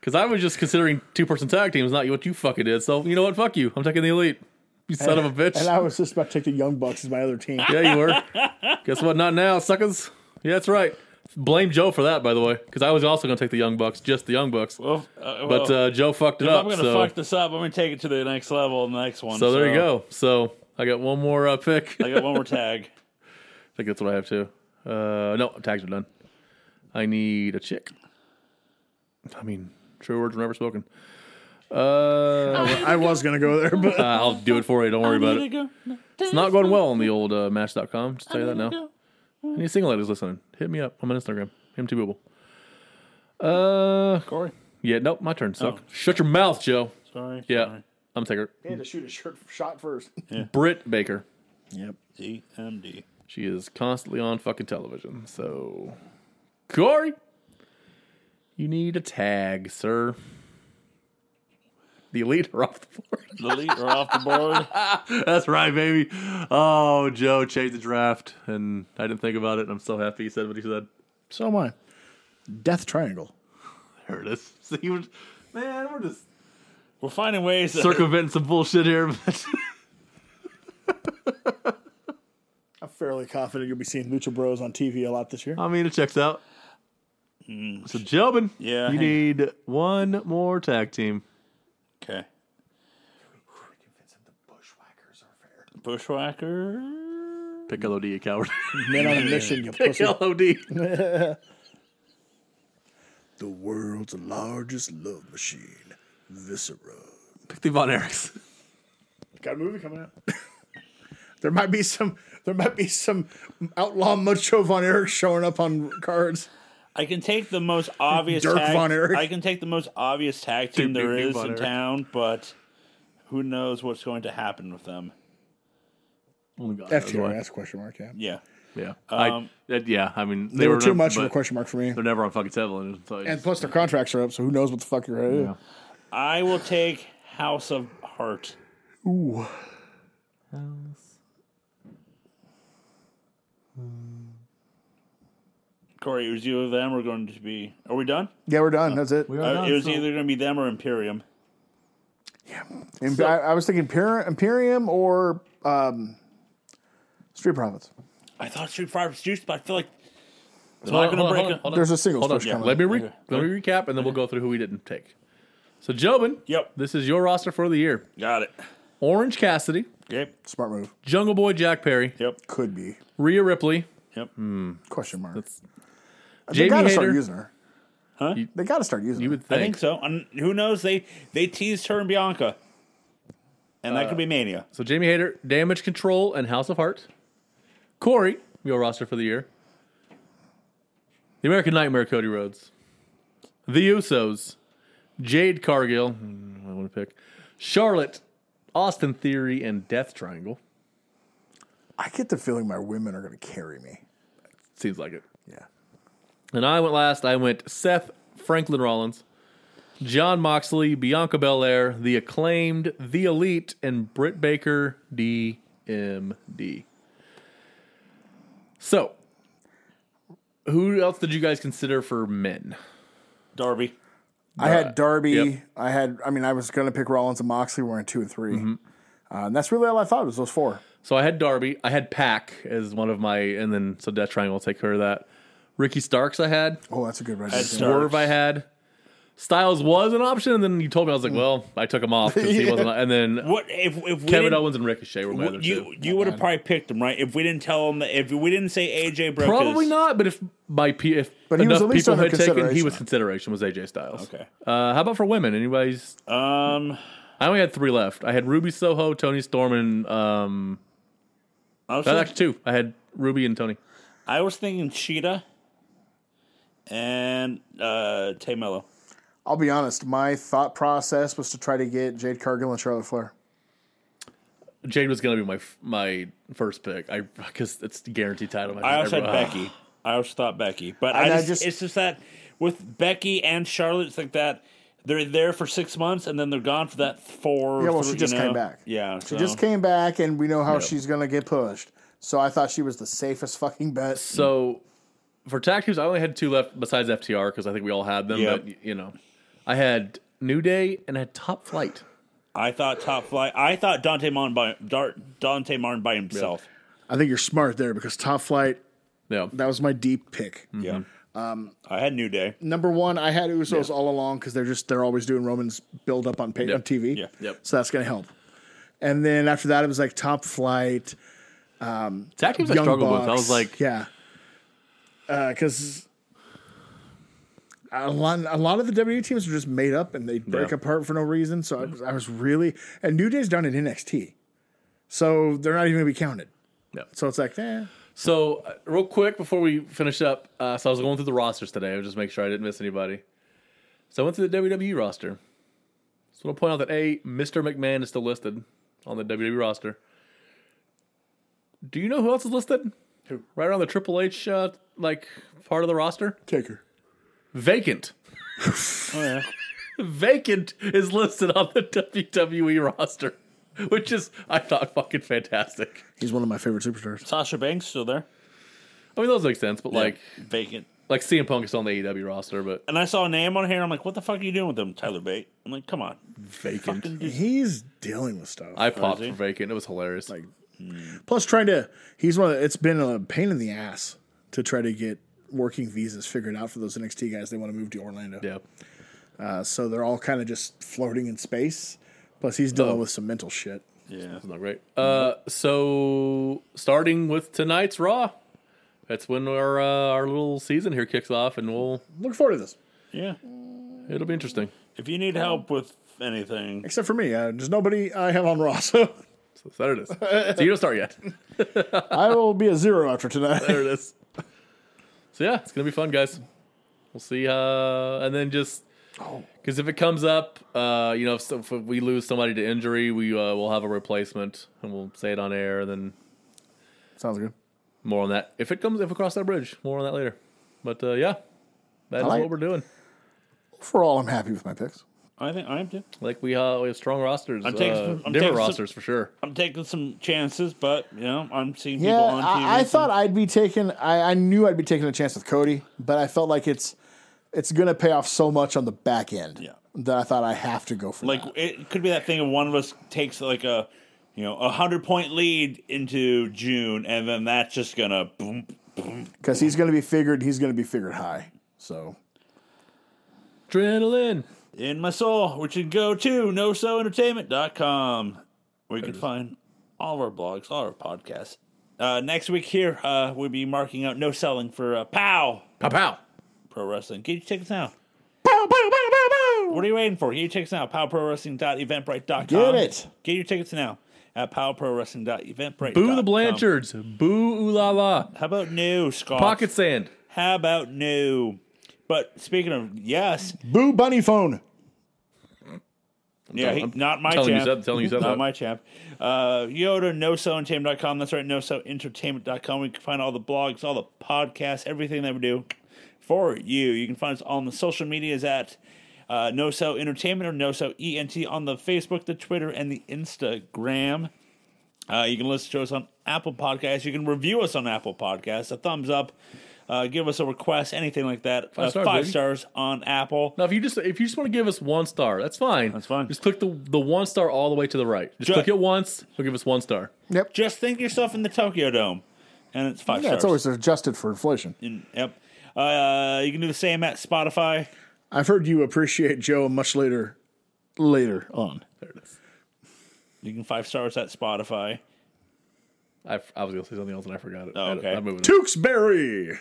Because I was just considering two person tag teams, not what you fucking did. So you know what? Fuck you. I'm taking the elite. You son of a bitch.
And I was just about to take the Young Bucks as my other team.
yeah, you were. Guess what? Not now, suckers. Yeah, that's right. Blame Joe for that, by the way, because I was also going to take the Young Bucks, just the Young Bucks.
Well, uh, well,
But uh, Joe fucked it
if I'm
up.
gonna
so,
fuck this up. I'm gonna take it to the next level, in the next one.
so there you go. So I got one more uh, pick.
I got one more tag.
I think that's what I have too. Uh, no, tags are done. I need a chick. I mean, true words were never spoken. Uh,
I was going to go there, but
I'll do it for you. Don't worry about
There
it.
you go. No,
It's not going well on the old uh, Match.com. Just tell you that now. Any single ladies listening, hit me up. I'm on Instagram. MT Booble. Uh,
Corey.
yeah, nope, my turn. Suck.
Oh.
Shut your mouth, Joe.
Sorry.
Yeah,
Sorry.
I'm taking her.
had to shoot a shirt shot first.
Britt Baker.
Yep.
DMD.
She is constantly on fucking television. So, Corey, you need a tag, sir. The elite are off the board.
The lead are off the board.
That's right, baby. Oh, Joe changed the draft, and I didn't think about it. And I'm so happy he said what he said.
So am I. Death Triangle.
There it is. So he was, man, we're just
We're finding ways. To,
circumventing some bullshit here. But
I'm fairly confident you'll be seeing Lucha Bros on TV a lot this year.
I mean, it checks out. So, Jobin,
Yeah, hang-
you need one more tag team.
okay. Bushwhacker.
Pick LOD, you coward.
Men on a mission, you
Pick
pussy.
LOD.
The world's largest love machine, Viscera.
Pick the Von Erichs.
Got a movie coming out.
There might be some. There might be some outlaw macho von Erich showing up on cards.
I can take the most obvious
Dirk
tag.
Von Erich.
I can take the most obvious tag team
Dude,
there
dude, dude,
is
Von
in
Erich.
town, but who knows what's going to happen with them?
Oh my God, that was
FTR,
why.
that's a question mark, yeah.
Yeah.
Yeah, I,
Um,
that, yeah. I mean,
They, were, too
never-
much of a
but
question mark for me.
They're never on fucking television. So
And plus, their contracts are up, so who knows what the fuck you're going to do.
I will take House of Heart. Corey, it was you of them are going to be. Are we done?
Yeah, we're done. That's it.
Uh, it was either going to be them or Imperium.
Imp- I, I was thinking Imperium, Imperium or um, Street Profits.
I thought Street Fighter was juiced, but I feel like it's
Hold
not going
on,
to
hold on,
break.
hold
it.
on, hold on.
There's a singles
Hold on,
push
yeah.
coming.
Let me re- let me recap, and then we'll go through who we didn't take. So Jobin,
Yep.
this is your roster for the year:
Got it.
Orange Cassidy,
Yep.
Smart move.
Jungle Boy Jack Perry,
Yep.
Could be.
Rhea Ripley,
Yep.
Hmm.
Question mark. they
Jamie
got to start
Hayter.
using her.
Huh?
They got to start using
You
her.
would
I
think,
think so. And who knows? They they teased her and Bianca, and that could
Uh,
be Mania.
so. Jamie Hayter, Damage Control, and House of Heart. Corey, your roster for the year: The American Nightmare, Cody Rhodes, The Usos, Jade Cargill. hmm, I want to pick Charlotte, Austin Theory, and Death Triangle.
I get the feeling my women are going to carry me.
Seems like it.
Yeah.
And I went last. I went Seth Franklin Rollins, John Moxley, Bianca Belair, The Acclaimed, The Elite, and Britt Baker, DMD. So, who else did you guys consider for men?
Darby.
I had Darby.
yep.
I had. I mean, I was going to pick Rollins and Moxley. We're in two and 3
Mm-hmm.
Uh, and that's really all I thought was those four.
So I had Darby. I had Pack as one of my, and then so Death Triangle will take care of that. Ricky Starks, I had.
Oh, that's a good
That's-
resume.
Swerve I had. Styles was an option, and then you told me I was like, well, I took him off because he wasn't. And then
What if if we
Kevin
didn't-
Owens and Ricochet were my other
w-
two.
you you would have probably picked him right if we didn't tell him that if we didn't say AJ Broke
Probably
is-
not, but if by P, if
But he was
enough
at least
people had
under
taken, he
consideration.
was consideration was AJ Styles.
Okay.
Uh, how about for women? Anybody's?
Um,
I only had three left. I had Ruby Soho, Tony Storm, and um.
I was,
no,
thinking,
Actually, two. I had Ruby and Tony.
I was thinking Cheetah and uh, Tay Mello.
I'll be honest. My thought process was to try to get Jade Cargill and Charlotte Flair.
Jade was gonna be my f- my first pick. I because it's the guaranteed title. match.
I also had
Everyone-
Becky. I also thought Becky, but I
And I
just,
just-
it's just that with Becky and Charlotte, it's like that they're there for six months and then they're gone for that four.
Yeah, well,
three-
she just
you know?
came back.
Yeah,
She just came back, and we know how she's going to get pushed. So I thought she was the safest fucking bet.
So for tag teams, I only had two left besides FTR because I think we all had them.
Yep.
But y- you know, I had New Day and I had Top Flight.
I thought top flight. I thought Dante Martin by Dar- Dante Martin by himself.
I think you're smart there because Top Flight,
No,
that was my deep pick.
Yeah.
Um,
I had New Day.
Number one, I had Usos all along because they're just they're always doing Roman's build up on, pa-
Yep.
on TV.
Yeah.
Yep.
So that's gonna help. And then after that, it was like Top Flight,
tag teams I
Young
struggled
Bucks.
with. I was like,
yeah, because. A lot, a lot of the WWE teams are just made up and they break
Yeah.
apart for no reason. So I was, I was really and New Day's done in NXT, so they're not even gonna be counted.
Yeah.
So it's like, eh.
so uh, real quick before we finish up. Uh, so I was going through the rosters today. I was just make sure I didn't miss anybody. So I went through the WWE roster. Just want to point out that a Mr. McMahon is still listed on the WWE roster. Do you know who else is listed? Who? Right on the Triple H uh, like part of the roster.
Taker.
Vacant.
Oh, yeah.
Vacant is listed on the WWE roster, which is, I thought, fucking fantastic.
He's one of my favorite superstars.
Sasha Banks still there.
I mean, those make sense, but like,
Vacant.
like CM Punk is on the AEW roster, but
And I saw a name on here. and I'm like, what the fuck are you doing with them, Tyler Bate? I'm like, come on.
vacant.
He's dealing with stuff.
I popped
he?
for vacant. It was hilarious.
Plus, trying to he's one. Of the, it's been a pain in the ass to try to get working visas figured out for those NXT guys. They want to move to Orlando,
yeah,
Uh, so they're all kind of just floating in space. Plus, he's
Oh.
dealing with some mental shit.
Yeah.
it's not great. Uh, so starting with tonight's Raw, that's when our uh, our little season here kicks off, and we'll
Look forward to this,
Yeah.
it'll be interesting.
If you need help with anything,
except for me. Uh, there's nobody I have on Raw, so
So there it is. so you don't start yet.
I will be a zero after tonight.
There it is. So yeah, it's gonna be fun, guys. We'll see. Uh, and then just because if it comes up, uh, you know, if, so- if we lose somebody to injury, we uh, will have a replacement, and we'll say it on air. And then
Sounds good.
more on that if it comes if we cross that bridge. More on that later. But uh, yeah, that is
like
what
it.
we're doing.
For all, I'm happy with my picks.
I think I am too.
Like we uh, we have strong rosters,
I'm taking
uh,
some- I'm taking
different
some-
rosters for sure.
I'm taking some chances, but you know, I'm seeing
Yeah,
people on TV.
I, I
and-
thought I'd be taking. I, I knew I'd be taking a chance with Cody, but I felt like it's it's gonna pay off so much on the back end
Yeah.
that I thought I have to go for
like
that.
it could be that thing of one of us takes like a you know a hundred point lead into June, and then that's just gonna boom.
because he's gonna be figured. He's gonna be figured high. So
Adrenaline.
in my soul, which you can go to nosoentertainment.com, where you can find all of our blogs, all of our podcasts. Uh, next week here, uh, we'll be marking out no selling for uh, POW
Pow pow.
Pro Wrestling. Get your tickets now. What are you waiting for? Get your tickets now. POWProWrestling.eventbrite.com.
Get it.
Get your tickets now at POWProWrestling.eventbrite.
Boo the Blanchards. Boo ooh la la.
How about new, Scott?
Pocket sand.
How about new? But speaking of yes,
boo bunny phone.
Yeah, he,
I'm
not my
telling you
champ.
something- telling you something.
Not my champ. Uh, Yoda, nosoentertainment.com. That's right, nosoentertainment.com. We can find all the blogs, all the podcasts, everything that we do for you. You can find us on the social medias at uh, NoSo Entertainment or NoSo ENT on the Facebook, the Twitter, and the Instagram. Uh, you can listen to us on Apple Podcasts. You can review us on Apple Podcasts. A thumbs up. Uh, give us a request, anything like that. Five,
stars,
five
baby.
stars on Apple.
Now, if you just if you just want to give us one star, that's fine.
That's fine.
Just click the the one star all the way to the right. Just
Ju-
click it once. It'll give us one star.
Just think yourself in the Tokyo Dome, and it's five
Yeah,
stars.
it's always adjusted for inflation.
In- yep. Uh, you can do the same at Spotify.
I've heard you appreciate Joe much later, later on.
There it is.
You can five stars at Spotify.
I, I was gonna say something else and I forgot it.
Oh, okay.
I'm moving.
Tewksbury.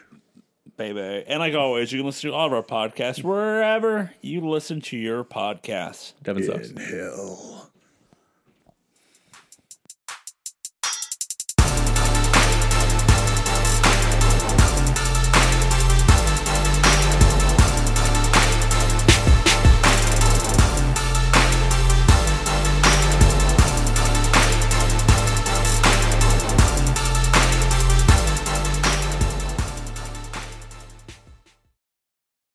Baby. And like always, you can listen to all of our podcasts wherever you listen to your podcasts.
Devin sucks.
Hell.